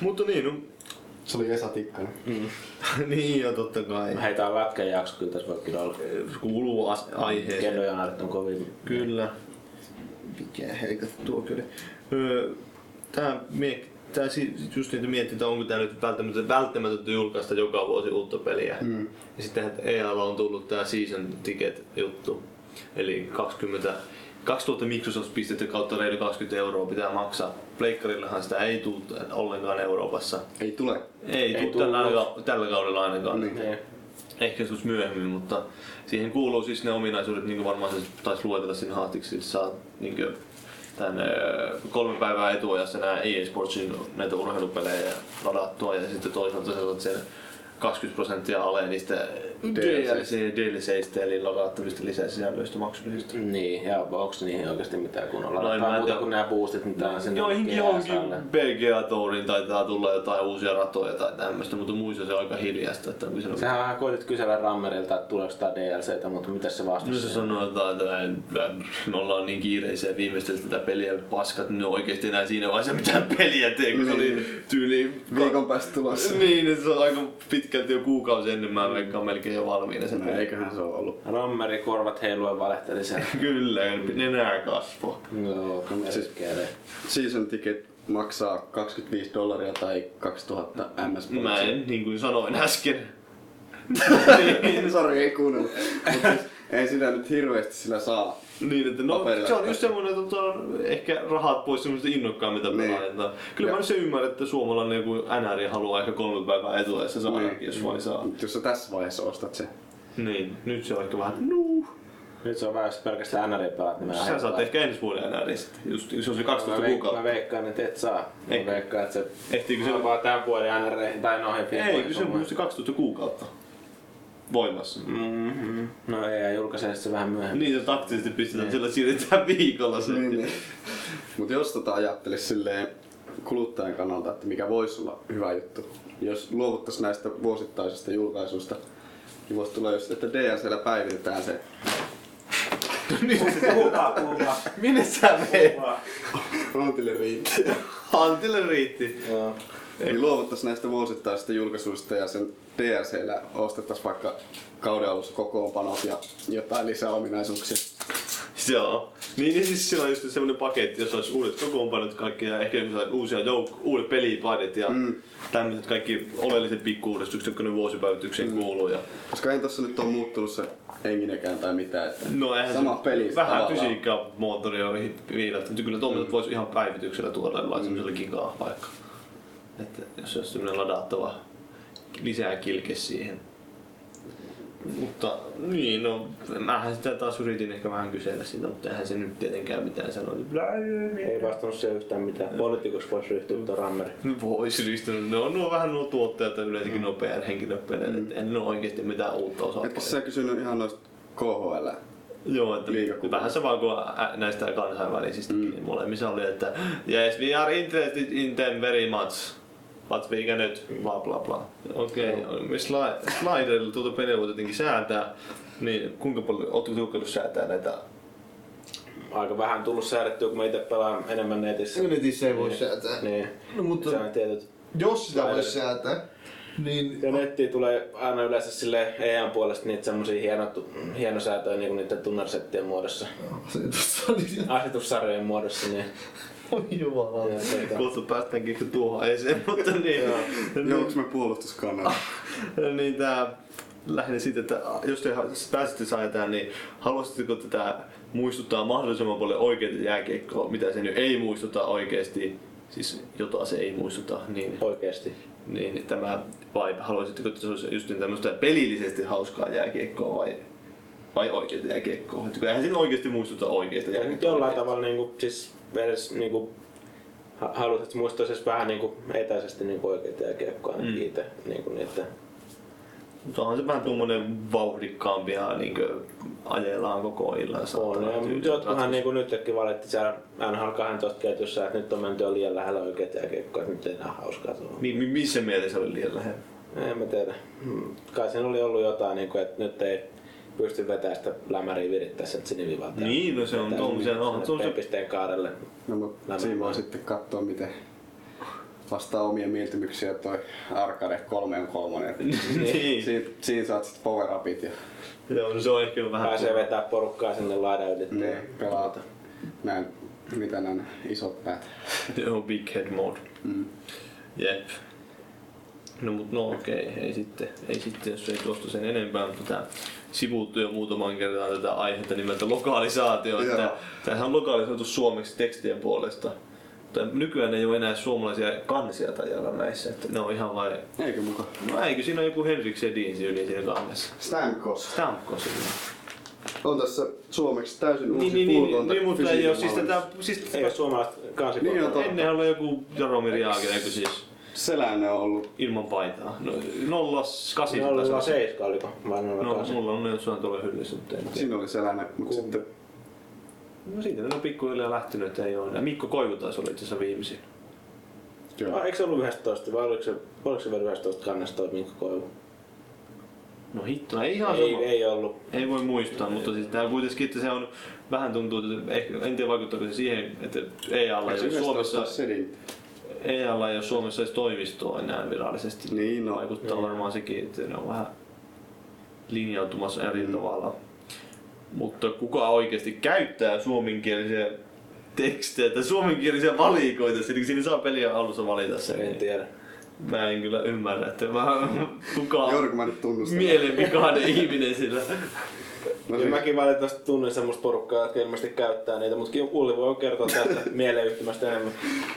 Mutta niin, no, (laughs) (laughs) Se oli Esa Tikkanen. niin ja totta kai. Hei, tää on lätkän jakso, kyllä tässä voi kyllä olla. Kuuluu as- aiheeseen. Kellojanaarit on kovin. Kyllä. Mikä helkat tuo kyllä. Öö, tää, miek- tää si- just niitä miettii, että onko tää nyt välttämättä, välttämätöntä julkaista joka vuosi uutta peliä. Mm. Ja sittenhän EAlla on tullut tää season ticket juttu. Eli 20 2000 Microsoft-pistettä kautta reilu 20 euroa pitää maksaa. Pleikkarillahan sitä ei tule ollenkaan Euroopassa. Ei tule. Ei, Ei ei tällä, tullut. tällä kaudella ainakaan. Niin. Niin. Ehkä joskus myöhemmin, mutta siihen kuuluu siis ne ominaisuudet, niin kuin varmaan se taisi luetella sinne haastiksi, että saa niin kuin, tämän öö, kolme päivää etuajassa nämä EA Sportsin näitä urheilupelejä ladattua ja sitten toisaalta sä saat sen 20 prosenttia alle niistä DLC- DLCistä eli ladattavista lisäsisällöistä maksullisista. Niin, ja onks niihin oikeesti mitään kunnolla? No en No, mä muuta tiedä. kuin nää boostit, mitä on sinne Joihinkin jääsalle. johonkin PGA Tourin taitaa tulla jotain uusia ratoja tai tämmöistä, mutta muissa se on aika hiljaista. Että onko siellä- Sähän vähän koitit kysellä Rammerilta, että tuleeko tää DLCtä, mutta mitä se No se vastasi? sanoo, että että me ollaan niin kiireisiä ja viimeistellä tätä peliä paskat, niin ne on oikeesti enää siinä vaiheessa mitään (laughs) peliä tee, kun se oli tyyli Niin. Viikon päästä tulossa. Niin, että se on aika pitkälti jo kuukausi ennen, mä veikkaan melkein jo valmiina sen No, peli. eiköhän se ole ollut. Rammeri korvat heiluen ja valehteli sen. Kyllä, nenää kasvo. Joo, Siis- merkkeelle. Season ticket maksaa 25 dollaria tai 2000 ms Mä en, niin kuin sanoin äsken. Sori, Niin, ei kuunnellut. Mut siis, ei sitä nyt hirveästi sillä saa. Niin, että no, Paperilla. se on just semmoinen, että on ehkä rahat pois semmoista innokkaammilta Niin. pelaajilta. Kyllä mä Ja- nyt se ymmärrän, että suomalainen joku NR haluaa ehkä kolme päivää etuajassa saada, Niin. jos vain saa. Mut jos sä tässä vaiheessa ostat sen. Niin, nyt se on ehkä vähän nuu. Nyt se on vähän jos pelkästään NR-pelat, niin mä Sä saat ehkä ensi vuoden NR sitten, just se on se Mä, 12 veik- mä kuukautta. veikkaan, että et saa. Mä Ei. veikkaan, että se... Ehtiikö se- on vaan tämän vuoden NR tai noihin Ei, kyllä se on just se 12 kuukautta voimassa. Mm-hmm. No ei, ja julkaisee se vähän myöhemmin. Niin, se taktisesti pistetään, sillä siirretään viikolla se. Niin, niin. Mutta jos tota ajattelisi silleen kuluttajan kannalta, että mikä voisi olla hyvä juttu, jos luovuttaisiin näistä vuosittaisista julkaisuista, niin voisi tulla just, että DLCllä päivitetään se. Niin, Puhukaa, puhukaa. Minne sä menet? Rontille riitti. Hantille riitti. Eli luovuttaisiin näistä vuosittaisista julkaisuista ja sen DLCllä ostettaisiin vaikka kauden alussa kokoonpanot ja jotain lisäominaisuuksia. Joo. Niin, niin siis sillä on just semmonen paketti, jossa olisi uudet kokoonpanot kaikki ja ehkä jotain uusia jouk- uudet pelipaidet ja mm. tämmöiset kaikki oleelliset pikkuuudistukset, jotka ne vuosipäivitykseen mm. kuuluu. Ja Koska ei tossa nyt ole muuttunut se henginekään tai mitään. Että No eihän sama se, peli Vähän tavallaan. fysiikkamoottori on hi- viilattu, mutta kyllä tuommoiset voisi ihan päivityksellä tuoda jollain Mm. semmoisella gigaa vaikka. Että jos se olisi semmoinen ladattava lisää kilke siihen. Mutta niin, no mähän sitä taas yritin ehkä vähän kysellä sitä, mutta eihän se nyt tietenkään mitään sanoa. Ei vastannut se yhtään mitään. Poliitikoksi voisi ryhtyä, mutta Rammeri. Voisi ryhtynyt, No, ne on nuo vähän nuo tuottajat ja yleensäkin nuo PR-henkilöpelit, mm. että en ne ole oikeasti mitään uutta osaa. Mm. Etkö sä kysynyt ihan noista KHL? Joo, että Liigakuvia. vähän sama kuin ä- näistä kansainvälisistä. Mm. Molemmissa oli, että yes, we are interested in them very much. But we cannot, bla bla bla. Okei, okay. me sli- sliderilla tuota peliä voi tietenkin säätää. Niin, kuinka paljon, ootko tullut säätää näitä? Aika vähän tullut säädettyä, kun mä itse pelaan enemmän netissä. Netissä ei voi Niin. säätää. Niin. No, mutta Se on tietyt jos sitä Aivan. voisi säätää, (laughs) niin Ja nettiin tulee aina yleensä sille EAN puolesta niitä semmosia hienot, hienosäätöjä niinku niiden tunnersettien muodossa. Asetussarjojen muodossa, niin... Oi jumala. Kohta päästäänkin kyllä tuohon aiheeseen, (laughs) mutta niin. Joo, onks mä puolustuskannalla? niin tää lähinnä siitä, että jos te pääsitte säätään, niin haluaisitteko tätä muistuttaa mahdollisimman paljon oikeita jääkiekkoa, mitä se nyt ei muistuta oikeesti, siis jota se ei muistuta, niin oikeesti. Niin, niin tämä vai haluaisitteko, että se olisi just niin tämmöistä pelillisesti hauskaa jääkiekkoa vai vai oikeita jääkiekkoa? Että kun eihän siinä oikeasti muistuta oikeista Ja jääkiekkoa. jollain tavalla niinku, siis edes niinku, ha- haluat, että muistaisi edes vähän niinku etäisesti niinku oikeita ja kiekkoa mm. niitä. Niinku niitä. Mutta onhan se vähän tuommoinen vauhdikkaampi ja niin ajellaan koko illan. On, ja tyyli- jotkuhan niinku nytkin valitti siellä NHL 12 ketjussa, että nyt on menty jo liian lähellä oikeita ja kiekkoa, että nyt ei enää hauskaa tulla. Mi- mi- missä mielessä oli liian lähellä? En mä tiedä. Hmm. Kai siinä oli ollut jotain, niin kuin, että nyt ei pysty vetämään sitä lämäriä virittää sen sinivivalta. Niin, no se on tuommoisen- onhan Se se on on se- pisteen kaarelle. No, mutta siinä voi sitten katsoa, miten vastaa omia mieltymyksiä toi Arcade 3 on kolmonen. Niin. Siin, siinä saat sitten power upit ja Joo, se on ehkä vähän... Pääsee vetää porukkaa sinne laidan yli. ne Niin. pelaat näin, mitä nämä isot päät. Joo, big head mode. Mm. Jep. No mut no okei, ei sitten, ei sitten jos ei tuosta sen enempää, mutta tää sivuttu jo muutaman kertaan tätä aihetta nimeltä lokalisaatio. Joo. Että tämähän on lokalisoitu suomeksi tekstien puolesta. Mutta nykyään ei ole enää suomalaisia kansia tajalla näissä, että ne on ihan vain... Eikö muka? No eikö siinä ole joku Henrik Sedin yli siinä kannessa? Stamkos. Stamkos. on tässä suomeksi täysin uusi Niin, niin, niin, puuton- niin, mutta ei ole siis fysiikan tätä... valmis. Siis, Ei ole suomalaista kansikorttia. Niin on totta. Ennenhän oli joku Jaromir Jaager, eikö siis? Selänne on ollut ilman paitaa. No, 08 Nolla seitsemän oliko? Vai nolla No, kahdeksan? mulla on ne jossain tuolla hyllyssä, mutta en tiedä. Siinä oli selänne, mutta sitten No siitä ne on pikkuhiljaa lähtenyt, että ei ole enää. Mikko Koivu taisi olla itse asiassa viimeisin. no. Joo. Ah, Eikö se ollut 11 vai oliko se, oliko se vielä 11 kannasta toi Minkko Koivu? No hitto, ei ihan ei, sama. ei ollut. Ei voi muistaa, mutta siis tää kuitenkin, että se on vähän tuntuu, että ehkä, en tiedä vaikuttaako se siihen, että EAlla ei Eikö ole se Suomessa, yhdestä sedin? EAlla ei ole E Suomessa edes toimistoa enää virallisesti. Niin no. Vaikuttaa varmaan sekin, että ne on vähän linjautumassa eri tavalla. Mutta kuka oikeasti käyttää suomenkielisiä tekstejä tai suomenkielisiä valikoita, siinä siinä saa peliä alussa valita sen. En tiedä. Mä en kyllä ymmärrä, että mä, kuka Jorg, on mä nyt tunnustan. mielenvikainen ihminen sillä. No, ja siis- mäkin valitettavasti tunnen semmoista porukkaa, jotka ilmeisesti käyttää niitä, mutta Ulli voi kertoa tästä mieleyhtymästä enemmän.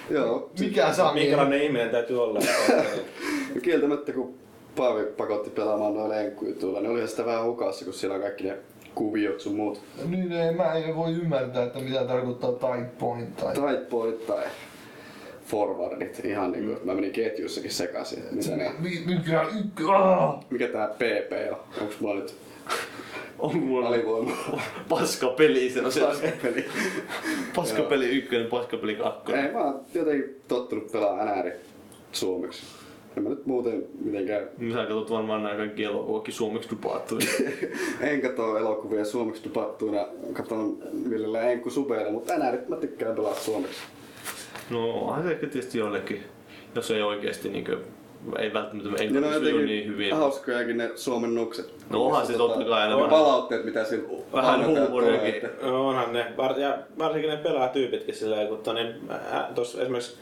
Joo, Mikä saa Minkälainen ihminen täytyy olla? No Kieltämättä kun Paavi pakotti pelaamaan noilla enkkujutuilla, niin olihan sitä vähän hukassa, kun siellä on kaikki ne kuviot sun muut. Niin ei, mä en voi ymmärtää, että mitä tarkoittaa tight point tai... Tight point tai forwardit, ihan niinku, että mä menin ketjussakin sekaisin. että Mitä ne, Mi- Mikä ykkö... aah! mikä tää PP on? Onks mulla nyt On mulla alivoima? paska peli, se on se Paskapeli. paska peli ykkönen, paska peli kakkonen. Ei, mä oon jotenkin tottunut pelaa NR suomeksi. En mä nyt muuten mitenkään... Sä katsot varmaan nämä kaikki elokuvakin suomeksi dupattu. En katso elokuvia suomeksi tupattuina, katon Villellä Enkku Subeilla, mutta NR mä tykkään pelaa suomeksi. No onhan se ehkä tietysti jollekin, jos ei oikeesti niinkö, ei välttämättä Ja ne englanniksi on suju No, jotenkin niin hyvin. hauskojakin ne Suomen nukset. No onhan se Tota, totta kai, Ne no. palautteet, mitä sillä Vähän annetaan tulee, huumoriakin. (laughs) että No onhan ne, var, ja varsinkin ne pelaa tyypitkin sillä lailla, kun tonne, ä, tossa esimerkiksi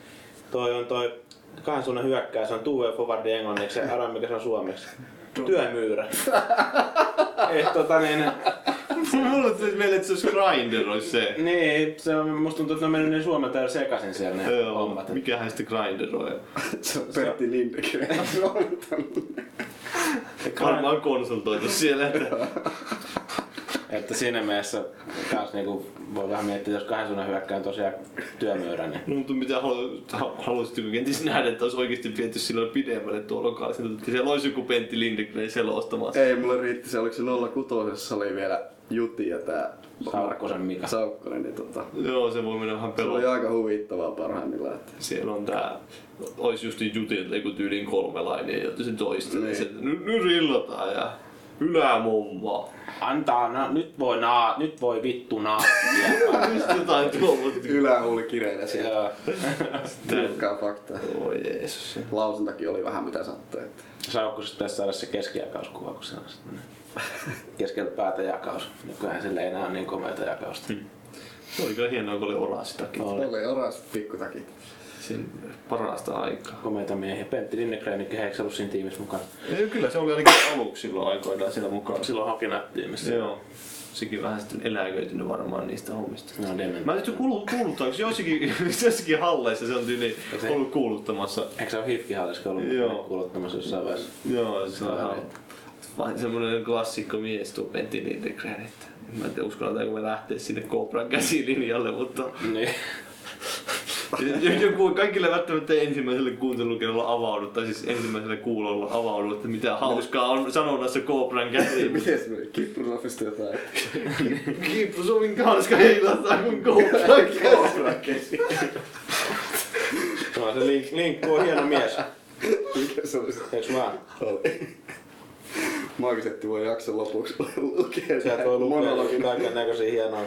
toi on toi kahden suunnan hyökkäys, on two way forward englanniksi ja aram mikä se on suomeksi. Työmyyrä. Et tota niin, Mulla tuli mieleen, että se olisi Grindr olisi (laughs) se. niin se on, musta tuntuu, että ne on mennyt niin suomelta ja sekaisin siellä ne Joo, hommat. mikähän sitten Grindr on. (laughs) Se on (laughs) Pertti Lindegren. Varmaan konsultoitu siellä, (laughs) että Että siinä mielessä kans niinku voi vähän miettiä, jos kahden suunnan hyökkää on tosiaan työmyyrä, niin No, mutta mitä halu- ha- haluaisitko kenties nähdä, että olisi oikeasti viety silloin pidemmälle tuo lokaalisen, että siellä olisi joku Pentti Lindgren selostamassa. Ei, mulle riitti se, oliko se 06, jossa oli vielä Juti ja tää Saukkosen Mika. Saukkonen, niin tota, Joo, se voi mennä vähän se oli peloon. aika huvittavaa parhaimmillaan. Että. Siellä on tää, olisi just niin jutilta joku tyyliin kolmelainen, jotta se toistelee Niin. sen. Nyt, nyt rillataan ja Ylämummo. Antaa, na, nyt voi naa, nyt voi vittu naattia. Just jotain tuommoista. Ylähuuli kireillä siellä. Tiukkaa faktaa. Oi Jeesus. Lausuntakin oli vähän mitä sattui. Että. Saako se tässä saada se keskiaikauskuva, kun se on sitten keskellä päätä jakaus. Nykyään sillä ei enää ole niin komeita jakausta. Se oli kyllä hienoa, kun oli orasistakin. Oli oras pikkutakit. Siinä parasta aikaa. Komeita miehiä. Pentti Linnekreenikki, eikö se ollut siinä tiimissä mukana? Ei, kyllä se oli ainakin aluksi silloin aikoinaan siellä mukaan. Silloin hakinättiimessä. Joo. Sekin vähän sitten eläköitynyt varmaan niistä hommista. No, Mä en nyt kuullut kuuluttaako joissakin, joissakin halleissa se on tyyli se- ollut kuuluttamassa. Eikö se ole Hifkihallis ollut Joo. kuuluttamassa jossain vaiheessa? Joo, se on ihan vain semmoinen klassikko mies tuo Pentti Lindgren, että en mä tiedä uskallanko me lähteä sinne Cobran käsilinjalle, mutta... (laughs) Niin. Joku kaikille välttämättä ei ensimmäiselle kuuntelukerralla avaudu, tai siis ensimmäisellä kuulolla avaudu, että mitä hauskaa on sanonnassa Cobran (laughs) käsi. Miten se meni? Kiprusofista jotain. Kiiprusovin kanska heilahtaa kuin (laughs) Cobran käsi. No se link, linkku on hieno mies. Mikä se olisi? Eiks vaan? Maagisetti voi jakson lopuksi lukea Sieltä voi lukea monologin. kaiken näköisiä hienoja,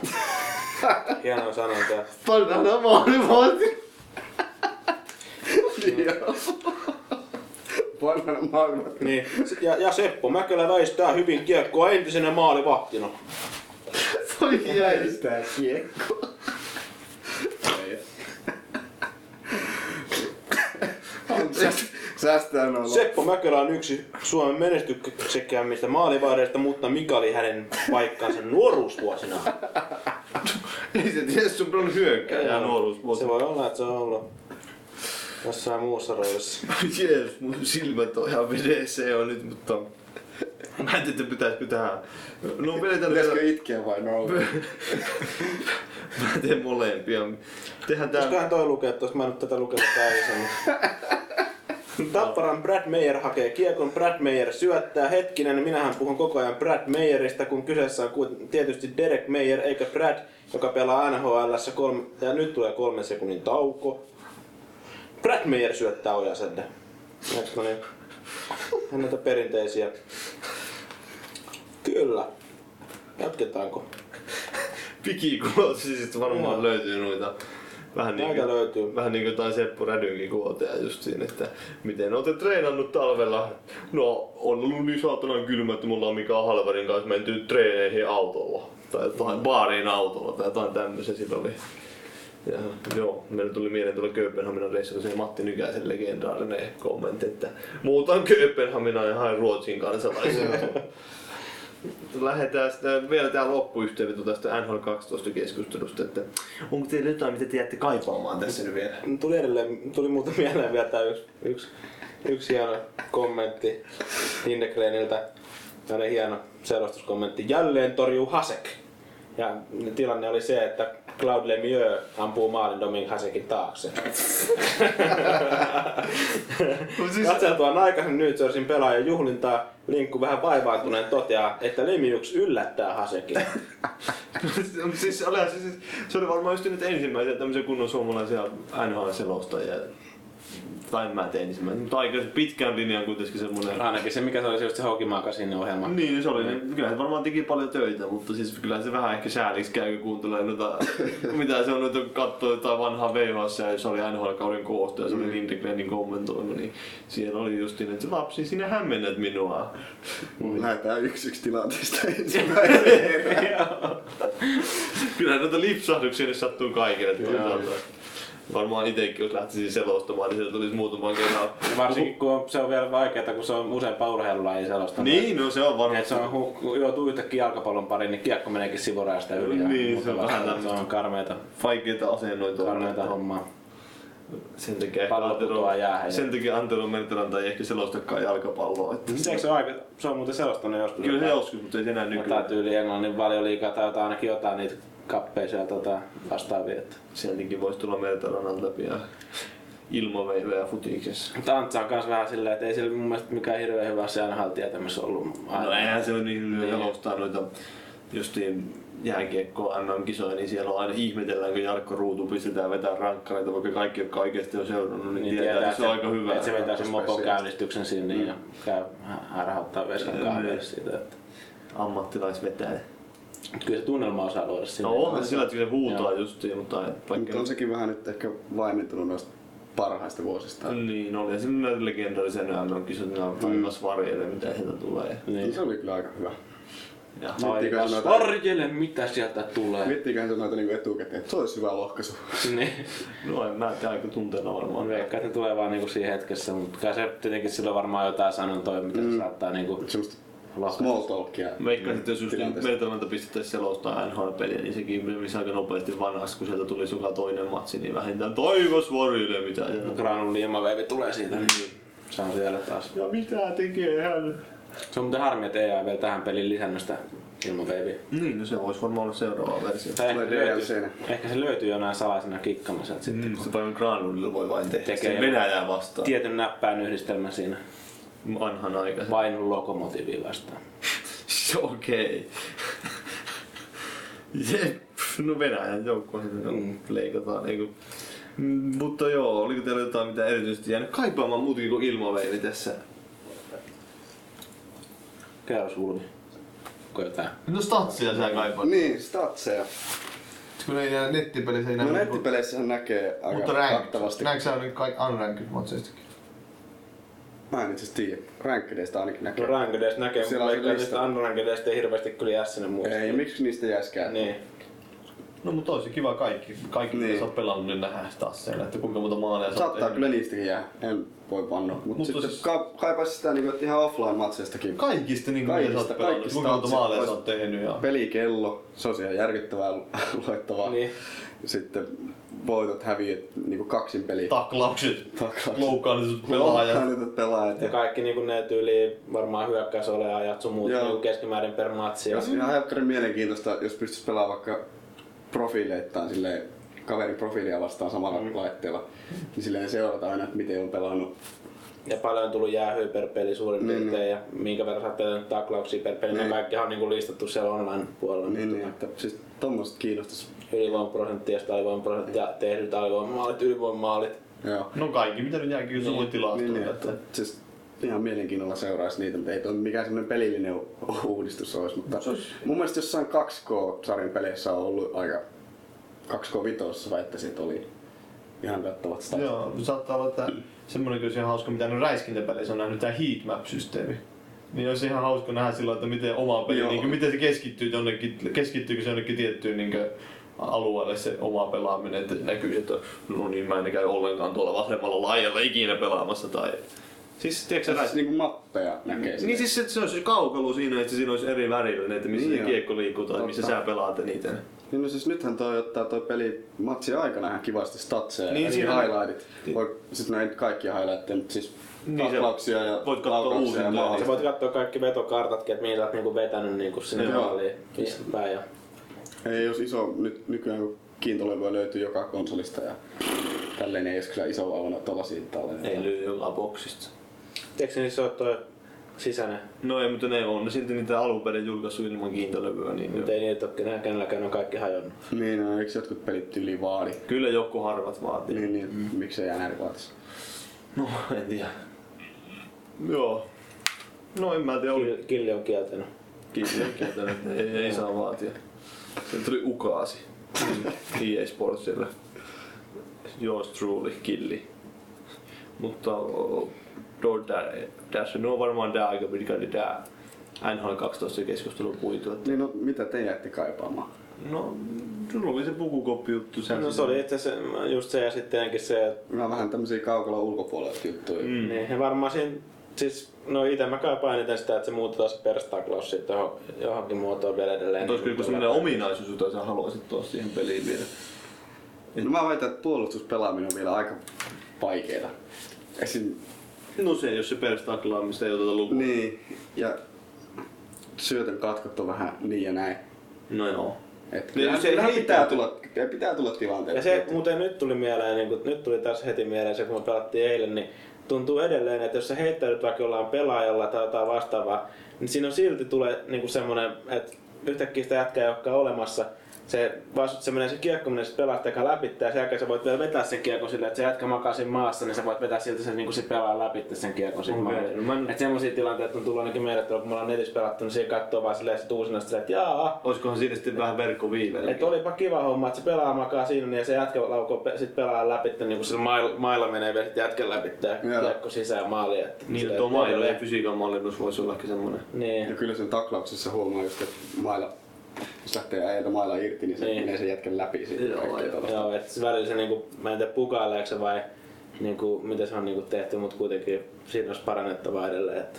hienoja sanontoja. Pannaan anonymaatit. Vanhana maailma. Niin. Ja, ja Seppo Mäkelä väistää hyvin kiekkoa entisenä maalivahtina. Voi jäistää kiekko. Anteeksi. Säästää noin. Seppo Mäkelä on yksi Suomen menestyksekkäimmistä maalivahdeista, mutta mikä oli hänen paikkansa nuoruusvuosina? Ei se tiedä, sun on hyökkäjä Joo. nuoruusvuosi. Se voi olla, että se on ollut jossain muussa roolissa. Jees, mun silmät on ihan vedessä jo nyt, mutta... Mä en tiedä, pitäisikö tähän... No vedetään Pitäisikö itkeä vai nauraa? (laughs) Mä teen molempia. Tehän tää... Pitäisiköhän toi lukea, että mä en nyt tätä lukenut tää aikaisemmin. Tapparan Brad Meyer hakee kiekon, Brad Meyer syöttää. Hetkinen, minähän puhun koko ajan Brad Meyeristä, kun kyseessä on kuit- tietysti Derek Meyer eikä Brad, joka pelaa NHLssä kolme... Ja nyt tulee kolmen sekunnin tauko. Brad Meyer syöttää Ojasädä. Eikö no niin? Hän näitä perinteisiä. Kyllä. Jatketaanko? Pikikulotsisista varmaan Joo. löytyy noita. Vähän niin, Näitä löytyy. vähän niin kuin jotain Seppo Rädynkin kuoteja just siinä, että miten olette treenannut talvella. No, on ollut niin saatanan kylmä, että me ollaan Mika Halvarin kanssa menty treeneihin autolla. Tai jotain baariin autolla tai jotain tämmöisiä sillä oli. Ja, joo, meillä tuli mieleen tuolla Kööpenhaminan reissulla se Matti Nykäsen legendaarinen kommentti, että muutan Kööpenhaminaan ja haen Ruotsin kansalaisuuden. Lähdetään sitten vielä tää loppuyhteenveto tästä NHL 12 keskustelusta, että onko teillä jotain, mitä te jäätte kaipaamaan tässä nyt vielä? Tuli edelleen, tuli muuten (laughs) mieleen vielä tää yksi, yksi, yksi hieno kommentti Lindegreniltä. Tällainen hieno selostuskommentti. Jälleen torjuu Hasek. Ja tilanne oli se, että Claude Lemieux ampuu maalin Domin Hasekin (laughs) taakse. No siis- (laughs) Katseltuaan aikaisemmin nyt Jerseyn pelaajan juhlintaa, Linkku vähän vaivaantuneen toteaa, että Lemieux yllättää Hasekin. siis, olihan se, siis, se oli varmaan just nyt ensimmäisiä tämmöisiä kunnon suomalaisia NHL-selostajia. Tai en mä tein ensimmäinen, mutta aika pitkän linjan kuitenkin semmoinen. Ainakin se, mikä se oli se just se Hokimaaka sinne ohjelma. Niin, se oli. Niin. Kyllä se varmaan teki paljon töitä, mutta siis kyllä se vähän ehkä sääliksi käy, kun kuuntelee (laughs) noita, mitä se on noita katsoi jotain vanhaa VHS, ja se oli NHL-kauden koosta ja se Mm. oli Lindgrenin kommentoinut, niin siellä oli just niin, että lapsi, sinä hämmennät (laughs) minua. Lähdetään yksi yksi tilanteesta ensimmäiseen erään. Kyllä noita lipsahduksia nyt sattuu kaikille. että Joo. toisaalta Varmaan itsekin, jos lähtisin selostamaan, niin se tulisi muutaman kerran. Varsinkin kun on, se on vielä vaikeaa, kun se on usein urheilulaji selosta. Niin, no se on varmaan. Et se on, kun- kun joutuu yhtäkkiä jalkapallon pariin, niin kiekko meneekin sivurajasta yli. ja- Niin, se on mutta vähän vasta- tämmöistä. Se on Tuota, karmeita, Vaikeita asennoitua. karmeita hommaa. Sen takia ehkä Pallo putoaa Antero, jäähän. sen takia Antero Mertaranta ei ehkä selostakaan jalkapalloa. Että Mutta eikö se, ole aika, se on muuten selostanut joskus? Kyllä se joskus, mutta ei se enää nykyään. Jotain tyyli Englannin valioliikaa tai jotain, ainakin jotain niitä kappeja siellä tota, vastaavia. Että. Sieltäkin voisi tulla Mertaranalta pian ilmaveivejä futiksessa. Mutta Antsa on kans vähän silleen, että ei sillä mun mielestä mikään hirveän hyvä se NHL tietämässä ollut. Niin. No eihän se ole niin lyö jalostaa noita justiin jääkiekkoa MM-kisoja, niin siellä on aina ihmetellään, kun Jarkko Ruutu pistetään vetämään rankkareita, vaikka kaikki, jotka oikeasti on seurannut, niin, Niin tietää, tietää, että se on aika hyvä. Että se vetää sen mopon Special. käynnistyksen sinne ja käy harhauttaa veskan kahville siitä. Että... Ammattilaisvetäjä. Kyllä se tunnelma osaa luoda sinne. No onhan sillä, että se huutaa Joo. justiin, mutta Mutta on sekin vähän nyt ehkä vaimentunut noista parhaista vuosista. Niin, oli ja sinne näitä legendaarisia MM-kisat, nämä taivas varjelle, mitä heitä tulee. Niin. Se oli kyllä aika hyvä. Ja Miettikää Taivas noita- varjele, mitä sieltä tulee. Miettiköhän se noita niinku etukäteen, että se olisi hyvä lohkaisu. (laughs) (laughs) Niin. No en mä tiedä, aika tunteena varmaan. Veikkaan, että ne tulee vaan niinku siinä hetkessä, mutta kai se tietenkin sillä on varmaan jotain sanontoja, mitä se saattaa niinku... Mm. Small talkia. Veikkaan, että jos just Mertelmältä pistettäisiin selostaa NHL-peliä, niin sekin menisi aika nopeasti vanhaksi, kun sieltä tulisi joka toinen matsi, niin vähintään taivas varjille mitä. No Granulli ja Maveivi tulee siitä, niin Mm. se on siellä taas. Ja mitä tekee hän? Se on muuten harmi, että ei ole vielä tähän peliin lisännyt sitä ilman veiviä. Niin, no se voisi varmaan olla seuraava versio. Tai ehkä, löytyy, ehkä se löytyy jonain salaisena kikkamassa. Sitten, mm, se paljon granulilla voi vain tehdä. tekee Sen Venäjää vastaan. Tietyn näppäin yhdistelmä siinä. Vanhan aika. Vain lokomotiivi vastaan. Okei. Jep, no Venäjän joukkueeseen se mm. leikataan. Eiku. Mm, Mutta joo, oliko teillä jotain mitä erityisesti jäänyt kaipaamaan muutenkin kuin ilmaveili tässä? Käy sulmi. Onko jotain? No statsia sä kaipaat. Niin, statseja. Kun ei nää nettipelissä ei No näy. nettipeleissähän näkee Mutta aika rank, kattavasti. näetkö sä nyt kaikki unranked matseistakin? Mä en itse asiassa tiedä. Rankkedeista ainakin näkee. No rankedeista näkee, mutta Siellä on se vaikka lista. niistä unrankedeista ei hirveästi kyllä jää sinne muista. Ei, miksi niistä jäskään? Niin. No mutta olisi kiva kaikki, kaikki niin. jos on pelannut, niin nähdään taas siellä, että kuinka monta maalia sä oot Saattaa tehnyt. kyllä niistäkin jää. En voi vannoa. Mut Mutta sitten siis- ka- kaipaisi sitä niinku, että ihan offline-matseistakin. Kaikista niinku, mitä sä oot pelannut, kuinka monta statsit. maalia sä oot tehnyt ja- Pelikello, se on ihan järkyttävää lu- luettavaa. Niin. Sitten voitot, häviöt, niinku kaksin peli. Taklaukset, Taklaukset. loukkaantuneet pelaajat. Loukkaantuneet pelaajat. Ja kaikki niinku ne tyyli varmaan hyökkäys ole ajat sun muut Joo. niinku keskimäärin per matsi. Jos ihan helkkarin mielenkiintoista, jos pystyisi pelaamaan vaikka profiileittain silleen kaverin profiilia vastaan samalla laitteella, niin silleen seurataan aina, että miten on pelannut. Ja paljon on tullut jäähyä per peli suurin Niin, piirtein ja minkä verran sä oot pelannut taklauksia per peli. Ne Niin. kaikki on niinku listattu siellä online-puolella. Niin, niin, että siis tommoset kiinnostus. Ylivoimaprosenttia, sitä alivoimaprosenttia, tehdyt alivoimamaalit, ylivoimamaalit. Joo. No kaikki, mitä nyt jää kyllä sulle tilastoon. Niin, niin, että siis ihan mielenkiinnolla seuraisi niitä, mutta ei toi mikään semmoinen pelillinen u- uudistus olisi. Mutta mun mielestä jossain 2K-sarjan peleissä on ollut aika 2K-vitoissa väittäisin, että oli ihan kattavat statit. Joo, saattaa olla, että semmoinen kyllä se on hauska, mitä ne räiskintäpeleissä on nähnyt, tämä heatmap-systeemi. Niin olisi ihan hauska nähdä sillä, että miten oma peli, Joo. niin kuin, miten se keskittyy jonnekin, keskittyykö se jonnekin tiettyyn niin kuin, alueelle se oma pelaaminen, että näkyy, että no niin, mä en käy ollenkaan tuolla vasemmalla laajalla ikinä pelaamassa tai... Siis, tiedätkö sä Siis niinku mappeja näkee Niin siis että se olisi se kaukalo siinä, että siinä olisi eri värillä, että missä Niin se joo. kiekko liikkuu tai Totta. missä sä pelaat eniten. Niin no siis nythän toi ottaa toi peli matsi aikana ihan kivasti statseja Niin, niin, ja siinä- siinä highlightit. Voi, sit näin kaikkia highlightteja, mutta siis niin taklauksia ja voit niin laukauksia ja Sä voit maaleja. katsoa kaikki vetokartatkin, että mihin sä oot niinku vetänyt niinku sinne Joo. maaliin päin. Ja... Ei jos iso, nyt nykyään kun kiintolevy löytyy joka konsolista ja tälleen ei olisi kyllä iso vauvana tollasia tallenneita. Ei lyö joka boksista. Eikö niin se ole toi sisäinen? No ei, mutta ne on ne silti niitä alun perin julkaissut ilman kiintolevyä. Niin Mutta ei niitä ole kenelläkään on kaikki hajonnut. Niin, no, eikö jotkut pelit yli vaadi? Kyllä joku harvat vaatii. Niin, niin mm. miksei NR vaatisi? No, en tiedä. Joo. No en mä tiedä. Oli... Kille on kieltänyt. Kille on kieltänyt. ei, ei saa vaatia. Se tuli ukaasi. EA Sportsille. Yours truly, killi. Mutta no, o- o- tää- tässä no varmaan tää aika niin pitkälti tää NHL 12 keskustelu puitu. että- Niin no, mitä te jäitte kaipaamaan? No, sulla oli se pukukoppijuttu. sä- No se oli itse asiassa just se ja sittenkin se, että Nämä vähän tämmösiä kaukolla ulkopuolella juttuja. Mm. Niin, ja varmaan siinä, siis, no ite mä kaipaan eniten sitä, että se muutetaan se perstaklaus sitten johon, johonkin muotoon vielä edelleen. Niin, Mutta olisiko joku sellainen ominaisuus, jota sä haluaisit tuoda siihen peliin vielä? Mm. No mä väitän, että puolustuspelaaminen on vielä aika vaikeeta. Esim. No se, jos se perstaklaamista ei oteta lukuun. Niin, ja syötön katkot on vähän niin ja näin. No joo. Et Niin, niin, se se riittää. pitää tulla, pitää tulla tilanteet. Ja se muuten nyt tuli mieleen, niin kun, nyt tuli taas heti mieleen se, kun me pelattiin eilen, niin tuntuu edelleen, että jos sä heittäydyt vaikka jollain pelaajalla tai jotain vastaavaa, niin siinä on silti tulee niin kuin semmoinen, että yhtäkkiä sitä jätkää ei olekaan olemassa, se, vaan sut se menee se kiekko menee sit pelaajasta eka läpi ja sen jälkeen sä voit vielä vetää sen kiekon silleen, että se jätkä makaa siinä maassa, niin sä voit vetää silti sen niin sit pelaa läpi sen kiekon sit Okei, okay. no mä... Et semmosia tilanteita on tullut ainakin meille, että kun me ollaan netissä pelattu, niin siinä katsoo vaan silleen sit uusinaan silleen, että jaa. Olisikohan siinä sitten vähän verkkoviive? Että olipa kiva homma, että se pelaa makaa siinä niin ja se jätkä laukoo pe- sit pelaa läpi, niin kun sillä mailla, mailla menee vielä sit jätkä läpi ja kiekko sisään maaliin. Että Niin, silleen, tuo että mailla ja terve. fysiikan mallinnus voisi ollakin semmoinen. Niin. Ja kyllä sen taklauksessa huomaa just, että mailla, jos lähtee äijältä mailla irti, niin se Niin. niin. menee sen jätkän läpi siitä. Joo, joo. joo että se välillä se niinku, mä en tiedä pukaileeko se vai niinku, miten se on niinku tehty, mutta kuitenkin siinä olisi parannettavaa edelleen. Että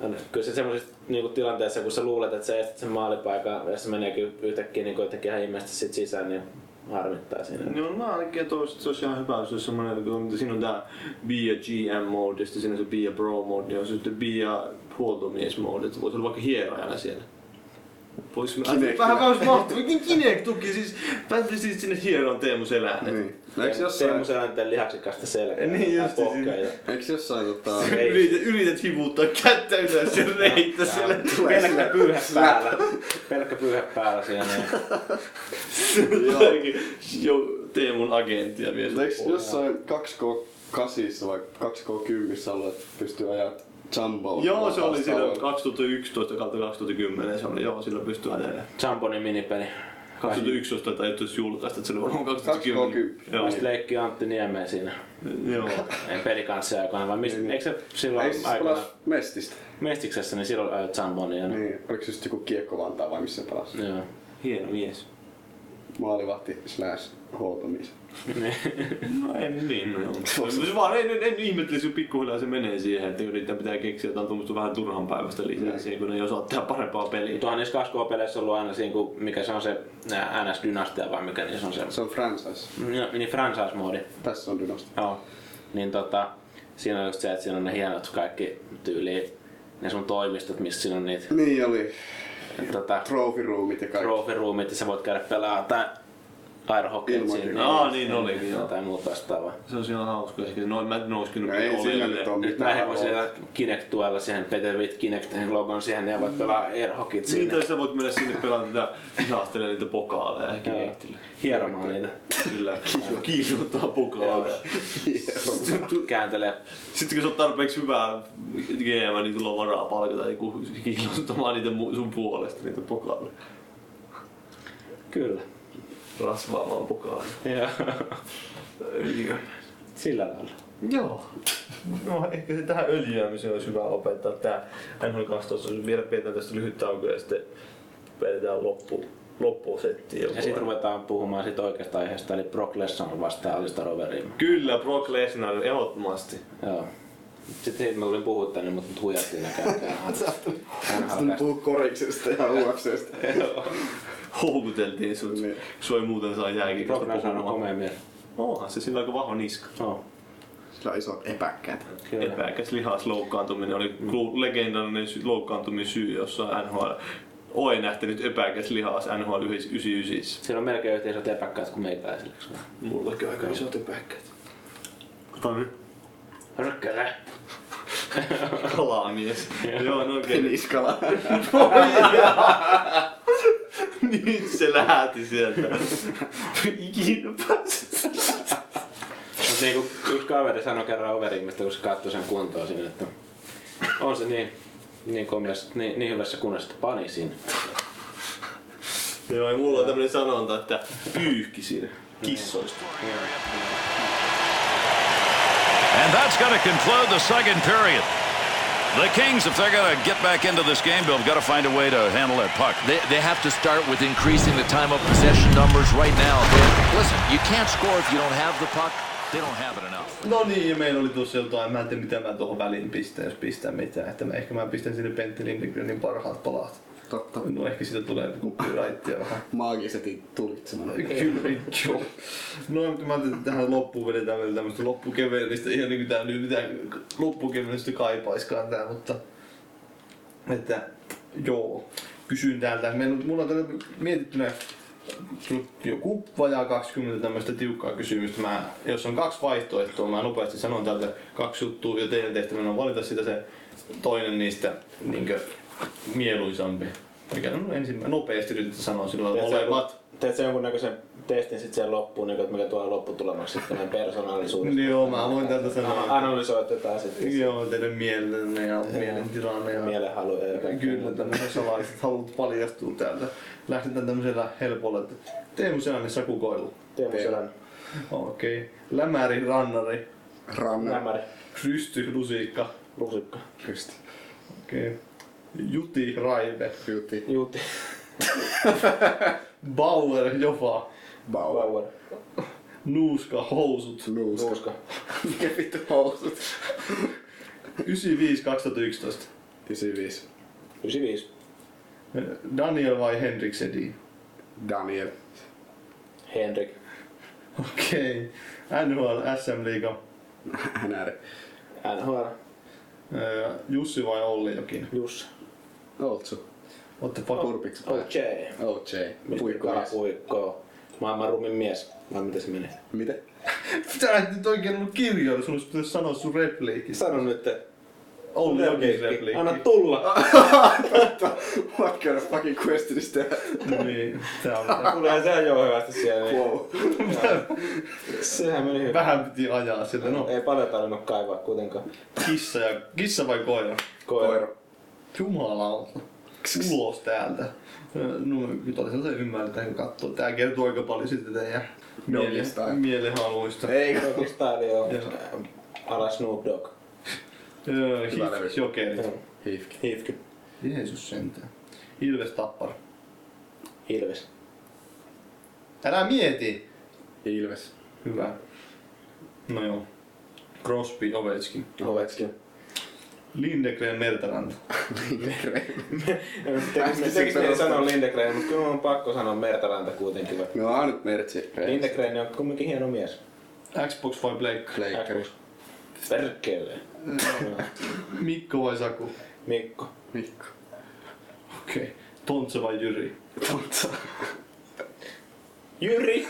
on- kyllä se semmoisessa niinku tilanteessa, kun sä luulet, että sä estät sen maalipaikan ja se meneekin yhtäkkiä niinku jotenkin ihan ihmeesti sit sisään, niin harmittaa siinä. Niin on mä ainakin toista, se olisi ihan hyvä, jos se olisi semmoinen, kun siinä on tää be a GM mode, ja sitten siinä on se be a pro mode, ja sitten be a huoltomies mode, että voisi olla vaikka hierojana siellä. Vois Kinect. vähän kauas mahtuu, niin Kinect tuki, siis pääsee siis sinne hieron Teemu Selänne. Niin. Eikö No jossain- Teemu Selänteen lihaksikasta selkää. Niin just Pohkaa ja- siis. Eikö jossain tota... Yrität, yrität hivuttaa kättä ylös ja reittä siellä. (laughs) Pelkkä pyyhä päällä. Pelkkä pyyhä päällä siinä. niin Jo, Teemun agenttia vielä. Eikö jossain 2K8 vai 2K10 ollut, että pystyy ajaa jumboa? Joo, se oli silloin silloin. 2011 kautta 2010, se oli, joo, silloin pystyy edelleen. Jambonin minipeli. 2011 tai ei tulisi julkaista, että se oli varmaan 2010. Joo. Sitten leikki Antti Niemeä siinä. Joo. Ei pelikanssia aikana, vai mistä, eikö Niin. se Ei, silloin siis aikana? pelas Mestistä. Mestiksessä, niin silloin ajoit Zambonia. Niin, oliko se just joku kiekko Vantaa vai missä pelas? Joo. Hieno mies. Maalivahti slash huoltomies. No en niin, no joo. Se vaan en, en, en ihmettelisi, kun pikkuhiljaa se menee siihen, että yrittää pitää keksiä jotain tuommoista vähän turhan päivästä Mm. lisää siihen, kun ne ei osaa tehdä parempaa peliä. Niin Tuohan niissä 2K-peleissä ollut aina siinä, kun mikä se on se nää NS-dynastia vai mikä niissä on se? Se on franchise. No, niin franchise-moodi. Tässä on dynastia. Joo. Niin tota, siinä on just se, että siinä on ne hienot kaikki tyyli, ne sun toimistot, missä siinä on niitä. Niin oli. Tota, Trofiruumit ja kaikki. Trofiruumit ja sä voat käydä pelaamaan tai aerohokkeet Ilman siinä. Aa, niin olikin, joo. Jotain muuta vastaavaa. Se on ihan hauska, ehkä noin mä en olisi kyllä No ei ole siinä edelleen. nyt ole Nyt mä voisin Kinect-tuella siihen, Petevit Kinect-logon siihen, ne Mm. voit pelaa airhokit Niin, siinä. tai sä voit mennä sinne pelaamaan tätä hihastelee niitä pokaaleja Kinectillä. Hieromaan niitä. Kyllä. Kiilottaa pokaaleja. (laughs) Kääntelee. Sitten kun sä oot tarpeeksi hyvää GM, niin sulla on varaa palkata joku kiilottamaan niitä mu- sun puolesta niitä pokaaleja. Kyllä. Rasvaamaan pokaaleja. (laughs) Joo. Sillä lailla. Joo. No, ehkä se tähän öljyämiseen olisi hyvä opettaa tää NHL 12. Jos Vielä pidetään tästä lyhyt tauko ja sitten vedetään loppu, loppusetti. Ja sitten ruvetaan puhumaan sit oikeasta aiheesta, eli Brock Lesnar vastaan Alistair Overeem. Kyllä, Brock Lesnar ehdottomasti. Joo. Sitten mä tulin puhua tänne, mutta nyt (laughs) huijattiin näkään. Sitten puhuu koriksesta ja UFCstä. Houkuteltiin sut, niin. sua ei muuten saa jääkikosta Brock Lesnar on puhumaan. komea mies. Onhan se sillä aika vahva niska. Oh. Sillä on isot epäkkäät. Kyllä. Epäkäs lihasloukkaantuminen oli mm. legendainen sy- loukkaantumisen syy, jossa NHL Oi nähtänyt epäkäs lihas NHL 99. Siellä on melkein yhtä isot epäkkäät kuin meikäläisillä. Mullakin aika isot epäkkäät. Ota nyt. Rökkälä. Kalamies. Joo, no (laughs) okei. Niskala. Nyt Niin se lähti sieltä. Ikinä pääsit. Mutta niin kuin yksi kaveri sanoi kerran Overeemista, kun se katsoi sen kuntoon sinne, että on se niin, niin, komias, niin, niin hyvässä kunnossa, että pani sinne. Joo, ja mulla on tämmönen sanonta, että pyyhki siinä kissoista. And that's going to conclude the second period. The Kings, if they're going to get back into this game, Bill, have got to find a way to handle that puck. They, they have to start with increasing the time of possession numbers right now. They- listen, you can't score if you don't have the puck. They don't have it enough. No niin, ja meillä oli tuossa jotain, mä en tiedä mitä mä tuohon väliin pistän, jos pistän mitään. Että mä, ehkä mä pistän sinne Pentti Lindgrenin niin parhaat palat. Totta. No ehkä siitä tulee copyrightia vähän. Maagiset tulkitsemalla. Kyllä, joo. No, mutta mä ajattelin, että tähän loppuun vedetään vielä tämmöistä loppukevennystä. Ihan niin kuin tää nyt mitään loppukevennystä kaipaiskaan tää, mutta... Että, joo. Kysyn täältä. Meillä on- Mulla on tällä mietittynä joku vajaa 20 tämmöistä tiukkaa kysymystä. Mä, jos on kaksi vaihtoehtoa, mä nopeasti sanon täältä kaksi juttua ja teidän tehtävänä on valita sitä se toinen niistä niinkö mieluisampi. Mikä on ensimmäinen? Nopeasti yritetty sanoa silloin Teet sä molemmat. jonkun- Teet sä jonkunnäköisen testin sitten siellä loppuun, niin kuin, että mikä tulee lopputulemaksi sitten meidän persoonallisuudesta. siis Joo, Niin, mä voin tältä sanoa. Ana- Analysoit tätä sitten. Joo, teidän mielenne ja mielentilanne. Ja Mielenhaluja. Ja kaikkea. Kyllä, tämmöiset salaiset halut paljastuu täältä. Lähdetään tämmöisellä helpolla, että Teemu Selänne sakukoilu. Teemu Selänne. Okei. Okay. Lämäri, rannari. Rannari. Lämäri. Krysty, lusikka. Lusikka. Krysty. Okei. Okay. Juti, raive. Juti. Juti. Bauer, jopa. Bauer. Bauer. Nuuska, housut. Nuuska. Nuuska. Mikä vittu housut? 95 2011. 95. 95. Daniel vai Henrik Sedin? Daniel. Henrik. Okei. Okay. NHL SM Liiga. NR. NHL. Öö, Jussi vai Olli jokin? Jussi. Oltsu. Otte pakko. Kurpiks. OJ. OJ. Puikkoa. Puikkomies. Puikkoa. Maailman rumin mies. Vai miten se menee? Mitä? Sä et nyt oikein ollut kirjoilla, sun olisi pitänyt sanoa sun repliikki. Sano nyt, että Olli jokin repliikki. repliikki. Anna (laughs) tulla. What kind of fucking question is that? Niin, tää on Tulee sehän joo hyvästi siellä. Niin. Wow. Sehän meni hyvin. Vähän piti ajaa sillä. No, Ei paljon tarvinnut kaivaa kuitenkaan. kissa, ja, kissa vai koira? Koira. Jumalauta. Ulos täältä. No, nyt oli sellaisen ymmärtää, kun katsoo. Tää kertoo aika paljon sitten teidän Dogista. miele- mielehaluista. Ei. Oikeastaan oli jo Joo. ala äh, Snoop Dogg. Öö, Hyvä levy. Hif- Jokerit. Hifki. Hiifki. Jeesus sentään. Ilves Tappara. Ilves. Älä mieti! Ilves. Hyvä. No joo. Crosby, Ovechkin. No, Ovechkin. Lindegren, Mertaranta. Merve. Tekis tekis mieli sanoa Lindegren, mutta kyllä mun on pakko sanoa Mertaranta kuitenkin. vaikka No on nyt mertsi. Lindegren on kumminkin hieno mies. Xbox vai Blake? Leikkari. Perkele. Mikko vai Saku? Mikko. Mikko. Okei. Okay. Tontse vai Jyri? (laughs) Jyri.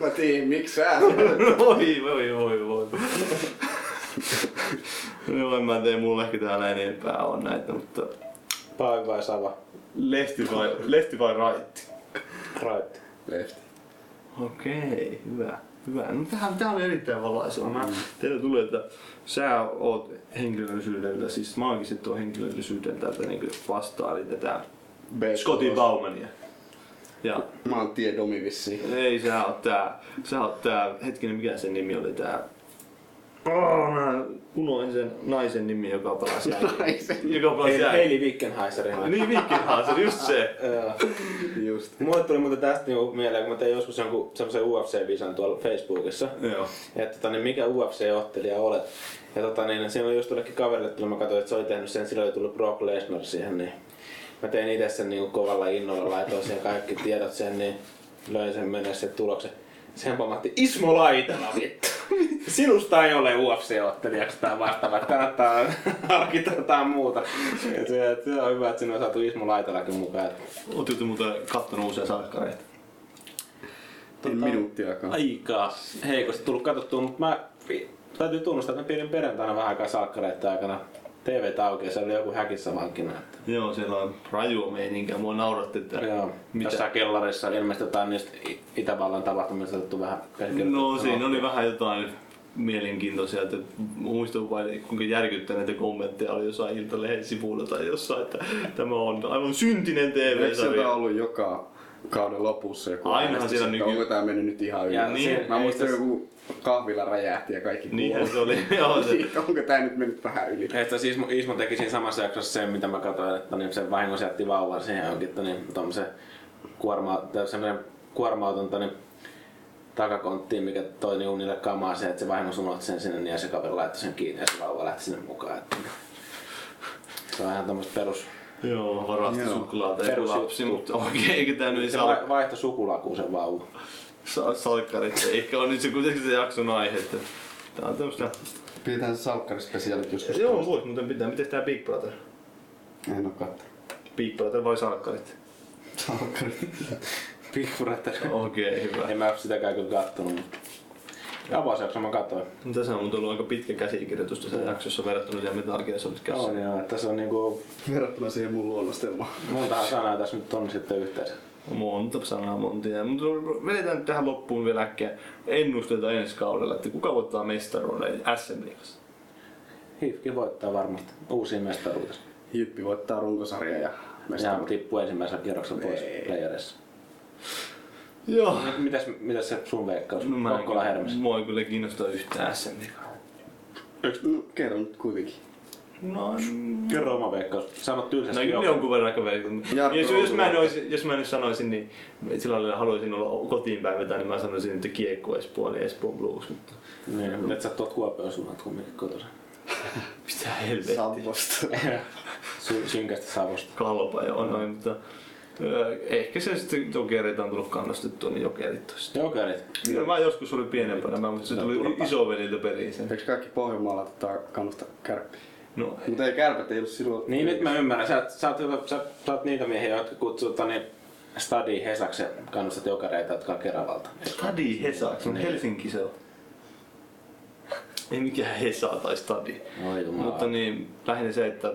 Mä tiedän, miksi (laughs) sä? voi, voi, voi, voi. Joo, en mä tee mulle ehkä täällä enempää on näitä, mutta... Paavi vai Sava? Lehti vai, lehti vai raitti? Raitti. Lehti. Okei, hyvä. Hyvä. No tähän, tää oli erittäin valaiseva. Mä, teille tulee, että sä oot henkilöllisyydeltä, siis maagisesti tuo henkilöllisyydeltä täältä niin vastaalit tätä B- Scotti Baumania. Ja Mä oon tie domi vissiin. ei sä oot tää, sä oot tää, hetkinen mikä sen nimi oli tää Oh, mä unohdin sen naisen nimi, joka pelasi Naisen. Joka pelasi Heili, jääkiekkoa. Heili Wickenheiserin vai? Niin Vikkihan se, just se. Joo. Just. Mulle tuli muuten tästä niinku mieleen, kun mä tein joskus jonkun semmoisen UFC-visan tuolla Facebookissa. Joo. että tota, niin mikä UFC-ottelija olet. Ja tota, niin, siinä oli just jollekin kaverille, tuli, mä katsoin, että se oli tehnyt sen, silloin oli tullut Brock Lesnar siihen, niin mä tein itse sen niin kovalla innolla, laitoin siihen kaikki tiedot sen, niin löin sen mennä sen tuloksen. Sen pamahti Ismo Laitala, vittu. (laughs) Sinusta ei ole UFC-ottelijaksi tai vastaava, että kannattaa (laughs) harkita jotain muuta. Ja se, se, on hyvä, että sinne on saatu Ismo Laitalakin mukaan. Ootko muuten kattonut uusia sarkkareita? En Niin minuuttiakaan. Aika heikosti tullut katsottua, mutta mä pi- täytyy tunnustaa, että mä pidin perjantaina vähän aikaa salkkareita aikana TV auki ja se oli joku häkissä vankina. Että, Joo, siellä on rajua meininkiä. Mua nauratti, että joo, mitä- jossain kellarissa oli ilmeisesti jotain niistä I- Itävallan tapahtumista otettu vähän No siinä oli vähän jotain mielenkiintoisia, että muistan vain kuinka järkyttäneitä kommentteja oli jossain Iltalehen sivuilla tai jossain, että tämä on aivan syntinen Eikö sieltä TV-sarja. ollut joka kauden lopussa joku Ainahan äänestys, siellä että nyky- Onko tää mennyt nyt ihan yli? Ja niin, Mä ei muistan tässä- joku kahvila räjähti ja kaikki Niinhän kuoli. se oli. (laughs) Joo, se. (laughs) Niin, Onko tää nyt mennyt vähän yli? Että siis Ismo, Ismo teki siinä samassa jaksossa sen, mitä mä katsoin, että niin se vahingossa jätti vauvan siihen johonkin että niin, tommosen kuorma, tai semmoinen kuorma-auton tonne takakonttiin, mikä toi niin unille kamaa se, että se vahingossa unohti sen sinne, niin ja se kaveri laittoi sen kiinni ja se vauva lähti sinne mukaan. Että, niin. se on ihan tämmöistä perus... Joo, varasti Joo. suklaata ja Perusjuttu. lapsi, mutta oikein, eikä tää nyt Se saa vai- vaihto sukulakuun sen vauva. sa- salkkarit, ehkä on nyt se kuitenkin se jakson aihe, että tää on tämmöstä. Pidetään se salkkarispesiaalit joskus. Joo, vois muuten pitää. Miten tää Big Brother? En oo kattonut. Big Brother vai salkkarit? Salkkarit. Pikkurätä. Okei, hyvä. En mä oo sitäkään kyllä kattonut, mutta Avausjakso mä katsoin. Tässä on muuten ollut aika pitkä käsikirjoitus tässä jaksossa verrattuna siihen, mitä Arkidessa olisi käsissä. On joo, tässä on niinku... (laughs) Verrattuna siihen mun luonnostelmaan. Montahan sanaa tässä nyt on sitten yhteensä. Monta sanaa, monta. jää. Mutta vedetään nyt tähän loppuun vielä äkkiä ennusteita ensi kaudella, että kuka voittaa mestaruuden SM Liigassa. Hifki voittaa varmasti. Uusi mestaruutensa. Jyppi voittaa runkosarja ja mestaruuden. Ja tippuu ensimmäisen kierroksen pois Ei. playerissa. Joo. Mitäs, mitäs se sun veikkaus? No, mä en Kokkola Hermes. Mua ei kyllä kiinnosta yhtään SM Liigaa. No, kerro nyt kuitenkin. No, Kerro oma veikkaus. Sano No tylsästi kyllä joku. jonkun verran aika veikkaan. Jarkko Jos, jos, mä en Ruutu. olisi, jos mä en sanoisin, niin sillä lailla haluaisin olla kotiin päin vetää, niin mä sanoisin, että kiekko Espoo, eli Espoon Blues. Mutta... Niin, et sä tuot Kuopion suunnat kumminkin kotoisin. Mitä helvettiä. Savosta. (laughs) Sy- synkästä Savosta. Kalpa jo on noin, mutta öö, ehkä se sitten jokereita on tullut kannustettua, niin jokerit toista. Jokerit? Kyllä mä joskus olin pienempänä, mä, mutta se tuli isoveliltä periin sen. Eikö kaikki Pohjanmaalla tota kannusta kärppiä? No. Mutta ei kärpät, ei ollut silloin... Niin nyt mä ymmärrän. Sä, oot- sä, oot, jota- sä, sä oot niitä miehiä, jotka kutsuu tänne Stadi Hesaksi ja kannustat jokareita, jotka on Keravalta. Stadi Hesaksi, on Helsinki se on. Ei mikään Hesa tai Stadi. Oi jumala. Mutta niin, lähinnä se, että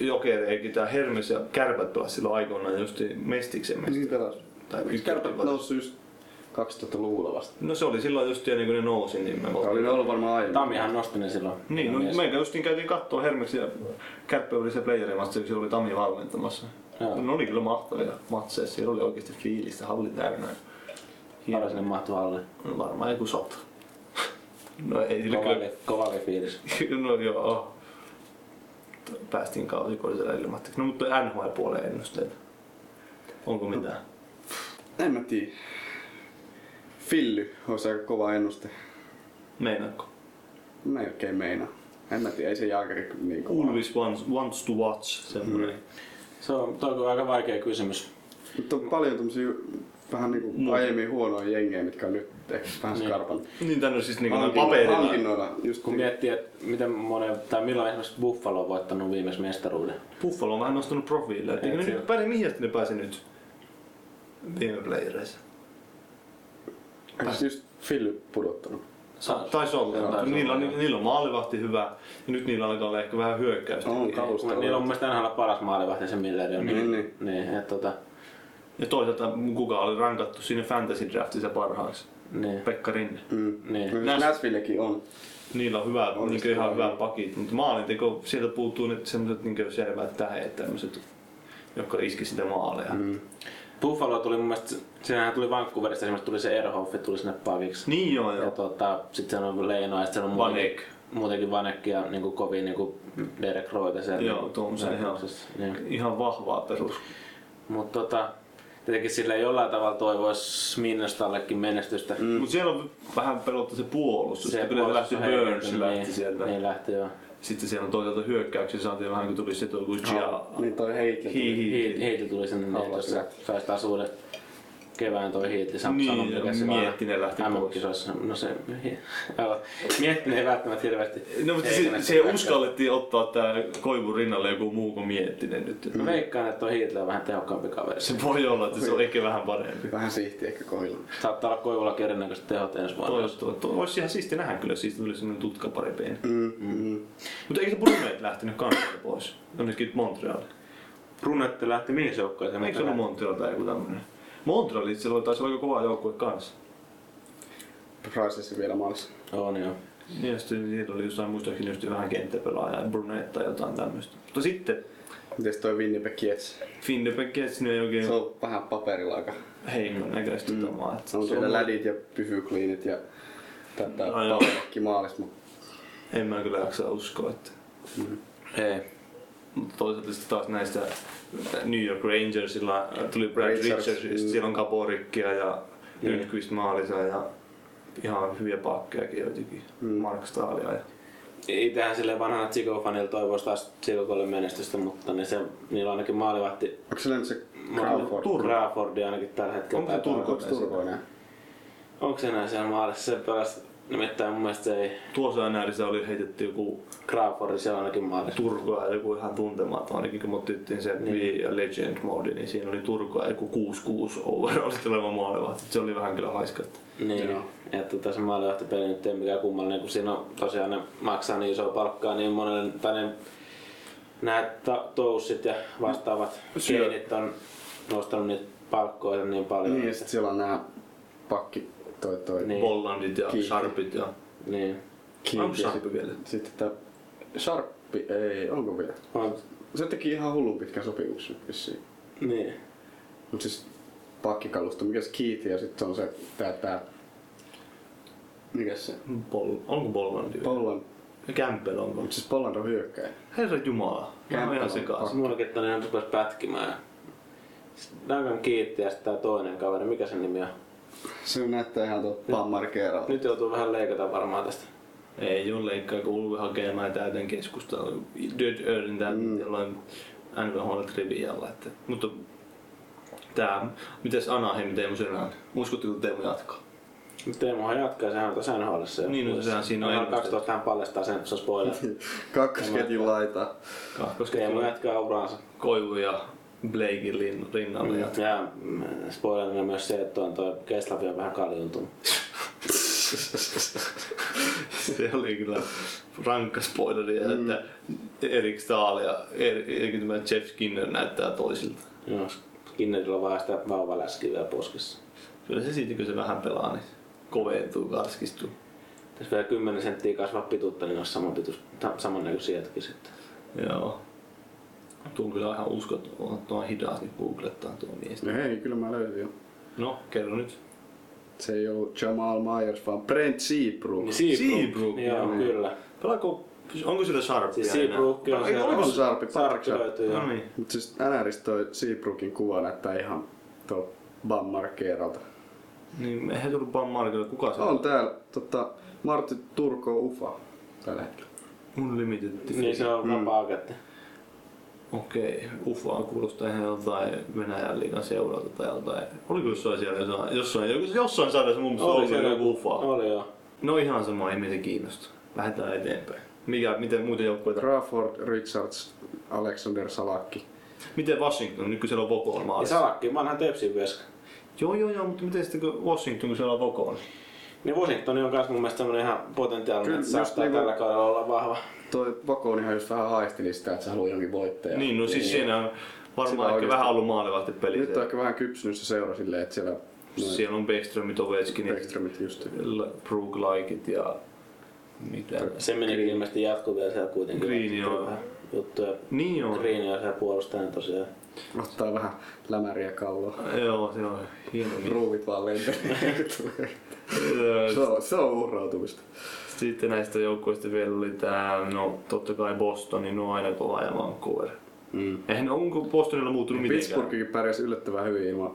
Jokeri, eikä tää Hermes ja Kärpät pelasi silloin aikoinaan just Mestiksen Niin pelas. Tai Kärpät noussut just 2000-luvulla vasta. No se oli silloin just niin kun ne nousi, niin me Oli ne ollut varmaan aiemmin. Tammihan nosti ne silloin. Niin, no, Mies. meikä justiin käytiin kattoo Hermeksi ja Kärppä oli se playeri matsi, kun siellä oli Tami valmentamassa. Joo. Ne oli kyllä mahtavia matseja, siellä oli oikeasti fiilistä, halli täynnä. Hieno sinne mahtui halli. No, varmaan joku sota. (laughs) no ei sillä Kovalle, kovalle fiilis. kyllä. no joo. Päästiin kausikortilla ilmatteeksi. No mutta NHL-puoleen ennusteet. Onko mitään? En mä tiedä. Filly olisi aika kova ennuste. Meinaatko? Melkein meinaa. En mä tiedä, ei se Jaakeri niin kova. Always wants, wants to watch, semmoinen. Se on, toi on aika vaikea kysymys. Mutta on paljon tommosia vähän niinku aiemmin huonoja jengejä, mitkä on nyt ehkä vähän Niin. skarpan. Niin tänne siis niinku Hankinno- paperilla. Hankinnoilla. Just Kun miettii, että miten monen, tai milloin esimerkiksi Buffalo on voittanut viimeis mestaruuden. Buffalo on vähän nostanut profiilia. Et Eikö ne Et nyt se- pääse, mihin asti ne pääsi nyt viime playereissa? Eikö just Filly pudottanut? Sa- Taisi Joo, olla. taisi Niillä on, niinku- olla. niillä on maalivahti hyvä ja nyt niillä alkaa olla ehkä vähän hyökkäystä. Niillä on mun mielestä NHL paras maalivahti se Milleri on. Niin, niin. niin et, tota, Ja toisaalta kuka oli rankattu sinne fantasy draftissa parhaaksi? Niin. Pekka Rinne. Mm. Niin. Näs- Näsvillekin on. Niillä on hyvä, on niin ihan hyvä pakit, mutta maalinteko, sieltä puuttuu nyt sellaiset niin selvät täheet, tämmöiset, jotka iski sitä maaleja. Mm. Buffalo tuli mun mielestä, sinähän tuli Vancouverista esimerkiksi tuli se Erhoffi, tuli sinne paviksi. Niin joo Ja joo. tota, sit se on Leino ja sit se on muutenkin, Vanek. muutenkin Vanek ja niinku kovin niinku Derek Roita siellä. Joo, niinku tuommoisen ihan, hyökkäyksessä. Niin. ihan vahvaa perus. Mut tota, tietenkin sillä jollain tavalla toivois Minnestallekin menestystä. Mm. Mutta siellä on vähän pelottaa se puolustus. Se kyllä se lähti Burns lähti niin, sieltä. Niin lähti joo. Sitten siellä on toisaalta hyökkäyksiä saatiin vähän kun tuli se tuo Gia. Niin toi Heitle. Hiil- Hiilti tuli sinne, niin, jos se saisi taas uuden kevään toi Hiilti. Sam, Niin, sanon, ja mikä se on. Miettinen lähti MM-kisoissa. No se, aivan. Miettinen ei välttämättä hirveästi. No mutta se, se uskallettiin ottaa tää koivun rinnalle joku muu kuin Miettinen nyt. Mä veikkaan, että on Hiilti on vähän tehokkaampi kaveri. Se voi olla, että se on ehkä vähän parempi. Vähän siihti ehkä kohdilla. Saattaa olla koivulla erinäköiset tehot ensi vuonna. Toivottavasti. Olisi ihan siisti nähdä kyllä, siitä tuli semmonen tutka pari pieni. Mm, mm. Mutta eikö se Brunet lähtenyt kanssa pois? Jonnekin Montrealiin. Brunetti lähti mihin joukkueeseen? Eikö se ollut Montreal tai joku tämmönen? Montreal itse asiassa taisi olla aika kova joukkue kanssa. Prices vielä maalissa. On joo. Niin, ja sitten niillä oli jossain muistaakseni just vähän kenttäpelaajaa, Brunet tai jotain tämmöistä. Mutta sitten Mites toi Winnipeg Jets? Finnebek Jetsin ei oikein Se on vähän paperilla aika. heikon näköistä mm. tuomaa. Se on siellä lädit ja pyfykliinit ja tätä No joo. palvelukki maalissa. mut En mä kyllä jaksa uskoa, että... Ei. Mutta toisaalta sitten taas näistä New York Rangersilla tuli Brad Richards, Richards, Richards mm. siellä on Kaborikkia ja Lundqvist maalissa ja ihan hyviä pakkejakin joitakin, Mark Staalia ja Itähän silleen vanhana Chico-fanilla toivoisi taas Chicagolle menestystä, mutta niin se, niillä on ainakin maalivahti Onko se nyt se Crawford? Crawfordi ainakin tällä hetkellä. Onko se taitaa olla. turkoinen? Onko se enää siellä maalissa? Se pelasi No mettää mun mielestä se ei... Tuossa NRissä oli heitetty joku... Crawford, se ainakin maali. Turkoa, joku ihan tuntematon, ainakin kun me otettiin se niin. Legend mode, niin siinä oli Turkoa joku 6-6 (laughs) overallista oleva maalivahti. Se oli vähän kyllä haiskatta. Niin, Joo. että tässä maalivahtipeli nyt ei ole mikään kummallinen, kun siinä on tosiaan ne maksaa niin isoa palkkaa niin monelle, tai ne, nämä ta- toussit ja vastaavat Syö. keinit on nostanut niitä palkkoja niin paljon. Niin, ja sitten siellä on nämä pakki, toi toi... Niin. Bollandit ja Sharpit ja... Niin. Onko Sharpi vielä? Sitten tämä... Sharppi, ei, onko vielä? On. Se teki ihan hullun pitkän sopimuksen vissiin. Niin. Mut siis pakkikalusto, mikä se kiiti ja sitten on se tää tää... Mikä se? Pol, onko Bolland? Bolland. Campbell onko? Mut siis Bolland on hyökkäjä. Herra Jumala. Mä oon ihan Sitten sekaisin. Mullakin että ne rupes pätkimään. Sitten Duncan kiitti ja sitten tää toinen kaveri, mikä sen nimi on? Se näyttää ihan tuolta pammarkeeralta. Nyt joutuu vähän leikata varmaan tästä. Ei juu leikkaa, kun Ulve hakee mä täyteen keskustelua. Dead Earlin täytä mm. jollain NHL trivialla. Että. Mutta tää, mites Anaheim Teemu Syrjään? Uskotteko kun Teemu jatkaa? Teemuhan jatkaa, sehän on tässä NHLissa. jo. Niin, no, sehän siinä on Hän ennustettu. 12 hän paljastaa sen, se on (laughs) spoiler. Kakkosketjun laita. Kakkosketjun Teemu jatkaa uraansa. Koivu ja Blakein lin- rinnalle Mm. jatkaa. Ja mm, spoilerina myös se, että on toi Keslavi on vähän kaljuntunut. (laughs) se oli kyllä rankka spoileri, mm. että Erik Stahl ja Er- Erik tämä Jeff Skinner näyttää toisilta. Joo, Skinnerillä on vaan sitä vauvaläskiä poskessa. Kyllä se siitä, kun se vähän pelaa, niin koventuu, karskistuu. Jos vielä 10 senttiä kasvaa pituutta, niin olisi saman pituus, ta- samannäköisiä jätkin sitten. Joo. Tuo on kyllä ihan uskottavaa, tuo on hidas nyt googlettaa tuo mies. Niin. No hei, kyllä mä löysin jo. No, kerro nyt. Se ei ollut Jamal Myers, vaan Brent Niin Seabrook. Seabrook. Joo, kyllä. Pelaako, onko sillä Sharpia Siis enää? Seabrook on Ei, siellä. oliko On se- Sharpi, Sharpi löytyy, joo. No niin. Mut siis NRistä toi Seabrookin kuva näyttää ihan tuolta Bammarkeeralta. Niin, eihän tullut vaan markkinoille. Kuka se On täällä tota, Martti Turko Ufa tällä hetkellä. Unlimited. Niin, se on vapaa agentti. Okei, ufaan kuulostaa ihan jotain Venäjän liigan seuralta tai jotain. Oliko jossain siellä jossain, jossain, jossain sarjassa mun mielestä Oli oli siellä siellä joku ufa. Oli joo. No ihan sama, ei meitä kiinnosta. Lähdetään eteenpäin. Mikä, miten muuten joukkueita? Crawford, Richards, Alexander Salakki. Miten Washington, nyt kun siellä on Vokoon maalissa? Ja Salakki, vanha tepsin veska. Joo, joo, joo, mutta miten sitten kun Washington, kun siellä on Vokoon? Niin Washington on myös mun mielestä semmonen ihan potentiaalinen, Kyllä, että just saattaa niinku- tällä kaudella olla vahva. Toi Vakonihan just vähän haisteli sitä, että se haluaa jonkin voittajan. Niin, no siis siinä on varmaan Sitä ehkä oikeesti- vähän ollut maalivahti peli. Nyt on ehkä vähän kypsynyt se seura silleen, että siellä Siellä on Beckströmit, Ovechkinit, Beckströmit just. Brook Laikit ja mitä. Se menikin ilmeisesti jatkuu vielä siellä kuitenkin. Green joo. Juttuja. Niin joo. Green on siellä puolustajana tosiaan. ottaa vähän lämäriä kalloa. Joo, se on hieno. Ruuvit (laughs) vaan lentelee. se, on, se on uhrautumista. Sitten näistä joukkueista vielä oli tää, no totta kai Boston, niin ne on aina kova ja Vancouver. Mm. Eihän onko Bostonilla muuttunut mitenkään? Pittsburghikin pärjäsi yllättävän hyvin ilman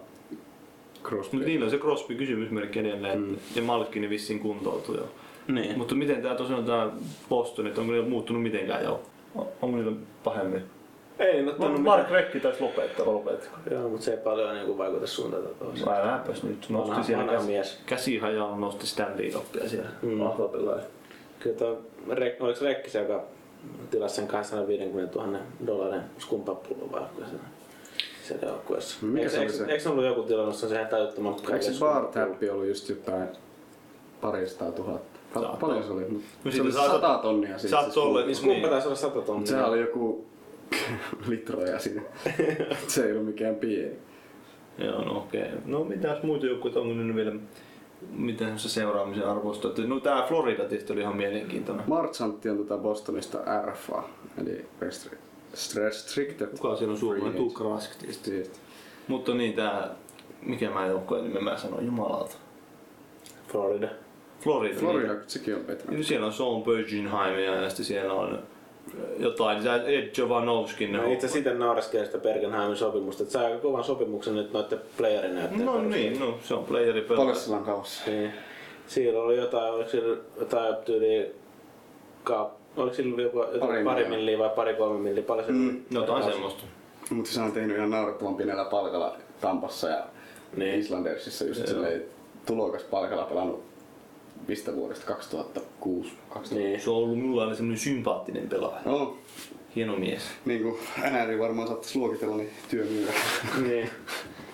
Crosby. Mutta niillä on se Crosby kysymysmerkki edelleen, mm. ja Malkkinen vissiin kuntoutuu jo. Niin. Mutta miten tämä tosiaan tämä Boston, että onko niillä muuttunut mitenkään jo? O- Onko niillä pahemmin? Ei, no Mark Mark Rekki taisi lopettaa. Lopettiko? Joo, mutta se ei paljon niinku vaikuta suuntaan tai toiseen. Vai läpäs No nyt. Nosti Vanha- siellä vanha käs, mies. käsihajalla, nosti Stanley Cupia siellä. Mm. Vahva pelaaja. Kyllä toi, Rek, oliko Rekki se, joka tilasi sen 250 000 dollarin skumpapullon vai oliko se siellä joukkueessa? Mikä Eikö- se oli eikö- se? Eikö se ollut joku tilannut sen sehän tajuttoman Eikö kallis se bar tappi ollut just jotain paristaa tuhatta? Pa- paljon se oli? Mut Se siitä oli saa- sata tonnia siitä. saat se olla- skumpa. niin skumpa taisi olla sata tonnia. Mut Sehän oli joku (laughs) litroja siinä. se ei ollut mikään pieni. Joo, no okei. Okay. No mitäs muita joukkueita onko nyt vielä mitään se seuraamisen arvosta? Että, No tää Florida tietysti oli ihan mielenkiintoinen. Marchantti on tuota Bostonista RFA, eli restri- Restricted. Kuka siellä on suomalainen? Free Tuukka Rask tietysti. Mutta niin tää, mikä mä joukkueen nimen mä sanoin, jumalauta. Florida. Florida. Florida, niin. sekin on vetänyt. Niin siellä on Sean Bergenheimia ja sitten siellä on äh, jotain, tää Ed Jovanovskin. No, itse sitä naureskelen sitä Bergenheimin sopimusta, että saa aika kovan sopimuksen nyt noiden playerin näyttää. No niin, no se on playeri pelaaja. Paljon sillä on kaus? Niin. Siellä oli jotain, oliko siellä jotain tyyli ka- Oliko sillä joku, jotain Pari pari, milliä vai pari kolme milliä? Paljon se mm. No, Mutta se on tehnyt ihan naurettavan pienellä palkalla Tampassa ja niin. Islandersissa just silleen tulokas palkalla pelannut mistä vuodesta 2006. 2000. Niin, se on ollut minulla aina semmoinen sympaattinen pelaaja. No. Hieno mies. Niin kuin NR varmaan saattaisi luokitella, niin työmyyrä. Niin.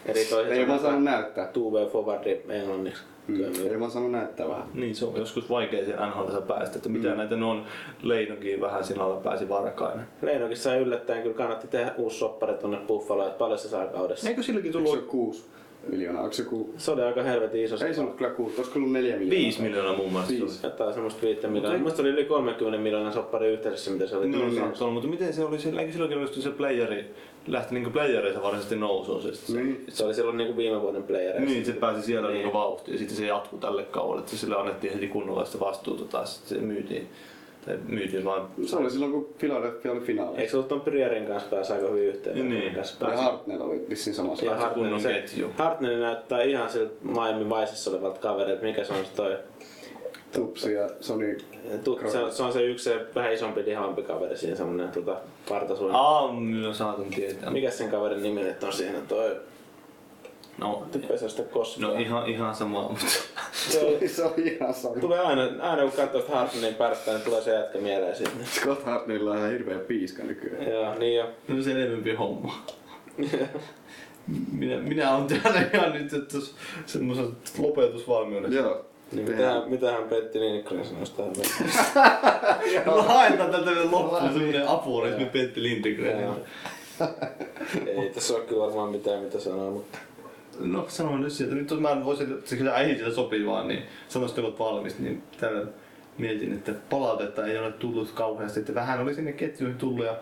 Eli toisin Ei vaan sanoen- saanut näyttää. Two way forward englanniksi. Mm. Ei vaan saanut näyttää vähän. Niin, se on joskus vaikea se NHL päästä, että mitä mm. näitä ne on. Leinokin vähän siinä alla pääsi varkainen. Leinokin sai yllättäen, kyllä kannatti tehdä uusi soppari tuonne Buffaloon, että paljon se saa kaudessa. Eikö silläkin tullut? Eikö se ole kuusi miljoonaa? Eikö se ku... Se oli aika helvetin iso Ei se ollut kyllä kuusi, olisiko ollut neljä miljoonaa? Viisi miljoonaa mun mielestä. Viisi. Jotain semmoista viittä miljoonaa. Mielestäni oli yli 30 miljoonaa soppari yhteydessä, mitä se oli. No, se on, se on, mutta miten se oli, se, eikö silloinkin ollut se playeri, lähti niinku playereissa varsinaisesti nousuun se, se, niin. se oli silloin niinku viime vuoden playereissa. Niin, se pääsi siellä niin. niinku vauhtiin ja sitten se jatkuu tälle kaualle, että sille annettiin heti kunnolla sitä vastuuta taas, sitten se myytiin. Tai myytiin vaan... Se oli silloin, kun Philadelphia oli finaali. Eikö se ollut ton Prierin kanssa pääsi aika hyvin yhteen? Niin. Ja Hartnell oli vissiin samassa. Ja Hartnell, se, Hartnell näyttää ihan siltä Miami Viceissa olevalta kaverilta. Mikä se on se toi? Tupsi ja Sony. Tu, se, on- se, on se yksi se vähän isompi, lihavampi kaveri siinä, semmonen tota, partasuinen. Aa, minä saatan tietää. Mikä sen kaverin nimi nyt on siinä toi? No, typpesä sitä koskaan. No ihan, ihan sama, mutta... Se (laughs) oli- se oli ihan sama. Tulee aina, aina kun katsoo sitä Hartnellin pärstää, niin tulee se jätkä mieleen sinne. Scott Hartnellilla on ihan hirveä piiska nykyään. Joo, niin jo. No se enemmän homma. minä, minä olen täällä ihan nyt että s- semmoisen lopetusvalmiudessa. Joo. Niin, mitähän, mitähän Petti Lindgren sanoisi tähän? No haetaan tältä vielä loppuun semmoinen apuorismi Pentti Lindgrenille. Ei tässä ole kyllä varmaan mitään mitä sanoa, mutta... No sano nyt sieltä. Nyt jos mä en voisi, että se kyllä äihin sieltä sopii vaan, niin sanois, että olet valmis, niin täällä mietin, että palautetta ei ole tullut kauheasti. Että vähän oli sinne ketjuihin tullut ja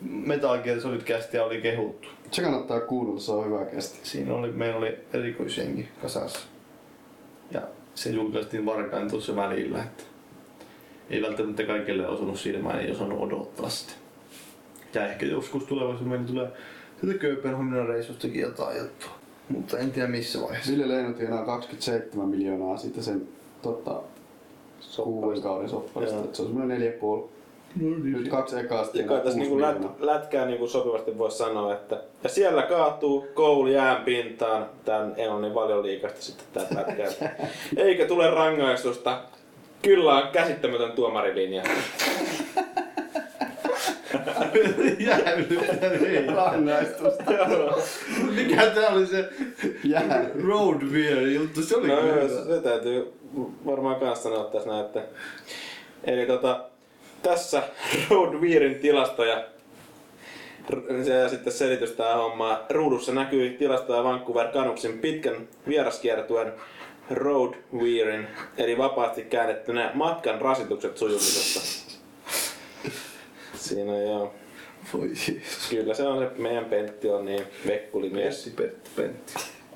Metal Gear Solid Castia oli kehuttu. Se kannattaa kuunnella, se on hyvä kästi. Siinä oli, meillä oli erikoisjengi kasassa. Ja se julkaistiin varkain tuossa välillä, että ei välttämättä kaikille osunut silmään, ei osannut odottaa sitä. Ja ehkä joskus tulevaisuudessa meillä tulee sieltä Kööpenhaminan reissustakin jotain juttua. Mutta en tiedä missä vaiheessa. Ville Leino tienaa 27 miljoonaa siitä sen tota, kuuden kauden sopparista. Joo. Et Se on semmoinen 4,5. Nyt kaksi ekaa sitten. Ja kai tässä niinku lät, lätkää niinku sopivasti voisi sanoa, että ja siellä kaatuu koulu jään pintaan tämän Englannin valioliikasta sitten tää pätkä. Eikä tule rangaistusta. Kyllä on käsittämätön tuomarilinja. (laughs) Rangaistusta. Mikä tää oli se Jää. road beer juttu? Se oli no, kyllä joo, hyvä. se, se täytyy varmaan kanssa sanoa tässä näin, että... Eli tota, tässä (laughs) Road Weerin tilastoja r- ja sitten selitys tähän hommaan. Ruudussa näkyy tilastoja Vancouver Canucksin pitkän vieraskiertuen Road Weerin, eli vapaasti käännettynä matkan rasitukset sujumisesta. Siinä joo. Voi jeesus. Kyllä se on se, meidän Pentti on niin vekkulimies. Pentti, Pentti.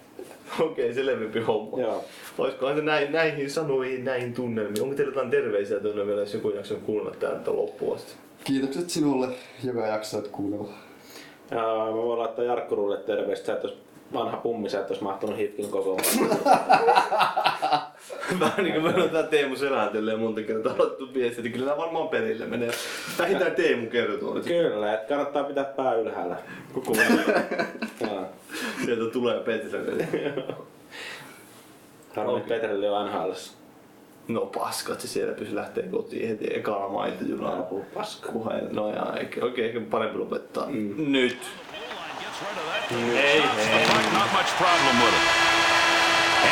(laughs) Okei, okay, selvempi homma. Joo. Olisikohan se näin, näihin sanoihin, näihin tunnelmiin? Onko teillä jotain terveisiä tuonne vielä, jos joku jakson kuunnella täältä loppuun asti? Kiitokset sinulle, joka jaksoit kuunnella. Ää, Mä voin laittaa Jarkko Rulle terveistä, sä et ois, vanha pummi, sä et ois mahtunut hitkin koko (laughs) Vähän niin kuin meillä on tää Teemu Selän tälleen monta kertaa alettu viesti, niin kyllä nää varmaan perille menee. Vähintään Teemu kertoo nyt. Kyllä, et kannattaa pitää pää ylhäällä. Koko (laughs) ajan. Jaa. Sieltä tulee Petrille. (laughs) Harmi, että Petrille on nhl No paskat, se siellä pysy lähtee kotiin heti ekalla maita junalla. Paska. No jaa, okei, okay, ehkä parempi lopettaa. Mm. Nyt. Hey, Not much problem with it.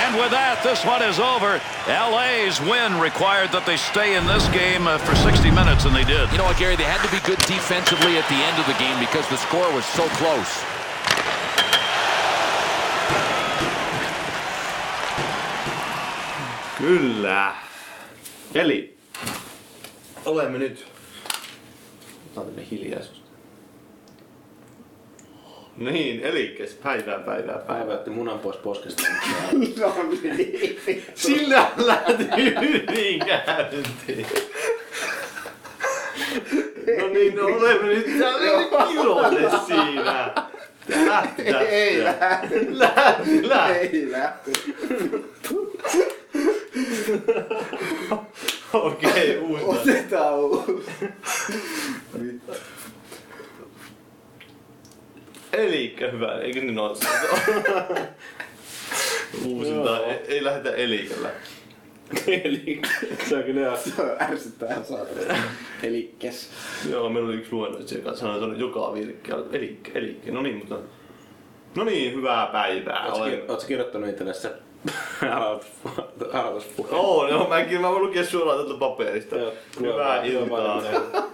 And with that, this one is over. LA's win required that they stay in this game uh, for 60 minutes, and they did. You know what, Gary? They had to be good defensively at the end of the game because the score was so close. Kyllä. Eli olemme nyt. Otamme hiljaisuus. Niin, eli päivää, päivää, päivää. Päiväytti munan pois poskesta. No niin. Sillä lähti hyvin käyntiin. No niin, no olemme nyt täällä kilone siinä. Lähti tästä. Ei lähti. Lähti, lähti. Ei lähti. Okei, uusi. Otetaan uusi. (laughs) Vittu. Elikkä hyvä, eikö niin ole? Uusinta, ei, ei lähdetä elikällä. Eli se on kyllä Se on (laughs) ärsyttää ihan saatana. Elikkes. Joo, meillä oli yksi luennoitsija, joka sanoi tuonne joka virkkeellä, elikkä, elikkä, no niin, mutta... No niin, hyvää päivää. Ootko kir- ootko kirjoittanut (laughs) itsellesi sen aloituspuheen? Oo, no mäkin mä voin lukea suoraan tältä paperista. Hyvää Hyvää iltaa.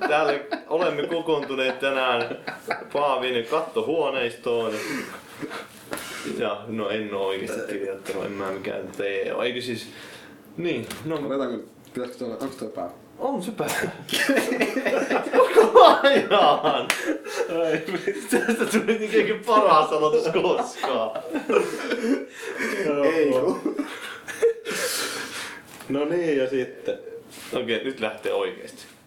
Täällä olemme kokoontuneet tänään Paavin kattohuoneistoon. Ja no en oo oikeesti kirjoittanut, en mä mikään tee. Eikö siis... Niin, no... Oletaanko, pitäisikö tuolla, onko tuo päällä? On se päällä. Koko ajan! Ai, tästä tuli niinkin paras aloitus koskaan. Ei kun. No niin, ja sitten. Okei, nyt lähtee oikeesti.